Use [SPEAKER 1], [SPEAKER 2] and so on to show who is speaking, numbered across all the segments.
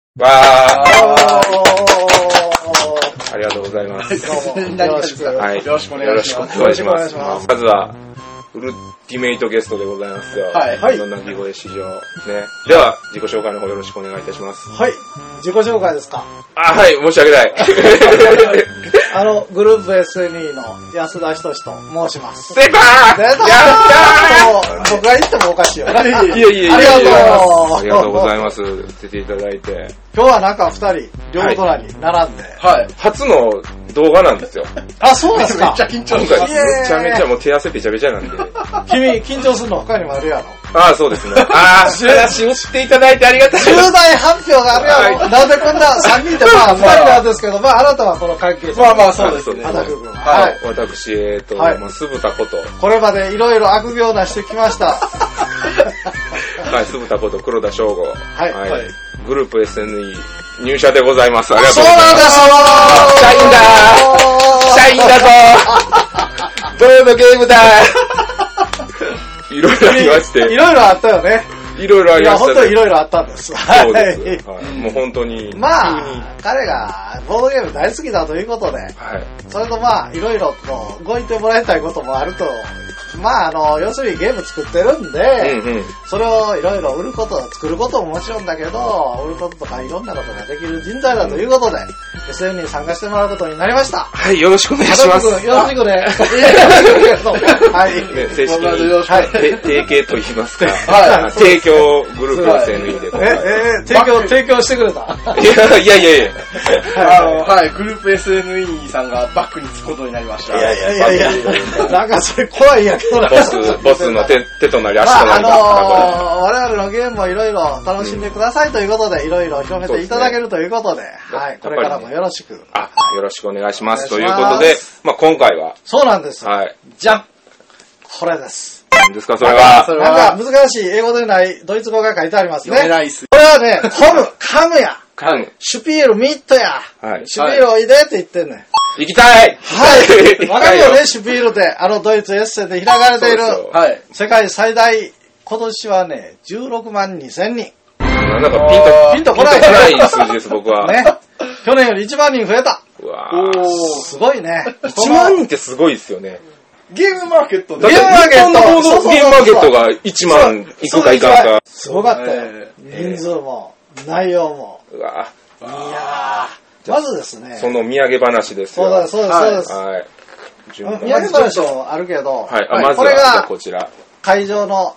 [SPEAKER 1] わ
[SPEAKER 2] ど
[SPEAKER 1] ー、ありがとうございます。
[SPEAKER 2] うもよろしく、
[SPEAKER 1] はい
[SPEAKER 2] よろしくお願いしま
[SPEAKER 1] よろしく
[SPEAKER 2] す。
[SPEAKER 1] お願いし
[SPEAKER 2] よろ
[SPEAKER 1] ま
[SPEAKER 2] し
[SPEAKER 1] す。まずは、ウルティメイトゲストでございますよ。
[SPEAKER 2] はいはい
[SPEAKER 1] の鳴き声史上。ね。では、自己紹介の方よろしくお願いいたします。
[SPEAKER 3] はい。自己紹介ですか。
[SPEAKER 1] あ、はい、申し訳 ない。
[SPEAKER 3] あの、グループ SNE の安田仁志と申します。
[SPEAKER 1] セーパー
[SPEAKER 3] 出
[SPEAKER 1] やった
[SPEAKER 3] もう僕が言ってもおかしいよ。ありがとう
[SPEAKER 1] ーいえいえいえ。
[SPEAKER 3] ありがとうございます
[SPEAKER 1] ありがとうございます。出ていただいて。
[SPEAKER 3] 今日はなんか二人、両隣に並んで。
[SPEAKER 2] くお願いしま
[SPEAKER 1] 初
[SPEAKER 2] す。
[SPEAKER 1] の動画なんですよ。
[SPEAKER 3] あ、そう
[SPEAKER 2] はい。め
[SPEAKER 3] で
[SPEAKER 2] っ
[SPEAKER 3] す
[SPEAKER 2] ちゃ
[SPEAKER 3] か。
[SPEAKER 2] 緊
[SPEAKER 1] 今回、
[SPEAKER 2] 張
[SPEAKER 1] め
[SPEAKER 2] してます。
[SPEAKER 1] ちゃめちゃもう手汗べちゃべちゃ なんで。
[SPEAKER 3] 君、緊張するの他にもあるやろ。
[SPEAKER 1] ああ、そうですね。ああ、話を知っていただいてありがたいです。
[SPEAKER 3] 重大発表があるや
[SPEAKER 1] は
[SPEAKER 3] ろ。なんでこんな三人で、まあ二人なんですけど、まああなたはこの関係者。
[SPEAKER 2] まあまあ、そうですね。
[SPEAKER 3] あ
[SPEAKER 1] は
[SPEAKER 3] ないた君は。
[SPEAKER 2] は
[SPEAKER 3] はいい。
[SPEAKER 1] 私、えっと、
[SPEAKER 3] はい
[SPEAKER 1] まあ、酢豚こと、
[SPEAKER 3] これまでいろいろ悪行なしてきました。
[SPEAKER 1] はい、酢豚こと黒田翔吾。はい
[SPEAKER 2] はい
[SPEAKER 1] グループ SNE 入社でございます。ありがと
[SPEAKER 3] そうう
[SPEAKER 1] ござい
[SPEAKER 3] なん
[SPEAKER 1] ま。
[SPEAKER 3] ですすよ
[SPEAKER 1] 社員だ社員 だぞーどれのゲームだーいろいろありまし
[SPEAKER 3] い
[SPEAKER 1] て、
[SPEAKER 3] ろいろあったよね。
[SPEAKER 1] いろいろあ
[SPEAKER 3] い
[SPEAKER 1] り
[SPEAKER 3] や、
[SPEAKER 1] ま
[SPEAKER 3] 本
[SPEAKER 1] し
[SPEAKER 3] 当
[SPEAKER 1] た
[SPEAKER 3] にい
[SPEAKER 1] ね。
[SPEAKER 3] ろいろあったんです。は
[SPEAKER 1] そうで
[SPEAKER 3] い
[SPEAKER 1] す。。はいもう本当に、
[SPEAKER 3] まあ、彼がボードゲーム大好きだということで、
[SPEAKER 1] はい。
[SPEAKER 3] それとまあ、いろいろと動いてもらいたいこともあると、まあ、あの、要するにゲーム作ってるんで、
[SPEAKER 1] うんうん。
[SPEAKER 3] それをいろいろ売ること、作ることももちろんだけど、売ることとかいろんなことができる人材だということで、SN に参加してもらうことになりました。
[SPEAKER 1] はい、よろしくお願いし
[SPEAKER 3] よ
[SPEAKER 1] ま
[SPEAKER 3] ろ
[SPEAKER 1] す。
[SPEAKER 3] しく、よろしくね。はい。
[SPEAKER 1] ね、正式
[SPEAKER 2] こんなの
[SPEAKER 1] に、
[SPEAKER 2] よろしく
[SPEAKER 1] はい、て提携と言いますか、
[SPEAKER 2] はい
[SPEAKER 1] あ提供グループ SNE でご
[SPEAKER 3] え、
[SPEAKER 1] ざいます。
[SPEAKER 3] え、提供、提供してくれた
[SPEAKER 1] いやいやいやい
[SPEAKER 2] あの、はい、グループ SNE さんがバックにつくことになりました。
[SPEAKER 1] や。
[SPEAKER 3] いやいやいやなんかそれ怖いんやけどな。
[SPEAKER 1] ボ ス、ボスの手手となり
[SPEAKER 3] ま
[SPEAKER 1] 足となりますから、
[SPEAKER 3] あ、あのー我々のゲームもいろいろ楽しんでくださいということで、いろいろ広めていただけるということで、はい、これからもよろしく。
[SPEAKER 1] これ。あ、よろしくお願いします。
[SPEAKER 3] お
[SPEAKER 1] とい
[SPEAKER 3] 願
[SPEAKER 1] う
[SPEAKER 3] いし
[SPEAKER 1] こ
[SPEAKER 3] ます
[SPEAKER 1] とで、まあ今回は、
[SPEAKER 3] そうなんです。
[SPEAKER 1] はい。
[SPEAKER 3] じゃんこれです。
[SPEAKER 1] 何ですか、それは
[SPEAKER 2] そ。れ
[SPEAKER 3] な
[SPEAKER 2] は
[SPEAKER 3] んか難しい英語でないドイツ語が書いてありますね。
[SPEAKER 2] 読めないっす
[SPEAKER 3] これはね、ホム、カムや、
[SPEAKER 1] カン。
[SPEAKER 3] シュピール、ミットや、
[SPEAKER 1] はい。
[SPEAKER 3] シュピールおいでって言ってんねん。
[SPEAKER 1] 行きたい
[SPEAKER 3] はい。わかるよね、
[SPEAKER 1] 行き
[SPEAKER 3] シュピールで。あのドイツエッセンで開かれている
[SPEAKER 1] そうそう
[SPEAKER 2] はい。
[SPEAKER 3] 世界最大、今年はね、16万2千人。
[SPEAKER 1] たいよなんかピンと、
[SPEAKER 3] ピン
[SPEAKER 1] ピ
[SPEAKER 3] と
[SPEAKER 1] ンと
[SPEAKER 3] こ
[SPEAKER 1] こ
[SPEAKER 3] ないよね
[SPEAKER 1] ない数字です、僕は。
[SPEAKER 3] ね。去年より1万人増えた。
[SPEAKER 1] うわ
[SPEAKER 2] お
[SPEAKER 1] ぁ。
[SPEAKER 2] ー。
[SPEAKER 3] すごいね。
[SPEAKER 1] 1万人ってすごいですよね。
[SPEAKER 2] ゲームマーケット
[SPEAKER 1] だ
[SPEAKER 2] で
[SPEAKER 1] って
[SPEAKER 3] ゲームマーケ
[SPEAKER 1] 日
[SPEAKER 3] ット
[SPEAKER 1] 本のボード
[SPEAKER 3] そうそうそうそう
[SPEAKER 1] ゲームマーケットが1万いくかいかんか。
[SPEAKER 3] すごかったよ
[SPEAKER 2] え。
[SPEAKER 3] 人数も、内容も。
[SPEAKER 1] うわぁ。
[SPEAKER 3] いやー、まずですね。
[SPEAKER 1] その土産話です
[SPEAKER 3] そ
[SPEAKER 1] よ。
[SPEAKER 3] うだ、そうです、
[SPEAKER 2] は
[SPEAKER 3] そ
[SPEAKER 2] いう
[SPEAKER 3] です。
[SPEAKER 1] はい。順番
[SPEAKER 3] 土産話もあるけど、
[SPEAKER 1] はい、あ、
[SPEAKER 2] はい
[SPEAKER 1] まず
[SPEAKER 3] これ
[SPEAKER 1] は
[SPEAKER 3] が
[SPEAKER 1] こちら。
[SPEAKER 3] 会場の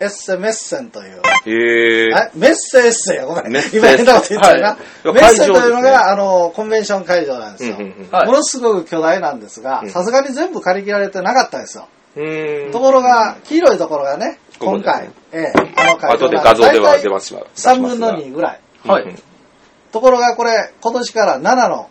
[SPEAKER 3] エッセメッセンという、
[SPEAKER 1] へえ。
[SPEAKER 3] あメッセエッセや、ごめん
[SPEAKER 1] メッ。セ
[SPEAKER 3] 今変なこと言っちゃうな
[SPEAKER 1] はい。いや
[SPEAKER 3] メッセというの
[SPEAKER 1] 会場ですね
[SPEAKER 3] が、あの、コンベンション会場なんですよ
[SPEAKER 1] うんうんうん。
[SPEAKER 2] はい
[SPEAKER 3] ものすごく巨大なんですが
[SPEAKER 1] う、ん
[SPEAKER 3] さすがに全部借り切られてなかったんですよ。
[SPEAKER 1] うーん
[SPEAKER 3] ところが、黄色いところがね、
[SPEAKER 1] ここ
[SPEAKER 3] 今
[SPEAKER 1] で
[SPEAKER 3] 回、ええ、あの会
[SPEAKER 1] 後
[SPEAKER 3] 場
[SPEAKER 1] で
[SPEAKER 3] が
[SPEAKER 1] 画像では
[SPEAKER 3] 大体
[SPEAKER 1] 出ますが。
[SPEAKER 3] 3分の2ぐらい。
[SPEAKER 1] は
[SPEAKER 2] はいい。
[SPEAKER 3] ところがこれ、今年から7の、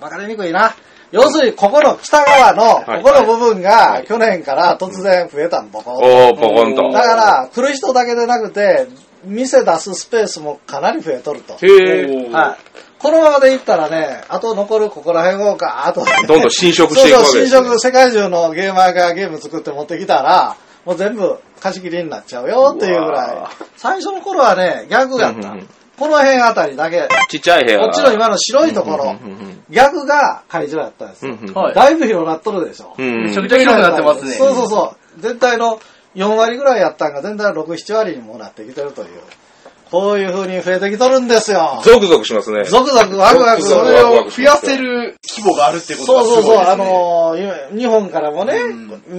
[SPEAKER 3] わかりにくいな。要するに、ここの北側の、
[SPEAKER 1] はい
[SPEAKER 3] ここの部分
[SPEAKER 1] は
[SPEAKER 3] が
[SPEAKER 1] い、
[SPEAKER 3] 去年から突然増えたん、ボコンと
[SPEAKER 1] おー、ポコンと。
[SPEAKER 2] おー
[SPEAKER 3] だから、来る人だけでなくて、店出すスペースもかなり増えとると。
[SPEAKER 1] へえ。
[SPEAKER 2] おー
[SPEAKER 3] はい。このままでいったらね、あと残るここら辺をガーッと。
[SPEAKER 1] どんどん侵食していくわけですね
[SPEAKER 3] そうそう、侵食、世界中のゲーマーがゲーム作って持ってきたら、もう全部貸し切りになっちゃうよっていうぐ
[SPEAKER 1] う
[SPEAKER 3] ら
[SPEAKER 1] わ
[SPEAKER 3] い。最初の頃はね、逆だっ
[SPEAKER 1] う
[SPEAKER 3] た
[SPEAKER 1] んうんうん。
[SPEAKER 3] この辺あたりだけ、
[SPEAKER 1] ちっちゃい部屋が。
[SPEAKER 3] こっちの今の白いところ
[SPEAKER 1] うんうんうんうん、
[SPEAKER 3] 逆が会場やったんです
[SPEAKER 1] うん
[SPEAKER 3] よ。
[SPEAKER 1] うん。
[SPEAKER 2] はい
[SPEAKER 3] だいぶ広なっとるでしょ。
[SPEAKER 1] うん
[SPEAKER 2] めちゃくちゃ広くなってますね。
[SPEAKER 3] そうそうそう。全体の4割ぐらいやったんが、全体の6、7割にもなってきてるという。こういう風に増えてきとるんですよ。
[SPEAKER 1] ゾクゾクしますね。
[SPEAKER 3] ゾクゾクワクワク。
[SPEAKER 1] ゾ
[SPEAKER 3] そ
[SPEAKER 1] クゾク
[SPEAKER 3] れ
[SPEAKER 1] ワク
[SPEAKER 3] を
[SPEAKER 1] ワク
[SPEAKER 2] 増やせる規模があるってこ
[SPEAKER 3] そ
[SPEAKER 2] と
[SPEAKER 3] う
[SPEAKER 2] がす
[SPEAKER 3] そ
[SPEAKER 2] ご
[SPEAKER 3] う
[SPEAKER 2] い
[SPEAKER 3] そう、
[SPEAKER 2] です
[SPEAKER 3] あ
[SPEAKER 2] ね。
[SPEAKER 3] のー今日本からもね、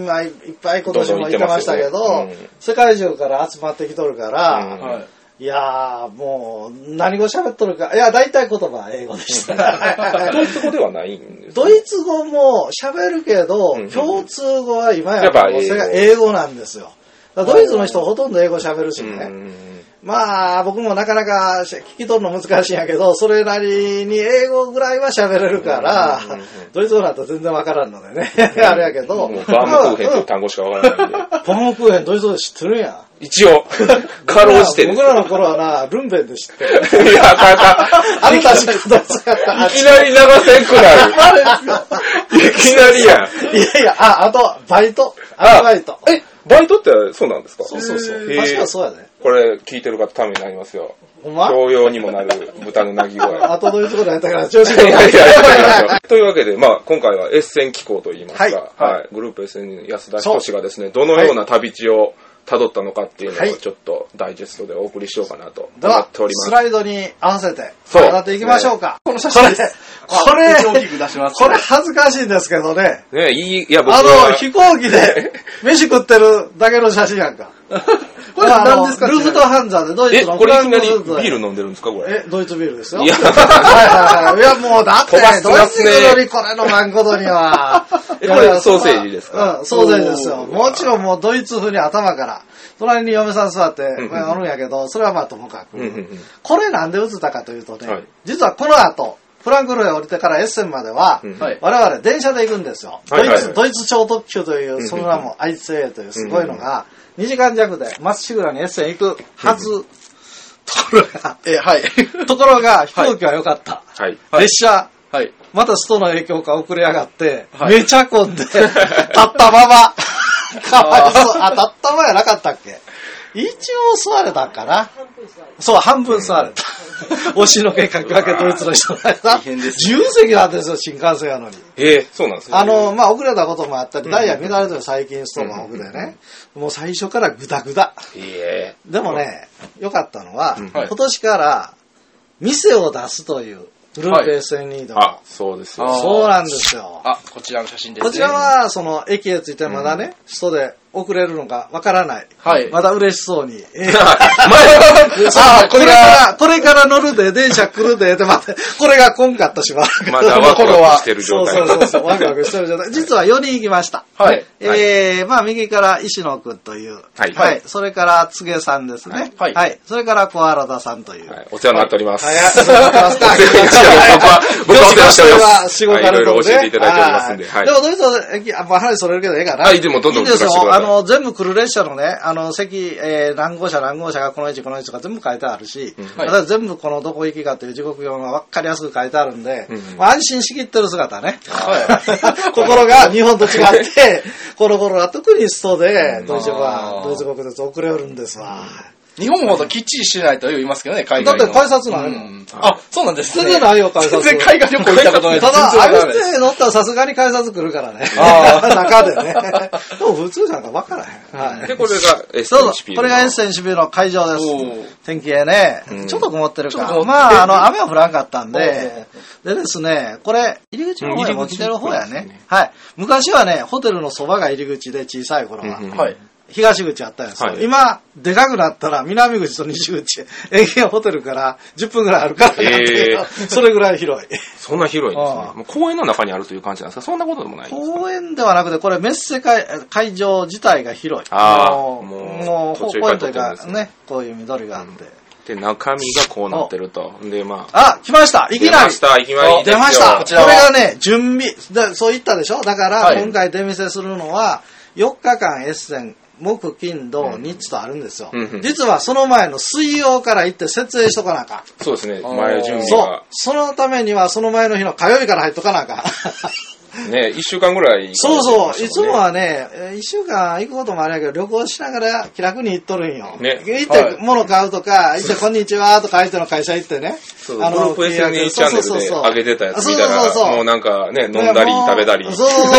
[SPEAKER 3] まあいっぱい今年も行ってましたけ
[SPEAKER 1] どんどん
[SPEAKER 3] ど、
[SPEAKER 1] 行ってますよねうん
[SPEAKER 3] 世界中から集まってきとるか
[SPEAKER 1] う
[SPEAKER 3] ら、
[SPEAKER 1] ん
[SPEAKER 2] はい。
[SPEAKER 3] いやー、もう、何語喋っとるか、いや、大体言葉は英語で した。
[SPEAKER 1] ドイツ語ではないんです。
[SPEAKER 3] ドイツ語も喋るけど
[SPEAKER 1] うん、
[SPEAKER 3] 共通語は今
[SPEAKER 1] や
[SPEAKER 3] や
[SPEAKER 1] っぱ
[SPEAKER 3] もうそれが英語なんですよ。だからドイツの人ほとんど英語喋るし
[SPEAKER 1] うん
[SPEAKER 3] ね。まあ、僕もなかなかし聞き取るの難しいんやけど、それなりに英語ぐらいは喋れるから
[SPEAKER 1] うんうんうん、
[SPEAKER 3] ドイツ語なんて全然わからんのでね。あれやけど。
[SPEAKER 1] もうバームクーヘンという単語しかわからないんで。
[SPEAKER 3] バームクーヘンドイツ語で知ってるんや。
[SPEAKER 1] 一応、かろうじてです。
[SPEAKER 3] 僕らの頃はな、ルンベンで知っ てる。
[SPEAKER 1] いや、かか。
[SPEAKER 3] あなたしかドイツ語やったらあ
[SPEAKER 1] い
[SPEAKER 3] っち
[SPEAKER 1] きなり流せんくなる。いきなりやん。
[SPEAKER 3] いやいや、あ、あと、バイト。アルバイト。
[SPEAKER 1] え、バイトってそうなんですか
[SPEAKER 3] そうそうそう。
[SPEAKER 1] へー
[SPEAKER 3] 確かそうやね。
[SPEAKER 1] これ聞いてる方ためになりますよ。
[SPEAKER 3] ほんま
[SPEAKER 1] 教養にもなる豚の鳴き声。は
[SPEAKER 3] 後のいつことやったから調子
[SPEAKER 1] い
[SPEAKER 3] に乗
[SPEAKER 1] は
[SPEAKER 3] っ
[SPEAKER 1] い
[SPEAKER 3] て
[SPEAKER 1] はい というわけで、まあ、今回はエッセン機構といいますか、
[SPEAKER 3] はい
[SPEAKER 1] はいグループエッセンの安田仁志がですね、どのような旅路を辿ったのかっていう
[SPEAKER 3] は
[SPEAKER 1] のを
[SPEAKER 3] い
[SPEAKER 1] ちょっとダイジェストでお送りしようかなと
[SPEAKER 3] で
[SPEAKER 1] 思っ
[SPEAKER 3] は
[SPEAKER 1] ており、
[SPEAKER 3] ス
[SPEAKER 1] ます。
[SPEAKER 3] ライドに合わせて、
[SPEAKER 1] そう
[SPEAKER 3] 語っていきましょうか。この写
[SPEAKER 2] 真
[SPEAKER 3] 真
[SPEAKER 2] で
[SPEAKER 3] ですす。これ、
[SPEAKER 2] 口を大きく出します。
[SPEAKER 3] これ恥ずかしいんですけどね。
[SPEAKER 1] ねいい、いや、僕
[SPEAKER 3] あ
[SPEAKER 1] は
[SPEAKER 3] の、飛行機で飯食ってるだけの写真や んか。
[SPEAKER 2] これ
[SPEAKER 3] まああの
[SPEAKER 2] 何ですか
[SPEAKER 3] ルフトハンザーでドイ
[SPEAKER 1] え、
[SPEAKER 3] ツの
[SPEAKER 1] これいきなり
[SPEAKER 3] フランクフルトで
[SPEAKER 1] ビール飲んでるんですか、これ。
[SPEAKER 3] え、ドイツビールですよ。
[SPEAKER 1] いや
[SPEAKER 3] はいはいはい。いや、もうだって、
[SPEAKER 1] 飛ばす
[SPEAKER 3] ドイツ行くのにこれのまんことには
[SPEAKER 1] 。えこれ
[SPEAKER 3] いやいや
[SPEAKER 1] ソーセージですか
[SPEAKER 3] うん、ソーセージですよ。
[SPEAKER 2] おー
[SPEAKER 3] もちろんもうドイツ風に頭から。隣に嫁さん座って、
[SPEAKER 1] うん
[SPEAKER 3] まあ、あるんやけど、それはまあともかく。
[SPEAKER 1] うんうんうん。
[SPEAKER 3] これなんで映ったかというとね、
[SPEAKER 1] はい
[SPEAKER 3] 実はこの後、フランクフルトへ降りてからエッセンまでは、
[SPEAKER 1] うん
[SPEAKER 2] はい
[SPEAKER 3] 我々電車で行くんですよ。
[SPEAKER 1] はいはいはい
[SPEAKER 3] ドイツ、ドイツ超特急という、その名も ICA というすごいのが、2時間弱でまっしぐらにエッセン行くはず、ところが、
[SPEAKER 2] え、はい。
[SPEAKER 3] ところが、飛行機は良かった。
[SPEAKER 1] はい。
[SPEAKER 2] はい
[SPEAKER 3] 列車、
[SPEAKER 2] はい。
[SPEAKER 3] またストの影響か遅れやがって、
[SPEAKER 2] はい
[SPEAKER 3] めちゃ混んで、立 ったま ま。かわいそう。あ、立ったままやなかったっけ一応座れたんかなそう、半分座 れた。推しの計画かけドイツの人が
[SPEAKER 2] 大
[SPEAKER 3] さ、
[SPEAKER 2] 変です
[SPEAKER 3] 自由席なんですよ、新幹線やのに。
[SPEAKER 1] えー、そうなんですね。
[SPEAKER 3] あの、まあ、遅れたこともあったり、ダイヤ乱れてる最近ストが多くてね、もう最初からグダグダ。
[SPEAKER 1] いいえ
[SPEAKER 3] でもね、良かったのは、
[SPEAKER 1] うん
[SPEAKER 2] はい
[SPEAKER 3] 今年から店を出すというグループ SNE の、
[SPEAKER 1] あ、そう です
[SPEAKER 2] あ
[SPEAKER 1] よ。
[SPEAKER 3] そうなんですよ。
[SPEAKER 2] あ、こちらの写真ですね。
[SPEAKER 3] こちら、は、その、駅へ着いてまだね、人で遅れるのかわからない。
[SPEAKER 2] はい。
[SPEAKER 3] まだ嬉 しそうに。えー
[SPEAKER 1] あ
[SPEAKER 3] あ
[SPEAKER 1] こ
[SPEAKER 3] こ
[SPEAKER 1] れ
[SPEAKER 3] れ
[SPEAKER 1] が
[SPEAKER 3] から、これから乗るで、電車来るで、って待って、これがコンカットしまう
[SPEAKER 1] まだワクワクしてる状
[SPEAKER 3] そう
[SPEAKER 1] 態。
[SPEAKER 3] そうそうそう、ワクワクしてる状 態。実は4人行きました。
[SPEAKER 2] はい。
[SPEAKER 1] はい
[SPEAKER 3] えー、まあ、右から石野くんという。
[SPEAKER 1] はい
[SPEAKER 3] それから、つげさんですね。
[SPEAKER 2] はい
[SPEAKER 3] それから、小原田さんとい う。
[SPEAKER 1] はい、お世話になっております。
[SPEAKER 3] はいはい お世話になってますか
[SPEAKER 1] お世話になっております僕は、僕はお世話になっております。
[SPEAKER 3] 仕事
[SPEAKER 1] はい、いろいろ教えていただいておりますんで。
[SPEAKER 3] は。
[SPEAKER 1] はいい
[SPEAKER 3] で。も、ドイツの駅、あ、まあ、話それるけど、ええかな。
[SPEAKER 1] はいでもどんどん
[SPEAKER 3] いいです
[SPEAKER 1] 聞かせてく
[SPEAKER 3] よ。
[SPEAKER 1] だ
[SPEAKER 3] あ
[SPEAKER 1] さい
[SPEAKER 3] の、全部来る列車のね、あの、席、えー、何号車、何号車がこの位置、この位置とか全部書いてあるし、
[SPEAKER 1] うん
[SPEAKER 2] はい
[SPEAKER 3] また全部このどこ行きかという時刻表がわかりやすく書いてあるんで、
[SPEAKER 1] うんうん
[SPEAKER 3] まあ、安心しきってる 姿ね。
[SPEAKER 2] はい
[SPEAKER 3] 心が日本と違って、この頃は特にストで、ドイツは
[SPEAKER 2] あ、ー
[SPEAKER 3] ドイツ国鉄遅れおるんですわ。
[SPEAKER 2] 日本ほどきっちりしてないとは言いますけどね、海
[SPEAKER 3] だっ
[SPEAKER 2] 外
[SPEAKER 3] て
[SPEAKER 2] の。
[SPEAKER 3] 改札ないもん
[SPEAKER 2] うんあ、そうなんですね。
[SPEAKER 3] 全然ないよ改札
[SPEAKER 2] 全然海外旅行行ったことない。
[SPEAKER 3] ただ、あ
[SPEAKER 2] 全然わ
[SPEAKER 3] れ
[SPEAKER 2] からないです
[SPEAKER 3] で乗ったらさすがに改札来るからね。
[SPEAKER 2] あ
[SPEAKER 3] 中でね。でも普通なんか分からへん。はい
[SPEAKER 1] で、これが、え、
[SPEAKER 3] そう
[SPEAKER 1] スピー
[SPEAKER 3] そ
[SPEAKER 1] ド
[SPEAKER 3] う、こ
[SPEAKER 1] の
[SPEAKER 3] れがエッセンシビルの会場で
[SPEAKER 2] お
[SPEAKER 3] す
[SPEAKER 2] ー。
[SPEAKER 3] 天気へね、
[SPEAKER 1] うん
[SPEAKER 3] ちょっと曇ってる
[SPEAKER 2] ちょっと
[SPEAKER 3] か。
[SPEAKER 2] 曇って
[SPEAKER 3] まあ、あの、雨は降らんかったんで、でですね、これ、入り口の方
[SPEAKER 1] う
[SPEAKER 3] へ
[SPEAKER 1] ん
[SPEAKER 3] も来てる方
[SPEAKER 1] 入
[SPEAKER 3] や
[SPEAKER 1] り口ですね
[SPEAKER 3] ね。はい。昔はね、ホテルのそばが入り口で小さい頃
[SPEAKER 1] うんうん
[SPEAKER 3] は、
[SPEAKER 2] はい。
[SPEAKER 3] 東口あったんですよ
[SPEAKER 1] は。い
[SPEAKER 3] 今、でかくなったら、南口と西口、永遠ホテルから10分ぐらいあるからなんだけど
[SPEAKER 1] えー
[SPEAKER 3] それぐらい広い。
[SPEAKER 1] そんな広いんですね
[SPEAKER 3] あ。あ
[SPEAKER 1] もう公園の中にあるという感じなんですかそんなことでもないんですか
[SPEAKER 3] 公園ではなくて、これメッセ会会場自体が広い。
[SPEAKER 1] あー
[SPEAKER 3] もう、
[SPEAKER 1] もう
[SPEAKER 3] もう
[SPEAKER 1] 途
[SPEAKER 3] 方
[SPEAKER 1] 中から撮ってる
[SPEAKER 3] 向園という
[SPEAKER 1] んで
[SPEAKER 3] か
[SPEAKER 1] すね
[SPEAKER 3] ね、こういう緑があって。
[SPEAKER 1] で、中身がこうなってると。で、まあ、
[SPEAKER 3] あ、来ましたいき
[SPEAKER 1] 出
[SPEAKER 3] な
[SPEAKER 1] ま
[SPEAKER 3] り
[SPEAKER 1] した、いきなりですよ。
[SPEAKER 3] 出ました
[SPEAKER 2] こ
[SPEAKER 3] こ
[SPEAKER 2] ちらは
[SPEAKER 3] れがね、準備で、そう言ったでしょだから、
[SPEAKER 2] はい
[SPEAKER 3] 今回出店するのは、4日間エッセン、木、金、土、日とあるんですよ
[SPEAKER 1] うんうん。
[SPEAKER 3] 実はその前の水曜から行って設営しとかなあかん。
[SPEAKER 1] そうですね、
[SPEAKER 2] あー
[SPEAKER 1] 前準備
[SPEAKER 3] そう
[SPEAKER 1] が。。
[SPEAKER 3] そのためには、その前の日の火曜日から入っとかなあかん。
[SPEAKER 1] ね、一週間ぐらい。
[SPEAKER 3] そうそう、いつも。はね、えー一週間行くこともあれやけど、旅行しながら気楽に行っとるんよ。
[SPEAKER 1] ね
[SPEAKER 3] 行っ
[SPEAKER 2] は
[SPEAKER 3] て
[SPEAKER 2] い
[SPEAKER 3] 物買う とか、行ってこんにちはとか、相手の会社行ってね。
[SPEAKER 1] そうグループ SNS チャンネルで上げてたやつ見た
[SPEAKER 3] そうそうそうそ
[SPEAKER 1] ら、
[SPEAKER 3] う
[SPEAKER 1] もうなんかね、飲んだり食べたり。
[SPEAKER 3] そうそうそうそう。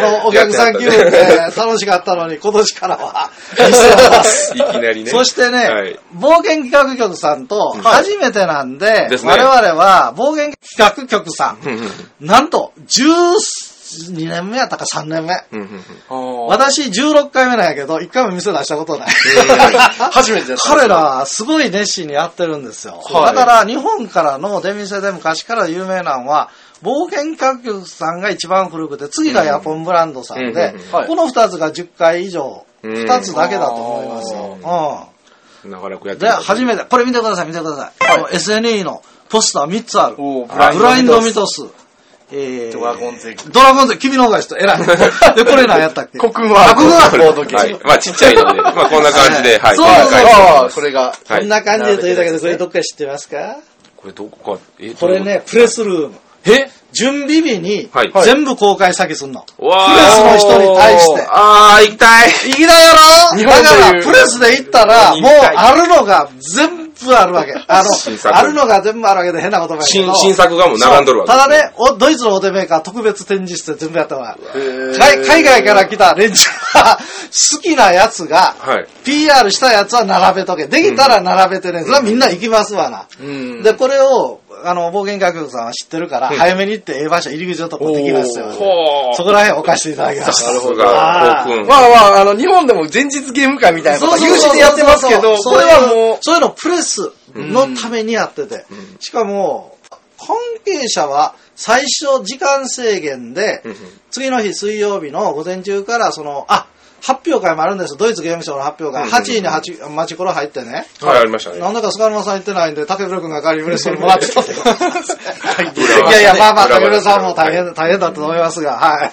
[SPEAKER 3] の、お客さん気分で 楽しかったのに、今年からは、店を出す
[SPEAKER 1] いきなりね
[SPEAKER 3] そしてね、
[SPEAKER 1] はい
[SPEAKER 3] 冒険企画局さんと初めてなんで、
[SPEAKER 1] ですね
[SPEAKER 3] 我々は冒険企画局さ
[SPEAKER 1] うんうん
[SPEAKER 3] ん、なんと、12年目やったか3年目。
[SPEAKER 1] うんうんうん
[SPEAKER 2] あ
[SPEAKER 3] 私16回目なんやけど、1回も店出したことない。
[SPEAKER 2] ー初めてです。
[SPEAKER 3] 彼ら、すごい熱心にやってるんですよ。
[SPEAKER 2] は
[SPEAKER 3] だ
[SPEAKER 2] い
[SPEAKER 3] から、日本からの出店で昔から有名なのは、冒険各局さんが一番古くて、次がヤポンブランドさんで
[SPEAKER 1] うんうんうん、
[SPEAKER 2] はい
[SPEAKER 3] この2つが10回以上、
[SPEAKER 1] うん
[SPEAKER 3] 2つだけだと思いますよ。
[SPEAKER 1] 長らくや
[SPEAKER 3] う
[SPEAKER 1] っ
[SPEAKER 3] ん
[SPEAKER 1] て
[SPEAKER 3] で、初めて、これ見てください、見てください。
[SPEAKER 2] はい
[SPEAKER 3] あの SNE のポスター3つある。
[SPEAKER 2] おー
[SPEAKER 3] ブラインドミトス。えー
[SPEAKER 2] ドラゴンゼク
[SPEAKER 3] ドラゴンゼク君の方が人、 偉い。で、これ何やったっけ
[SPEAKER 2] 国運は、
[SPEAKER 3] 国運は
[SPEAKER 2] ボードゲ
[SPEAKER 1] は
[SPEAKER 2] ー
[SPEAKER 1] い
[SPEAKER 2] ム。。
[SPEAKER 1] まあちっちゃいので、まあこんな感じで、
[SPEAKER 3] は
[SPEAKER 1] はいい。
[SPEAKER 3] そうそうそう
[SPEAKER 1] 今回
[SPEAKER 2] ああ、これが。
[SPEAKER 1] はい
[SPEAKER 3] こんな感じでと言うだけで、これどっか知ってますか
[SPEAKER 1] これどこか、え
[SPEAKER 3] これ。ね、プレスルーム。
[SPEAKER 1] え
[SPEAKER 3] 準備日に
[SPEAKER 1] はい
[SPEAKER 3] 全部公開詐欺すんの。
[SPEAKER 1] わー
[SPEAKER 3] プレスの人に対して
[SPEAKER 1] あー、行きたい。
[SPEAKER 3] いきなよろ
[SPEAKER 2] 日
[SPEAKER 3] だ
[SPEAKER 2] 本と
[SPEAKER 3] か
[SPEAKER 2] いう
[SPEAKER 3] ら、プレスで行ったら、
[SPEAKER 1] 日
[SPEAKER 3] もう
[SPEAKER 1] 本という
[SPEAKER 3] あるのが全分あ るわけ。あ
[SPEAKER 1] 新
[SPEAKER 3] の、
[SPEAKER 1] 作
[SPEAKER 3] あるのが全部あるわけで変なことばやけど
[SPEAKER 1] 新新作がもう並んどるわけ
[SPEAKER 3] そうただね、おドイツの大手メーカー特別展示室で全部やったわ。海海外から来た連中は、好きなやつが、
[SPEAKER 1] はい
[SPEAKER 3] PR したやつは並べとけ。できたら並べてね。それはみんな行きますわな。
[SPEAKER 2] うん。
[SPEAKER 3] で、これを、あの、冒険家局さんは知ってるから、
[SPEAKER 1] うん
[SPEAKER 3] 早めに行って、ええ場所入り口のとこできますよ。
[SPEAKER 1] ほう
[SPEAKER 3] そこら辺置かせていただきまし
[SPEAKER 1] さ
[SPEAKER 3] た。
[SPEAKER 1] す
[SPEAKER 3] あ
[SPEAKER 1] が
[SPEAKER 3] ー、
[SPEAKER 1] コウ君。
[SPEAKER 2] まあまあ、あの、日本でも前日ゲーム会みたいなこと
[SPEAKER 3] そうそう
[SPEAKER 2] は有
[SPEAKER 3] そう
[SPEAKER 2] 志でやってますけど、これはもう、
[SPEAKER 3] そういうのプレスのためにやってて。しかも、関係者は最初時間制限で、
[SPEAKER 1] うんうん
[SPEAKER 3] 次の日水曜日の午前中から、その、あ、発表会もあるんですよ。ドイツゲームショーの発
[SPEAKER 1] う
[SPEAKER 3] 表
[SPEAKER 1] ん
[SPEAKER 3] 会。
[SPEAKER 1] うんうん
[SPEAKER 3] 8時に8町頃入ってね。
[SPEAKER 1] はい、ありましたね。
[SPEAKER 3] なんだか菅沼さん行ってないんで、竹村君が代わりにブレスをもらってたってことなんです
[SPEAKER 1] 裏
[SPEAKER 3] いやいや、まあまあ、
[SPEAKER 1] 裏
[SPEAKER 3] 竹
[SPEAKER 1] 話
[SPEAKER 3] 村さんも大変、大変だったと思いますが、はい。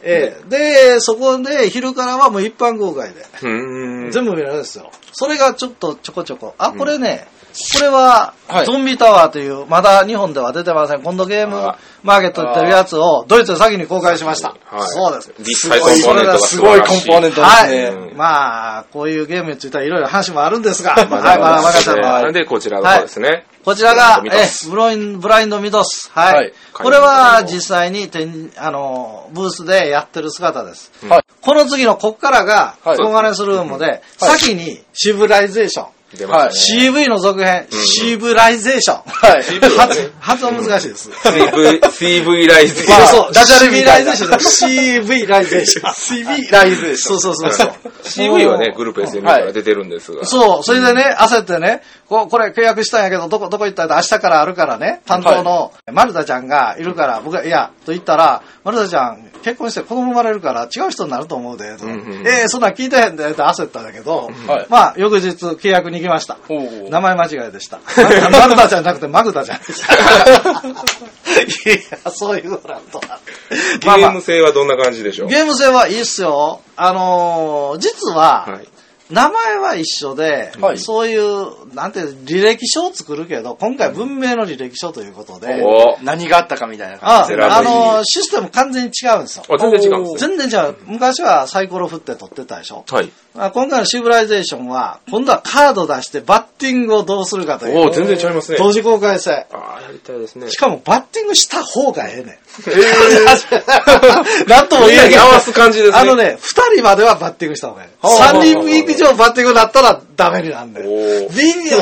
[SPEAKER 3] ええ、で、そこで昼からはもう一般公開で。
[SPEAKER 1] うーん。
[SPEAKER 3] 全部見られるんですよ。それがちょっとちょこちょこ。あ、これね、これは
[SPEAKER 2] は、い
[SPEAKER 3] ゾンビタワーという、まだ日本では出てません。今度ゲーム
[SPEAKER 1] あ
[SPEAKER 3] マーケットで売ってるやつを、ドイツで先に公開しました。
[SPEAKER 1] はい
[SPEAKER 3] そうです。
[SPEAKER 1] 実際コンポーネントが
[SPEAKER 2] すごいコンポーネントですね。
[SPEAKER 1] うん
[SPEAKER 3] まあ、こういうゲームについてはいろいろ話もあるんですが、はい、ま
[SPEAKER 1] まだまだ
[SPEAKER 3] だ分か
[SPEAKER 1] で
[SPEAKER 3] っ
[SPEAKER 1] す
[SPEAKER 3] た
[SPEAKER 1] ね
[SPEAKER 3] の
[SPEAKER 1] な
[SPEAKER 3] は
[SPEAKER 1] ん。で、こちらの方ですね。
[SPEAKER 3] こちらが、
[SPEAKER 1] ブラインドミド
[SPEAKER 3] え
[SPEAKER 1] ス、
[SPEAKER 3] ブロイン、ブラインドミドス。はい。
[SPEAKER 2] はい
[SPEAKER 3] これは実際に展、あの、ブースでやってる姿です。
[SPEAKER 2] はい。
[SPEAKER 3] この次のこっからが、
[SPEAKER 2] はい
[SPEAKER 3] コンガネスルームで、先にシブライゼーション。
[SPEAKER 1] 出まし
[SPEAKER 3] CV の続編、シブライゼーション。
[SPEAKER 2] はい。
[SPEAKER 1] CV は
[SPEAKER 3] 発
[SPEAKER 1] ね
[SPEAKER 3] 発音難しいです。
[SPEAKER 1] たね。CV、CV ライズ。
[SPEAKER 3] そう
[SPEAKER 2] ま
[SPEAKER 3] そう、ダジャレみたいな。
[SPEAKER 2] CV
[SPEAKER 3] CV ライゼー ション。
[SPEAKER 2] CV ライズでし
[SPEAKER 3] そ
[SPEAKER 2] ょ
[SPEAKER 3] うそうそうそう。
[SPEAKER 1] CV はね、グループ SM から出てるんですが。
[SPEAKER 3] そう、それでね、焦ってね、ここれ契約したんやけど、どこ、どこ行ったら明日からあるからね、担当の丸田ちゃんがいるから、僕が、いや、と言ったら、丸田ちゃん結婚して子供生まれるから違う人になると思うで、と
[SPEAKER 1] うんうん
[SPEAKER 3] ええそんなん聞いてへんで、って焦ったんだけど、
[SPEAKER 2] はい
[SPEAKER 3] まあ、翌日契約に行きました。
[SPEAKER 2] ほうほう
[SPEAKER 3] 名前間違い でした。マグダちゃんじゃなくてマグダちゃんでした。いや、そういうことなんとな
[SPEAKER 1] ゲーム性はどんな感じでしょう
[SPEAKER 3] ゲーム性はいいっすよ。あのー実は、
[SPEAKER 1] はい。
[SPEAKER 3] 名前は一緒で、
[SPEAKER 2] はい
[SPEAKER 3] そういう、なんていう、履歴書を作るけど、今回文明の履歴書ということで、
[SPEAKER 1] おー
[SPEAKER 2] 何があったかみたいな
[SPEAKER 3] あ
[SPEAKER 2] 感じで。
[SPEAKER 1] ラ
[SPEAKER 3] あ
[SPEAKER 1] ブリー
[SPEAKER 3] の、システム完全に違うんですよ。
[SPEAKER 1] あ、全然違うんですね。
[SPEAKER 3] 全然違う。昔はサイコロ振って取ってたでしょ。
[SPEAKER 1] はい。
[SPEAKER 3] あ今回のシブライゼーションは、今度はカード出してバッティングをどうするかとい
[SPEAKER 1] お
[SPEAKER 3] う、
[SPEAKER 1] ー全然違いますね。
[SPEAKER 3] 同時公開制。
[SPEAKER 1] ああ、やりたいですね
[SPEAKER 3] し。かもバッティングした方がええねん。
[SPEAKER 1] えー、
[SPEAKER 3] なんとも
[SPEAKER 1] みん
[SPEAKER 3] 言
[SPEAKER 1] な
[SPEAKER 3] え
[SPEAKER 1] に合わす感じですね。
[SPEAKER 3] あのね、二人まではバッティングした方がいい。
[SPEAKER 1] はあ
[SPEAKER 3] 三人以上バッティングだったらダメになんだ
[SPEAKER 1] お
[SPEAKER 3] よ。
[SPEAKER 1] ー
[SPEAKER 3] 微妙。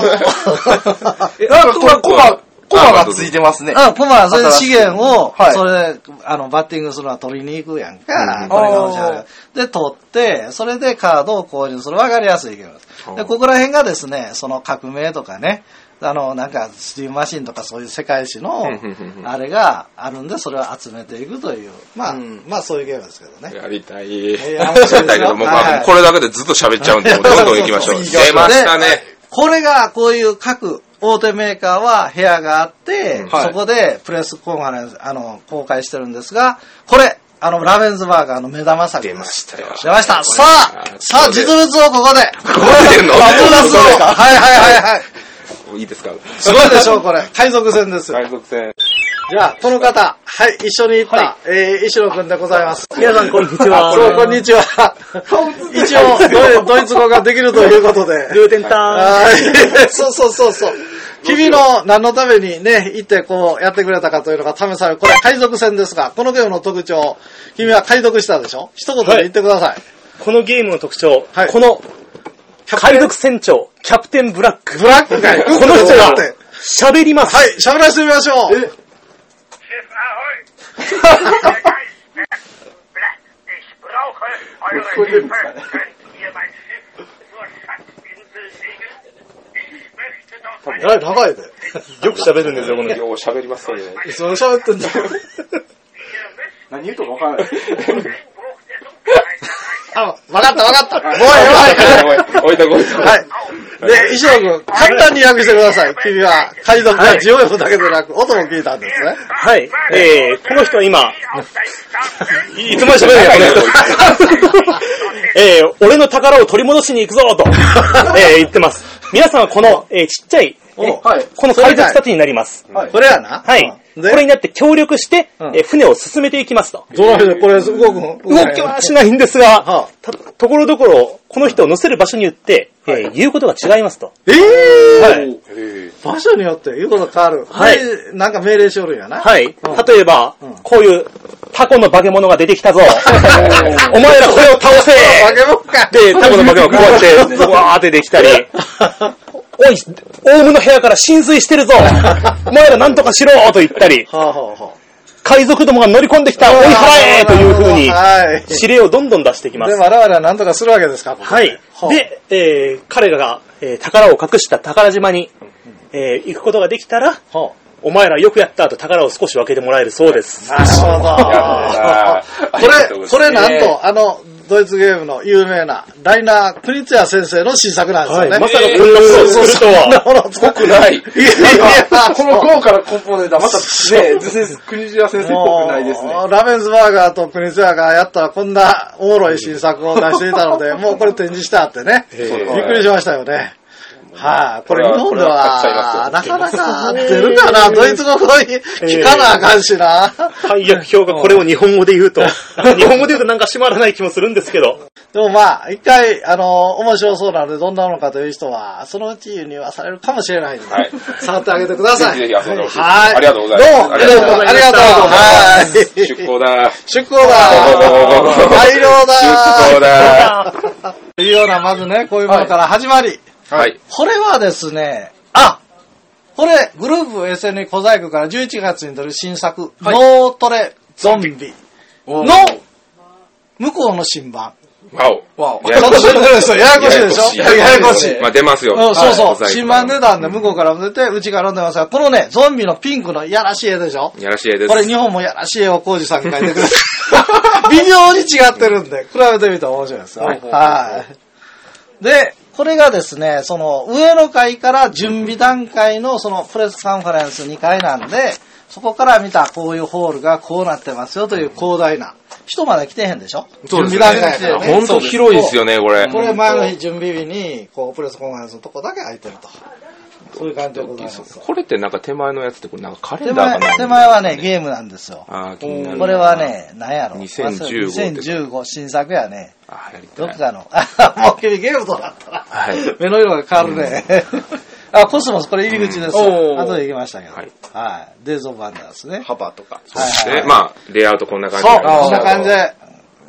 [SPEAKER 1] え
[SPEAKER 2] なんかこれ、コマ、コマがついてますね。
[SPEAKER 3] あ、コマ、それで資源を、
[SPEAKER 2] はい
[SPEAKER 3] それで、あの、バッティングするのは取りに行くやんか。
[SPEAKER 1] うん
[SPEAKER 3] これが面白い。で、取って、それでカードを購入する。わかりやすいゲームです。で、ここら辺がですね、その革命とかね、あの、なんか、スチームマシンとかそういう世界史
[SPEAKER 1] うんうん
[SPEAKER 3] の
[SPEAKER 1] うんう、ん
[SPEAKER 3] あれがあるんで、それを集めていくという、まあ、
[SPEAKER 2] うん
[SPEAKER 3] まあそういうゲームですけどね。
[SPEAKER 1] やりたい。や
[SPEAKER 3] や面白いですよ
[SPEAKER 1] りたいけど、もうまあ
[SPEAKER 3] はい
[SPEAKER 1] これだけでずっと喋っちゃうん で、もうどんどん行きましょう。
[SPEAKER 3] そうそうそう
[SPEAKER 1] 出ましたね。
[SPEAKER 3] これが、こういう各大手メーカーは部屋があって、
[SPEAKER 2] はい
[SPEAKER 3] そこでプレスコンファレンス、あの、公開してるんですが、これ、あの、ラベンズバーガーの目玉作
[SPEAKER 1] 出
[SPEAKER 3] です
[SPEAKER 1] ましたよ。
[SPEAKER 3] 出ました。さあ
[SPEAKER 1] これ、
[SPEAKER 3] さあ、
[SPEAKER 1] これ
[SPEAKER 3] 実物をここで。
[SPEAKER 1] これ出んの
[SPEAKER 3] あボーナスをはいはいはいはい。
[SPEAKER 1] い いですか
[SPEAKER 3] すごいでしょう、これ。海賊船ですよ。
[SPEAKER 1] 海賊船。
[SPEAKER 3] じゃあ、この方、はい、一緒に行った、えー、石野くんでございます。
[SPEAKER 4] 皆さんこんにちは
[SPEAKER 3] あそう、こんにちは。一応ドイ、ドイツ語ができるということで。
[SPEAKER 4] ルーテンタ
[SPEAKER 3] はい。そうそうそうそう。君の何のためにね、行ってこうやってくれたかというのが試される。これ海賊船ですが、このゲームの特徴、君は海賊したでしょ一言で言ってください。
[SPEAKER 4] ーンこのゲームの特徴、
[SPEAKER 3] はい
[SPEAKER 4] この海賊船長、キャプテンブラッ ク。
[SPEAKER 3] ブラック海
[SPEAKER 4] この人
[SPEAKER 3] だ
[SPEAKER 4] が
[SPEAKER 3] って。
[SPEAKER 4] 喋ります。
[SPEAKER 3] はい、喋らせてみましょう。
[SPEAKER 5] Schiff Ahoi! Ich brauche eure Hilfe. Könnt ihr mein Schiff zur Schatzinsel segeln? Ich möchte doch meine
[SPEAKER 3] はい、長いで。
[SPEAKER 4] よく喋るんですよ、この人。
[SPEAKER 1] よう喋りますね。
[SPEAKER 3] それ喋ってんだ。
[SPEAKER 2] 何言うとかわからない。
[SPEAKER 5] Einbruch der Dunkelheit
[SPEAKER 3] あ、わかったわかった。もうええわ。
[SPEAKER 1] おい、おいとこおいとこ。
[SPEAKER 3] はい。で、石野君、簡単に訳してください。君は、海賊がジオエフだけでなく、音も聞いたんですね。
[SPEAKER 4] はい。えー、この人は 今、
[SPEAKER 5] auf dein Stamm.
[SPEAKER 4] いつまで喋るんや、この人。 えー、俺の宝を取り戻しに行くぞと、えー、言ってます。皆さんはこの、えー、ちっちゃい、え
[SPEAKER 3] お
[SPEAKER 4] この海賊たちになります。
[SPEAKER 2] はい
[SPEAKER 3] これやな。
[SPEAKER 4] は
[SPEAKER 3] うん
[SPEAKER 4] い。これになって協力して、えー船を進めていきますと。
[SPEAKER 3] ゾラフでこれ動くの
[SPEAKER 4] 動きはしないんですが、
[SPEAKER 3] はあ
[SPEAKER 4] たところどころ、この人を乗せる場所によって、えー言うことが違いますと。
[SPEAKER 3] ええ
[SPEAKER 4] はい。
[SPEAKER 3] 場所によって言うこと変わる。
[SPEAKER 4] はい
[SPEAKER 3] で。なんか命令書類やな。
[SPEAKER 4] はい。例えば、こういうタコの化け物が出てきた ぞ。お前らこれを倒せ
[SPEAKER 3] 化け物か。
[SPEAKER 4] で、タコの化け物 がこうやって、わーってでき たり、おい、オウムの部屋から浸水してるぞ。お前らなんとかしろと言ったり、
[SPEAKER 3] はあ、はあは
[SPEAKER 4] 海賊どもが乗り込んできた、
[SPEAKER 3] あ、
[SPEAKER 4] 追い払えというふうに、
[SPEAKER 3] はい。
[SPEAKER 4] 指令をどんどん出してきます
[SPEAKER 3] で、。我々は何とかするわけですか
[SPEAKER 4] はい。で、えー彼らが、えー宝を隠した宝島に、えー行くことができたら、
[SPEAKER 3] ほ
[SPEAKER 4] お前らよくやったと宝を少し分けてもらえるそうです。
[SPEAKER 3] う。なる
[SPEAKER 1] やった
[SPEAKER 3] ほ
[SPEAKER 1] ー
[SPEAKER 3] ど。これ、これなんと、あの、ドイツゲームの有名な、ライナー・クリツヤ先生の新作なんですよね。
[SPEAKER 4] まさかこ
[SPEAKER 1] え
[SPEAKER 4] んなことをすると
[SPEAKER 3] そんな
[SPEAKER 4] は。
[SPEAKER 3] ものを作っ
[SPEAKER 1] くない。
[SPEAKER 3] いやいや、
[SPEAKER 2] この豪華なコンポーネントはまたね、ずせ国島先生っぽくないです ね。
[SPEAKER 3] もうラベンズバーガーとプリンスバーガーやったらこんなおもろい新作を出してい たので、もうこれ展示したってね。びっ
[SPEAKER 1] そうですね
[SPEAKER 3] くりしましたよね。はい、これ
[SPEAKER 1] これは
[SPEAKER 3] 日本で
[SPEAKER 1] これは
[SPEAKER 3] は、なかなか出るかな、ドイツ語に聞かなあかん しな。
[SPEAKER 4] 最悪評価、これを日本語 で言うと。日本語で言うとなんか締まらない気もするんですけど。
[SPEAKER 3] でもまあ、一回、あの、面白そうなのでどんなものかという人は、そのうち輸入はされるかもしれないので、
[SPEAKER 1] はい
[SPEAKER 3] 触ってあげてください。
[SPEAKER 1] ぜひぜひ遊んでほしい
[SPEAKER 3] はい。
[SPEAKER 1] ありがとうございます
[SPEAKER 3] どうも、
[SPEAKER 1] ありがとう
[SPEAKER 3] ど
[SPEAKER 1] ご
[SPEAKER 3] うも
[SPEAKER 1] ざい
[SPEAKER 3] あり
[SPEAKER 1] ま
[SPEAKER 3] が
[SPEAKER 1] し
[SPEAKER 3] と
[SPEAKER 1] た
[SPEAKER 3] う。はい。
[SPEAKER 1] 出向だ。
[SPEAKER 3] 出航 だ
[SPEAKER 1] 出
[SPEAKER 3] 大量
[SPEAKER 1] 向
[SPEAKER 3] だ
[SPEAKER 1] だ。
[SPEAKER 3] と いうような、まずね、こういうものから始まり。
[SPEAKER 1] はい。
[SPEAKER 3] これはですね、あこれ、グループ SNE 小細工から11月に出る新作、脳トレゾンビの向こうの新版。
[SPEAKER 1] わお。
[SPEAKER 2] わ
[SPEAKER 1] ややこしい
[SPEAKER 3] ちょっと待ってくださいややこしいでしょややこしい。
[SPEAKER 1] まあ出ますよ。
[SPEAKER 3] うんそうそう。
[SPEAKER 1] はい
[SPEAKER 3] 新版出たんで、向こうから出て、うちから出ますが、このね、ゾンビのピンクのいやらしい絵でしょ
[SPEAKER 1] やらしい絵です。
[SPEAKER 3] これ日本もやらしい絵を浩二さんに描いてくれ て微妙に違ってるんで、比べてみたら面白いですよ。
[SPEAKER 2] はい
[SPEAKER 3] はい。で、これがですね、その上の階から準備段階のそのプレスカンファレンス2階なんで、そこから見たこういうホールがこうなってますよという広大な。人まで来てへんでしょ準備段階
[SPEAKER 1] ね
[SPEAKER 3] で、ね。
[SPEAKER 1] 本当広いですよね、これ。
[SPEAKER 3] これ前の日準備日に、こう、プレスコンファレンスのとこだけ空いてると。そういう感じでございます。
[SPEAKER 1] これってなんか手前のやつってこれなんかカレ
[SPEAKER 3] 手
[SPEAKER 1] ンダーかな
[SPEAKER 3] 前、手前はね、ゲームなんですよ。
[SPEAKER 1] あー気になるな
[SPEAKER 3] これは。ね、何やろ。
[SPEAKER 1] 2015って
[SPEAKER 3] 2015新作やね。
[SPEAKER 1] あーやりた
[SPEAKER 3] ど
[SPEAKER 1] い
[SPEAKER 3] っかの。 あ、もう君ゲームとなったら。
[SPEAKER 1] はい
[SPEAKER 3] 目の色が変わるね。 あ、コスモス、これ入り口です。
[SPEAKER 2] うん
[SPEAKER 3] 後で行きましたけど。は
[SPEAKER 1] はいい。
[SPEAKER 3] デイズ・オブ・ワンダーですね。
[SPEAKER 2] 幅とか。
[SPEAKER 1] そうです
[SPEAKER 3] はい
[SPEAKER 1] ね
[SPEAKER 3] は。い
[SPEAKER 1] まあ、レイアウトこんな感
[SPEAKER 3] そう、
[SPEAKER 1] じになりま
[SPEAKER 3] こ
[SPEAKER 1] し
[SPEAKER 3] ん
[SPEAKER 1] た
[SPEAKER 3] な感じで。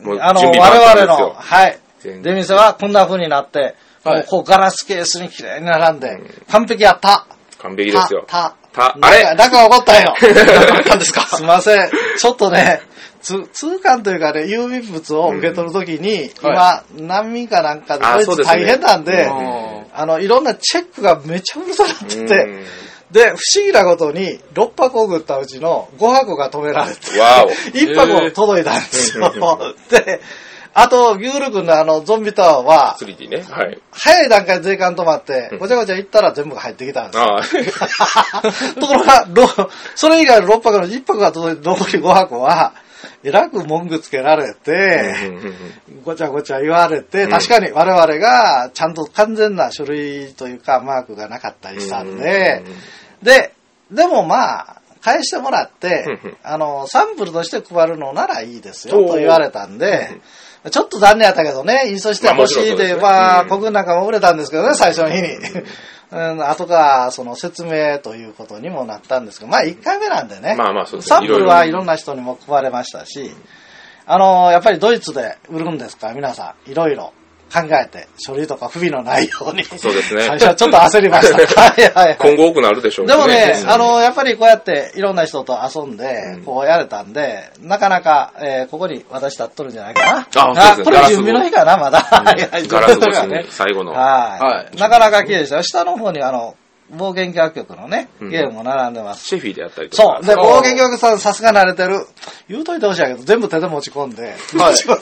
[SPEAKER 1] もう
[SPEAKER 3] あの、
[SPEAKER 1] 準備万
[SPEAKER 3] 我
[SPEAKER 1] 端で
[SPEAKER 3] 々
[SPEAKER 1] すよ
[SPEAKER 3] の、はい。
[SPEAKER 1] 全然
[SPEAKER 3] 出店はこんな風になって、
[SPEAKER 2] はい
[SPEAKER 3] もうこうガラスケースに綺麗に並んで、完璧やった。
[SPEAKER 1] 完璧ですよ。
[SPEAKER 3] た、た
[SPEAKER 1] た、あれ
[SPEAKER 3] なんか 怒ったんよ。
[SPEAKER 1] 怒
[SPEAKER 3] ったんですかすいません。ちょっとね、つ通関というかね、郵便物を受け取るときに、今、難民かなんかで、
[SPEAKER 1] あ
[SPEAKER 3] ドイ
[SPEAKER 1] そうで
[SPEAKER 3] ツ
[SPEAKER 1] すね
[SPEAKER 3] 大変なんで、
[SPEAKER 2] うん
[SPEAKER 3] あの、いろんなチェックがめちゃうるさくなって
[SPEAKER 1] うん
[SPEAKER 3] て、で、不思議なことに、6箱送ったうちの5箱が止められて、
[SPEAKER 1] わ お。
[SPEAKER 3] 1箱届いたんですよ。で、あと、ギュール君のあの、ゾンビタワーは、
[SPEAKER 1] 3D ね。はい。
[SPEAKER 3] 早い段階で税関止まって、ごちゃごちゃ行ったら全部が入ってきたんですよ。
[SPEAKER 1] ああ。
[SPEAKER 3] ところが、ろそれ以外の6箱の1箱が届いて、残り5箱は、えらく文句つけられ
[SPEAKER 1] うん
[SPEAKER 3] て、
[SPEAKER 1] うんうん
[SPEAKER 3] ごちゃごちゃ言われて、
[SPEAKER 1] ん
[SPEAKER 3] 確かに我々がちゃんと完全な書類というかマークがなかったりしたんで
[SPEAKER 1] うんうん、
[SPEAKER 3] で、でもまあ、返してもらって
[SPEAKER 1] うんうん、
[SPEAKER 3] あの、サンプルとして配るのならいいです
[SPEAKER 1] お
[SPEAKER 3] よ
[SPEAKER 1] ー
[SPEAKER 3] と言われたんで、ちょっと残念やったけどね、印刷してほしいで、ま
[SPEAKER 1] ま
[SPEAKER 3] あ、
[SPEAKER 1] あもちろんそうですねうん
[SPEAKER 3] 国軍なんかも売れたんですけどね、最初の日に。うん、後が、その説明ということにもなったんですけど、まあ1回目なんでね。
[SPEAKER 1] まあまあそうですね
[SPEAKER 3] サンプルはいろんな人にも配れましたし、あの、やっぱりドイツで売るんですから、皆さん、いろいろ考えて、書類とか不備のないように。
[SPEAKER 1] そうですね
[SPEAKER 3] 最初はちょっと焦りま した。はいはいはい。
[SPEAKER 1] 今後多くなるでしょう
[SPEAKER 3] でもね、
[SPEAKER 1] うん
[SPEAKER 3] あの、やっぱりこうやっていろんな人と遊んで
[SPEAKER 1] う、ん
[SPEAKER 3] こうやれたんで、なかなか、えーここに私立っとるんじゃないかな。
[SPEAKER 1] あそうですね
[SPEAKER 3] これ準備の日かな、まだ。はいはい
[SPEAKER 1] ガラス越し
[SPEAKER 3] 準備の日だね
[SPEAKER 1] に最後の。
[SPEAKER 3] は。
[SPEAKER 2] はい
[SPEAKER 3] なかなか綺麗でしたよ。下の方に、あの、冒険教局のね、
[SPEAKER 1] うん
[SPEAKER 3] ゲームも並んでます。
[SPEAKER 1] シェフィーであったりと
[SPEAKER 3] そ
[SPEAKER 1] か。
[SPEAKER 3] う。で、
[SPEAKER 2] そう
[SPEAKER 3] 冒険教局さんさすが慣れてる。言うといてほしいんやけど、全部手で持ち込んで。 持ち込ん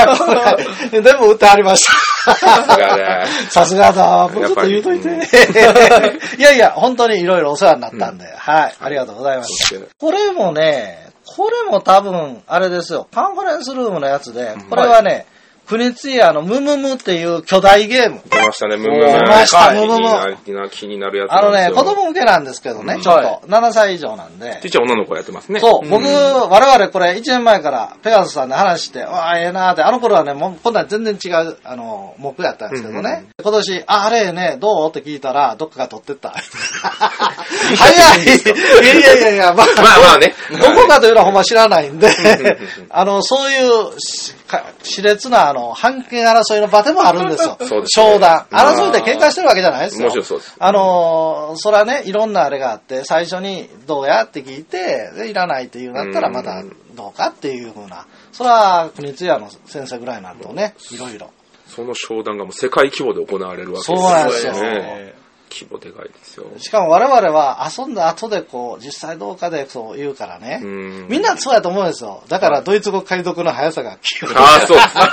[SPEAKER 3] で100個ぐらい全部売ってありました。さ
[SPEAKER 1] すがね
[SPEAKER 3] さすがだ。僕ちょっと言うといて。 いやいや、本当にいろいろお世話になったんで、はい。ありがとうございま
[SPEAKER 1] そ
[SPEAKER 3] す
[SPEAKER 1] して。
[SPEAKER 3] これもね、これも多分、あれですよ。カンファレンスルームのやつで、これはね、国津屋のムムムっていう巨大ゲーム。
[SPEAKER 1] 出ましたね、ムンムン。
[SPEAKER 3] 出ましたムンムン
[SPEAKER 1] 気になる気になるやつ
[SPEAKER 3] あ
[SPEAKER 1] なん
[SPEAKER 3] の
[SPEAKER 1] です
[SPEAKER 3] ね、
[SPEAKER 1] よ。
[SPEAKER 3] 子供向けなんですけどね、ちょっと。7歳以上なんで
[SPEAKER 1] ち。っちゃい女の子やってますね。
[SPEAKER 3] そう、僕、我々これ1年前からペガスさんで話して、わあ、ええなーって、あの頃はね、もうこんなん全然違う、あの、目やったんですけどね。
[SPEAKER 1] うんうんう
[SPEAKER 3] 今年、あ、あれええね、どうって聞いたら、どっかが取って った。早いいやいやいやいや、まあ、
[SPEAKER 1] まあまあね。
[SPEAKER 3] どこかというのはほんま知らないんで、 あの、そういうしか熾烈な、あの、判権争いの場でもあるんですよ。
[SPEAKER 1] そうですね
[SPEAKER 3] 商談。争いで喧嘩してるわけじゃないですよ。
[SPEAKER 1] もちろんそうです
[SPEAKER 3] あのー、そらね、いろんなあれがあって、最初にどうやって聞いて、で、いらないっていうんだったら、
[SPEAKER 1] うん
[SPEAKER 3] またどうかっていうふうな。そら、国津屋の先生ぐらいになるとね、いろいろ。
[SPEAKER 1] その商談がもう世界規模で行われるわけ
[SPEAKER 3] そうなんですよ。
[SPEAKER 1] ね。規模でかいですよ。
[SPEAKER 3] しかも我々は遊んだ後でこう、実際どうかでそう言うからね。
[SPEAKER 1] うん
[SPEAKER 3] みんなそうやと思うんですよ。だからドイツ語解読の速さが急に
[SPEAKER 1] ああ、そうですね。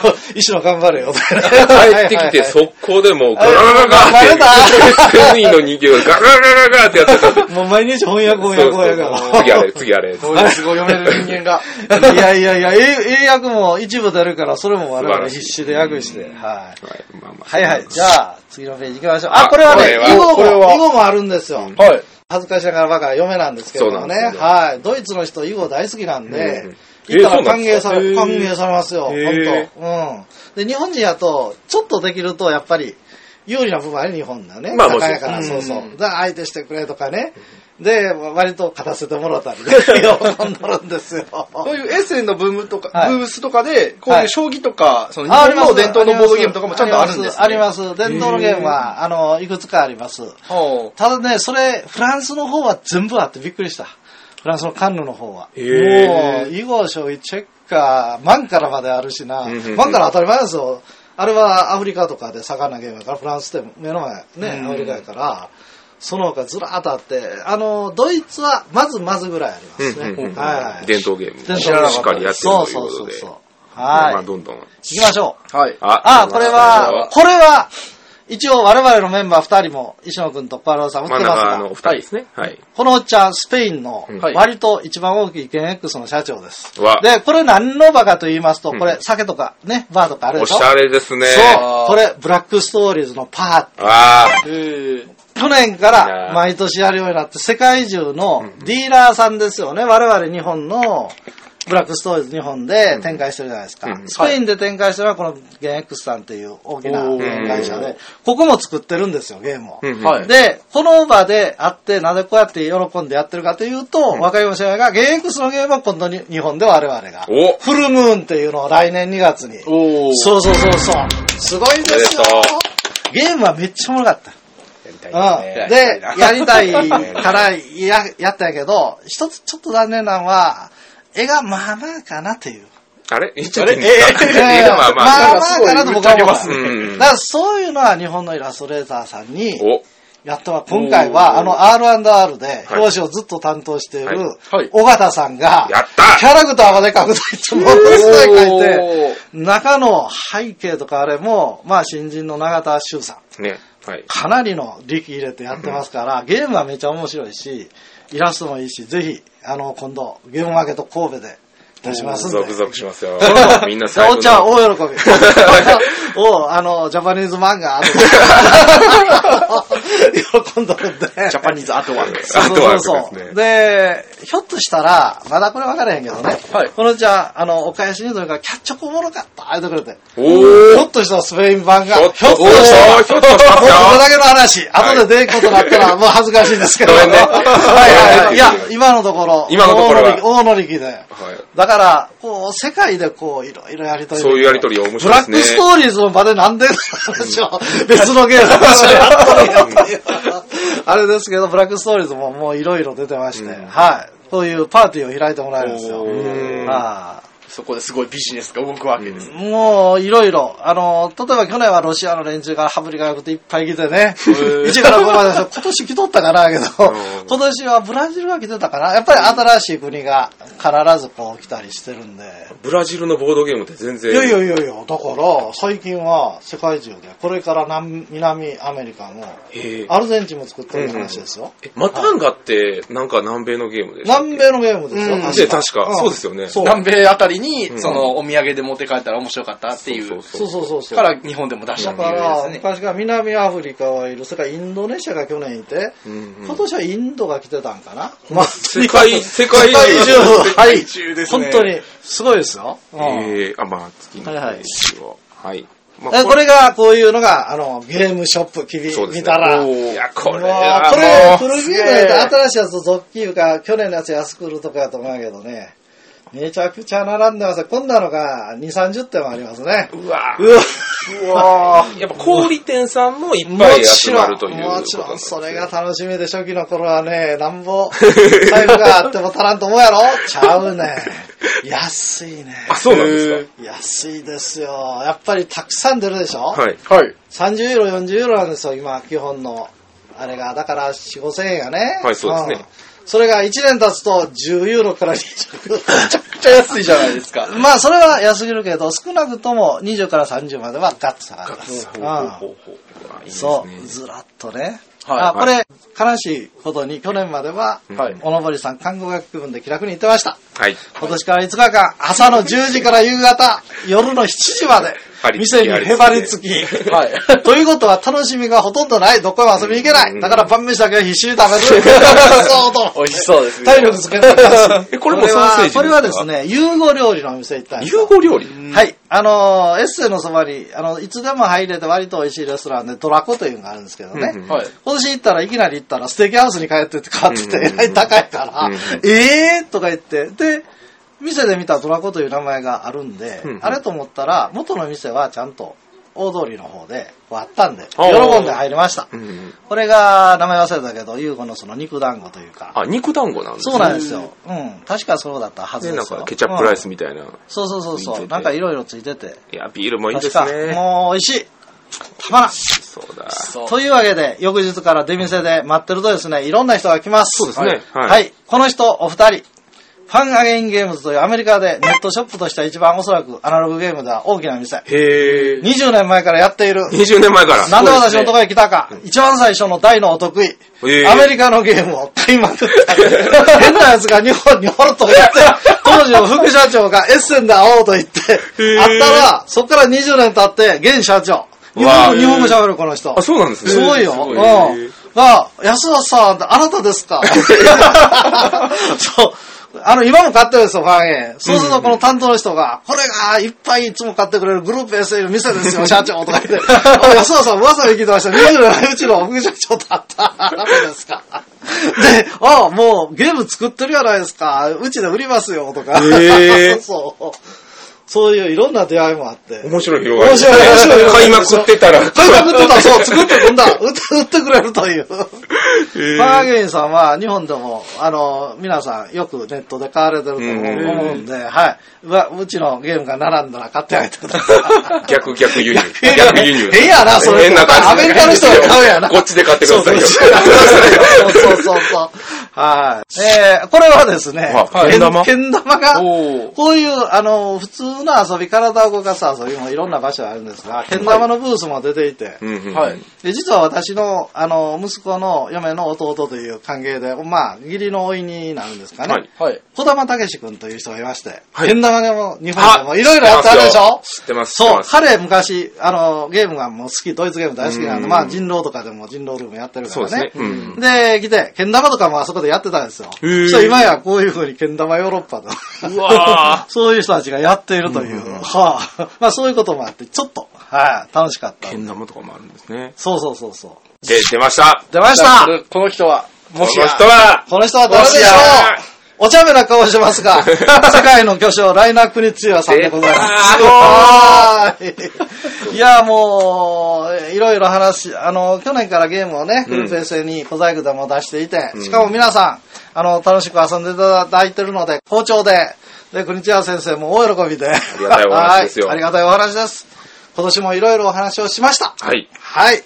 [SPEAKER 3] そう、一生頑張れよ。
[SPEAKER 1] 帰ってきて、速攻でもう、ガラガラガラって、セミの人形がガラガラガラってやってたんで。
[SPEAKER 3] もう毎日翻訳翻訳翻訳
[SPEAKER 1] そうそう次あれ、次あれ。
[SPEAKER 2] そういうすごい読める人間が。
[SPEAKER 3] いやいやいや、英英訳も一部出るから、それも我々必死で訳して。はい。
[SPEAKER 1] はい、まあまあ。
[SPEAKER 3] はいはい。じゃあ、次のページ行きましょう。あ、
[SPEAKER 1] あ
[SPEAKER 3] これはね、
[SPEAKER 1] これは
[SPEAKER 3] 囲碁
[SPEAKER 2] これ
[SPEAKER 3] も、
[SPEAKER 2] は
[SPEAKER 3] 囲碁もあるんですよ。
[SPEAKER 2] はい。
[SPEAKER 3] 恥ずかしながらばかり嫁なんですけれどもね。
[SPEAKER 1] そうなんですよ
[SPEAKER 3] はい。ドイツの人、囲碁大好きなん
[SPEAKER 1] うんう
[SPEAKER 3] で
[SPEAKER 1] ん、
[SPEAKER 3] 行ったら歓迎
[SPEAKER 1] え
[SPEAKER 3] され、
[SPEAKER 2] そう
[SPEAKER 3] 歓
[SPEAKER 2] なんですか
[SPEAKER 3] 迎されますよ。
[SPEAKER 2] へ
[SPEAKER 3] 本当うん。で、日本人やと、ちょっとできると、やっぱり、有利な部分ある日本だね。
[SPEAKER 1] まあ
[SPEAKER 3] 高いから、
[SPEAKER 1] もち
[SPEAKER 3] そ
[SPEAKER 1] ろ
[SPEAKER 3] うんそう
[SPEAKER 2] う。
[SPEAKER 3] だから相手してくれとかね。で、割と勝たせてもらったりね、喜んどるんですよ。
[SPEAKER 2] そういうエッセンのブームとか、
[SPEAKER 3] はい
[SPEAKER 2] ブームスとかで、こう
[SPEAKER 3] はい
[SPEAKER 2] いう将棋とか、その日本の伝統のボードゲームとかもちゃんとあるんですね。
[SPEAKER 3] あります。あります伝統のゲームは、あの、いくつかあります。
[SPEAKER 2] ほう
[SPEAKER 3] ただね、それ、フランスの方は全部あってびっくりした。フランスのカンヌの方は。もう、
[SPEAKER 1] へ
[SPEAKER 3] 囲碁、将棋、チェッカー、マンカラまであるしな、
[SPEAKER 1] うんうんうん
[SPEAKER 3] マンカラ当たり前ですよ。あれはアフリカとかで盛んなゲームやから、フランスって目の前、ね、アフリカやから、その他ずらーっとあって、あの、ドイツはまずまずぐらいありますね。
[SPEAKER 1] うんうんうん
[SPEAKER 3] はい。
[SPEAKER 1] 伝統ゲーム。
[SPEAKER 3] 伝
[SPEAKER 1] し
[SPEAKER 3] 統
[SPEAKER 1] っ
[SPEAKER 3] の
[SPEAKER 1] かりやってる
[SPEAKER 3] そう
[SPEAKER 1] という
[SPEAKER 3] そう
[SPEAKER 1] こと
[SPEAKER 3] そう
[SPEAKER 1] で。
[SPEAKER 3] そう。
[SPEAKER 1] ま
[SPEAKER 3] は
[SPEAKER 1] あ、
[SPEAKER 3] い。
[SPEAKER 1] どんどん。あ、
[SPEAKER 3] 行きましょう。
[SPEAKER 2] はい。
[SPEAKER 3] あ、これは、これは、一応我々のメンバー2人も、石野くんと小原さんも来
[SPEAKER 1] 真ん
[SPEAKER 3] てます
[SPEAKER 1] 中のお
[SPEAKER 3] が、
[SPEAKER 1] 二人ですね。はい。
[SPEAKER 3] このおっちゃん、スペインの
[SPEAKER 1] うん、
[SPEAKER 3] 割と一番大きい GenX の社長です。
[SPEAKER 1] わ、
[SPEAKER 3] で、これ何の場かと言いますと、
[SPEAKER 1] うん
[SPEAKER 3] これ酒とかね、バーとかある
[SPEAKER 1] お
[SPEAKER 3] でしょ
[SPEAKER 1] しゃれですね。
[SPEAKER 3] そう、これ、ブラックストーリーズのパー
[SPEAKER 1] ああ。
[SPEAKER 2] へ
[SPEAKER 3] 去年から毎年やるようになって、世界中のディーラーさんですよね。我々日本の、ブラックストーリーズ日本で展開してるじゃないですか
[SPEAKER 1] うんう。ん
[SPEAKER 3] スペインで展開してるのはこのゲン X さんっていう大きな
[SPEAKER 2] お
[SPEAKER 1] ー
[SPEAKER 3] 会社で、ここも作ってるんですよ、ゲームを。
[SPEAKER 1] うんうん
[SPEAKER 2] は
[SPEAKER 1] はい
[SPEAKER 2] い。
[SPEAKER 3] で、この場であって、なぜこうやって喜んでやってるかというと、若い者が、ゲー X のゲームは今度に日本で我々が、
[SPEAKER 1] お
[SPEAKER 3] フルムーンっていうのを来年2月に。
[SPEAKER 2] おー。
[SPEAKER 3] そうそうそうそう。すごいですよ
[SPEAKER 1] おめでと。
[SPEAKER 3] ゲームはめっちゃおもろかった。
[SPEAKER 1] やりた
[SPEAKER 3] うん。で、やりたいからや、やったんやけど、一つちょっと残念なのは、絵がまあまあかなと いう。
[SPEAKER 1] あれ言っちゃっていいんで
[SPEAKER 3] え
[SPEAKER 1] すかいやまあま
[SPEAKER 3] まあ
[SPEAKER 1] あ。
[SPEAKER 3] まあかなと僕は思います。
[SPEAKER 1] う
[SPEAKER 3] だ
[SPEAKER 1] ん
[SPEAKER 3] からそういうのは日本のイラストレーターさんに、
[SPEAKER 1] お、
[SPEAKER 3] やってます。今回は、あの R&R で
[SPEAKER 1] はい
[SPEAKER 3] 表紙をずっと担当している
[SPEAKER 2] はいはい、
[SPEAKER 3] 尾形さんが、
[SPEAKER 1] やった
[SPEAKER 3] キャラクターまで描くといつものすごい描いて、
[SPEAKER 2] おー
[SPEAKER 3] 中の背景とかあれも、まあ新人の永田修さん、
[SPEAKER 1] ね。はい。
[SPEAKER 3] かなりの力入れてやってますから、ゲームはめちゃ面白いし、イラストもいいし、ぜひ、あの、今度、ゲームマーケット神戸で出しますんで。
[SPEAKER 1] ゾクゾクします よ。みんな最
[SPEAKER 3] お
[SPEAKER 1] 後
[SPEAKER 3] っちゃん
[SPEAKER 1] の。
[SPEAKER 3] 大喜び。おあの、ジャパニーズ漫画、喜んどるんで。
[SPEAKER 2] ジャパニーズアートワーク。
[SPEAKER 1] あとは
[SPEAKER 3] そうそう
[SPEAKER 1] です
[SPEAKER 3] そ
[SPEAKER 1] ね。
[SPEAKER 3] うで、ひょっとしたら、まだこれ分からへんけどね。
[SPEAKER 2] はい
[SPEAKER 3] このじゃあ、あの、お返しにというか、キャッチョコおもろかった、あれてくれて。
[SPEAKER 1] お
[SPEAKER 3] ひょ
[SPEAKER 1] ー
[SPEAKER 3] っとしたらスペイン版が、
[SPEAKER 1] ち
[SPEAKER 3] ひ
[SPEAKER 1] ょ
[SPEAKER 3] ょ
[SPEAKER 1] っ
[SPEAKER 3] っ
[SPEAKER 1] と
[SPEAKER 3] としたら、
[SPEAKER 1] ちょっとしたら
[SPEAKER 3] もうこれだけの話、後で出ることになったら、もう恥ずかしいんですけど。
[SPEAKER 1] ごめんね
[SPEAKER 3] はいはいはい。いや
[SPEAKER 1] ごめんね、
[SPEAKER 3] 今のところ、
[SPEAKER 1] 今のところは
[SPEAKER 3] 大乗り大乗り気で。
[SPEAKER 1] はい
[SPEAKER 3] だから、こう、世界でこう、いろいろやりとり。
[SPEAKER 1] そういうやりとり面
[SPEAKER 3] ブ
[SPEAKER 1] 白い
[SPEAKER 3] ラ
[SPEAKER 1] で
[SPEAKER 3] ッ
[SPEAKER 1] すね。
[SPEAKER 3] クストーリーズの場でなんで、別のゲームの話をやったのよというあれですけど、ブラックストーリーズももういろいろ出てまして、はい。こういうパーティーを開いてもらえるんですよ。
[SPEAKER 2] おー
[SPEAKER 3] あ
[SPEAKER 2] そこですごいビジネスが動くわけです。
[SPEAKER 3] ーもう、いろいろ。あの、例えば去年はロシアの連中から羽振りが良くていっぱい来てね。
[SPEAKER 2] ー
[SPEAKER 3] 1から5までですよ今年来とったかな、けど
[SPEAKER 1] うん。
[SPEAKER 3] 今年はブラジルが来てたかな。やっぱり新しい国が必ずこう来たりしてるんで。
[SPEAKER 1] ブラジルのボードゲームって全然。
[SPEAKER 3] いやいやいやいや、だから、最近は世界中で、これから南南アメリカも、
[SPEAKER 1] へえ
[SPEAKER 3] アルゼンチンも作ってる話ですよ。
[SPEAKER 1] えマタンガって、なんか南米のゲームでしょ
[SPEAKER 3] 南米のゲームですよ、
[SPEAKER 2] うん
[SPEAKER 1] で確かそうですよね
[SPEAKER 3] そう。
[SPEAKER 2] 南米あたりにに、その、お土産で持って帰ったら面白かったっていう。
[SPEAKER 3] そうそうそうそう。
[SPEAKER 2] から日本でも出し
[SPEAKER 3] だ
[SPEAKER 2] たってい
[SPEAKER 3] か
[SPEAKER 2] う
[SPEAKER 3] ら、
[SPEAKER 2] ですね。
[SPEAKER 3] 昔から南アフリカはいる、それからインドネシアが去年いて、今年はインドが来てたんかな、まあ、
[SPEAKER 1] 世界、世界
[SPEAKER 3] 世界中
[SPEAKER 1] 中。
[SPEAKER 3] はい、
[SPEAKER 2] 中ですね
[SPEAKER 3] 本当に、すごいですよ。うん
[SPEAKER 1] えー、あ、まあ、次の
[SPEAKER 3] はいはい
[SPEAKER 1] 話を。はい。ま
[SPEAKER 3] えこれが、こういうのが、あの、ゲームショップ、きび、
[SPEAKER 1] そうですね
[SPEAKER 3] 見たら、
[SPEAKER 1] いや、これ
[SPEAKER 3] わあ
[SPEAKER 1] は
[SPEAKER 3] これ、
[SPEAKER 1] も
[SPEAKER 3] 古着のやつ、新しいやつ、ゾッキーか、去年のやつ安く売るとかやと思うけどね。めちゃくちゃ並んでますよこんなのが2、30点もありますね。
[SPEAKER 1] う、うわ
[SPEAKER 3] うわ
[SPEAKER 1] うわやっぱ小売店さんもいっ
[SPEAKER 3] も
[SPEAKER 1] ぱい
[SPEAKER 3] ち
[SPEAKER 1] 集
[SPEAKER 3] ろ
[SPEAKER 1] ま
[SPEAKER 3] ん、
[SPEAKER 1] るということなん
[SPEAKER 3] も
[SPEAKER 1] で
[SPEAKER 3] ち
[SPEAKER 1] すよ
[SPEAKER 3] ろん、それが楽しみで、初期の頃はね、なんぼ、財布があっても足らんと思うやろちゃうね。安いね。
[SPEAKER 1] あ、そうなんです
[SPEAKER 3] 安いですよ。やっぱりたくさん出るでしょ
[SPEAKER 1] か。はい。
[SPEAKER 2] はい。
[SPEAKER 3] 30ユーロ、40ユーロなんですよ、今、基本の。あれが、だから、4、5千円がね。
[SPEAKER 1] はいそうですね
[SPEAKER 3] んそれが1年経つと10ユーロから20ユー
[SPEAKER 2] めっちゃ安いじゃないですか。
[SPEAKER 3] ロ。まあ、それは安すぎるけど、少なくとも20から30まではガッツ下がります。うん
[SPEAKER 1] ほうほうほうあいいですね
[SPEAKER 3] そう、ずらっとね。
[SPEAKER 2] はい
[SPEAKER 3] あこれ、悲しいことに去年までは、
[SPEAKER 1] はい
[SPEAKER 3] おのぼりさん、看護学部分で気楽に行ってました。
[SPEAKER 1] はい。
[SPEAKER 3] 今年から5日間、朝の10時から夕方、夜の7時まで
[SPEAKER 1] 張、り付
[SPEAKER 3] 店
[SPEAKER 1] き
[SPEAKER 3] に
[SPEAKER 1] あり
[SPEAKER 3] へばりつき。
[SPEAKER 2] はい
[SPEAKER 3] ということは楽しみがほとんどない、どこへも遊びに行けな
[SPEAKER 1] う
[SPEAKER 3] い。
[SPEAKER 1] ん
[SPEAKER 3] だから晩飯だけは必死に食 べる。そうと。
[SPEAKER 2] 美味しそうですね。
[SPEAKER 3] 体力つけないし
[SPEAKER 1] えこれもソーセージですか
[SPEAKER 3] これはですね、融合料理のお店行ったんですよ
[SPEAKER 1] 融合料理
[SPEAKER 3] はい。あのー、エッセイのそばに、あの、いつでも入れて割と美味しいレストランで、ドラコというのがあるんですけどね。
[SPEAKER 1] うんうん
[SPEAKER 2] はい。
[SPEAKER 3] 今年行ったらいきなり行ったらステーキハウスに帰ってって変わってて、
[SPEAKER 1] うんうんうん
[SPEAKER 3] えらい高いから、
[SPEAKER 1] うんうん
[SPEAKER 3] えーとか言って、で、店で見たドラコという名前があるんで、
[SPEAKER 1] うんうん
[SPEAKER 3] あれと思ったら、元の店はちゃんと大通りの方で割ったんで、
[SPEAKER 1] あー
[SPEAKER 3] 喜んで入りました。
[SPEAKER 1] うん。
[SPEAKER 3] これが名前忘れたけど、ユーゴのその肉団子というか、
[SPEAKER 1] あ、肉団子なんですね
[SPEAKER 3] そうなんですよ。うん。確かそうだったはず
[SPEAKER 1] ね、
[SPEAKER 3] で
[SPEAKER 1] なん
[SPEAKER 3] すよ。
[SPEAKER 1] かケチャップライス
[SPEAKER 3] うん
[SPEAKER 1] みたいな。
[SPEAKER 3] そうそうそう
[SPEAKER 1] つい
[SPEAKER 3] そ
[SPEAKER 1] て
[SPEAKER 3] う。
[SPEAKER 1] て
[SPEAKER 3] なんかいろいろついてて。
[SPEAKER 1] いや、ビールもいいで
[SPEAKER 3] 確
[SPEAKER 1] す
[SPEAKER 3] か、
[SPEAKER 1] ね。
[SPEAKER 3] もう美味しい。たまらん。
[SPEAKER 1] そうだ。
[SPEAKER 2] そう。
[SPEAKER 3] というわけで、翌日から出店で待ってるとですね、いろんな人が来ます。
[SPEAKER 1] そうですねは
[SPEAKER 3] はいい。はいこの人、お二人。ファンアゲインゲームズというアメリカでネットショップとしては一番おそらくアナログゲームでは大きな店。
[SPEAKER 1] へえ。
[SPEAKER 3] 20年前からやっている。
[SPEAKER 1] 20年前から。
[SPEAKER 3] なんで私のとこへ来たか、一番最初の大のお得意、
[SPEAKER 1] えー
[SPEAKER 3] アメリカのゲームを買いまく った。変な奴が日本におるとやって、当時の副社長がエッセンで会おうと言って、
[SPEAKER 1] えー
[SPEAKER 3] 会ったら、そこから20年経って、現社長。日
[SPEAKER 1] わあ
[SPEAKER 3] 本日本語喋るこの人。
[SPEAKER 1] あ、そうなんですね。
[SPEAKER 3] すごいよ。
[SPEAKER 1] す
[SPEAKER 3] う
[SPEAKER 1] へ
[SPEAKER 3] ん。
[SPEAKER 1] え
[SPEAKER 3] が、安田さん、あなたで すかそう。あの、今も買ってるんですよ、ファンへ。そうすると、この担当の人が、これがいっぱいいつも買ってくれるグループ SA の店で すよ、社長とか言って。あ安田さん、噂で聞いてました。27年うちの副社長だ った。あなたですか。で、あもうゲーム作ってるじゃないですか。うちで売りますよ、とか。
[SPEAKER 1] へー
[SPEAKER 3] そうそう。そういういろんな出会いもあって。
[SPEAKER 1] 面白い広がり。
[SPEAKER 3] 面白い面白い広が
[SPEAKER 1] 買い
[SPEAKER 3] り
[SPEAKER 1] まくってたら。
[SPEAKER 3] 買いまくってた、そう、作ってくんだ、売って売ってくれるという。
[SPEAKER 1] へえ
[SPEAKER 3] パーゲインさんは日本でも、あの、皆さんよくネットで買われてると
[SPEAKER 1] うん
[SPEAKER 3] 思うんで、はい。うわうちのゲームが並んだら買ってあげてく ださい。
[SPEAKER 1] 逆逆輸入。
[SPEAKER 3] 変や
[SPEAKER 1] 逆 輸入。
[SPEAKER 3] 変やなそれ
[SPEAKER 1] 変な感じで
[SPEAKER 3] アメリカの人が買うやな
[SPEAKER 1] こっちで買ってくださいよ。
[SPEAKER 3] そうそうそうそう。はい。えー、これはですね
[SPEAKER 1] あ、けん玉
[SPEAKER 3] けん玉が、
[SPEAKER 2] おー
[SPEAKER 3] こういう、あの、普通の遊び、体を動かす遊びもいろんな場所あるんですが、けん玉のブースも出ていて、
[SPEAKER 1] うんうんうん
[SPEAKER 2] はい。
[SPEAKER 3] で、実は私の、あの、息子の嫁の弟という関係で、まあ、義理の甥になるんですかね。
[SPEAKER 1] はい
[SPEAKER 2] はい。
[SPEAKER 3] 小玉武史君という人がいまして、
[SPEAKER 1] はい
[SPEAKER 3] けん玉でも日本で
[SPEAKER 1] あ
[SPEAKER 3] もいろいろやってあるでしょ
[SPEAKER 1] 知ってますよ知って
[SPEAKER 3] そう
[SPEAKER 1] ま、す。
[SPEAKER 3] 彼昔、あの、ゲームがもう好き、ドイツゲーム大好きなん
[SPEAKER 1] う
[SPEAKER 3] で、
[SPEAKER 1] ん
[SPEAKER 3] まあ、人狼とかでも人狼ルームやってるか
[SPEAKER 1] そう
[SPEAKER 3] ら
[SPEAKER 1] ですね
[SPEAKER 3] ね。。
[SPEAKER 1] うん。
[SPEAKER 3] で、来て、けん玉とかもあそこでやってたんですよ。そ
[SPEAKER 1] ー
[SPEAKER 3] したら今やこういう風にけん玉ヨーロッパと。
[SPEAKER 1] うわ
[SPEAKER 3] そういう人たちがやっているという。はあ、まあそういうこともあって、ちょっと、はい、楽しかった。
[SPEAKER 1] けん玉とかもあるんですね。
[SPEAKER 3] そうそうそうそう。
[SPEAKER 1] え、出ました。
[SPEAKER 3] 出まし
[SPEAKER 2] さあ
[SPEAKER 3] た
[SPEAKER 2] これこの人は、
[SPEAKER 1] こ
[SPEAKER 2] も
[SPEAKER 1] の
[SPEAKER 2] し
[SPEAKER 1] 人
[SPEAKER 2] や
[SPEAKER 1] は、
[SPEAKER 3] この人は誰でしょうお茶目な顔してま すが、世界の巨匠、ライナックニツヤさんでございます。はーいいや、もう、いろいろ話し、あの、去年からゲームをね、グループ SA に小細工でも出していて、しかも皆さん、あの、楽しく遊んでいただいてるので、好調で、で、国千谷先生も大喜びで。あ
[SPEAKER 1] りがたいお話ですよ
[SPEAKER 3] ありがたいお話です。今年もいろいろお話をしました。
[SPEAKER 1] はい。
[SPEAKER 3] はい。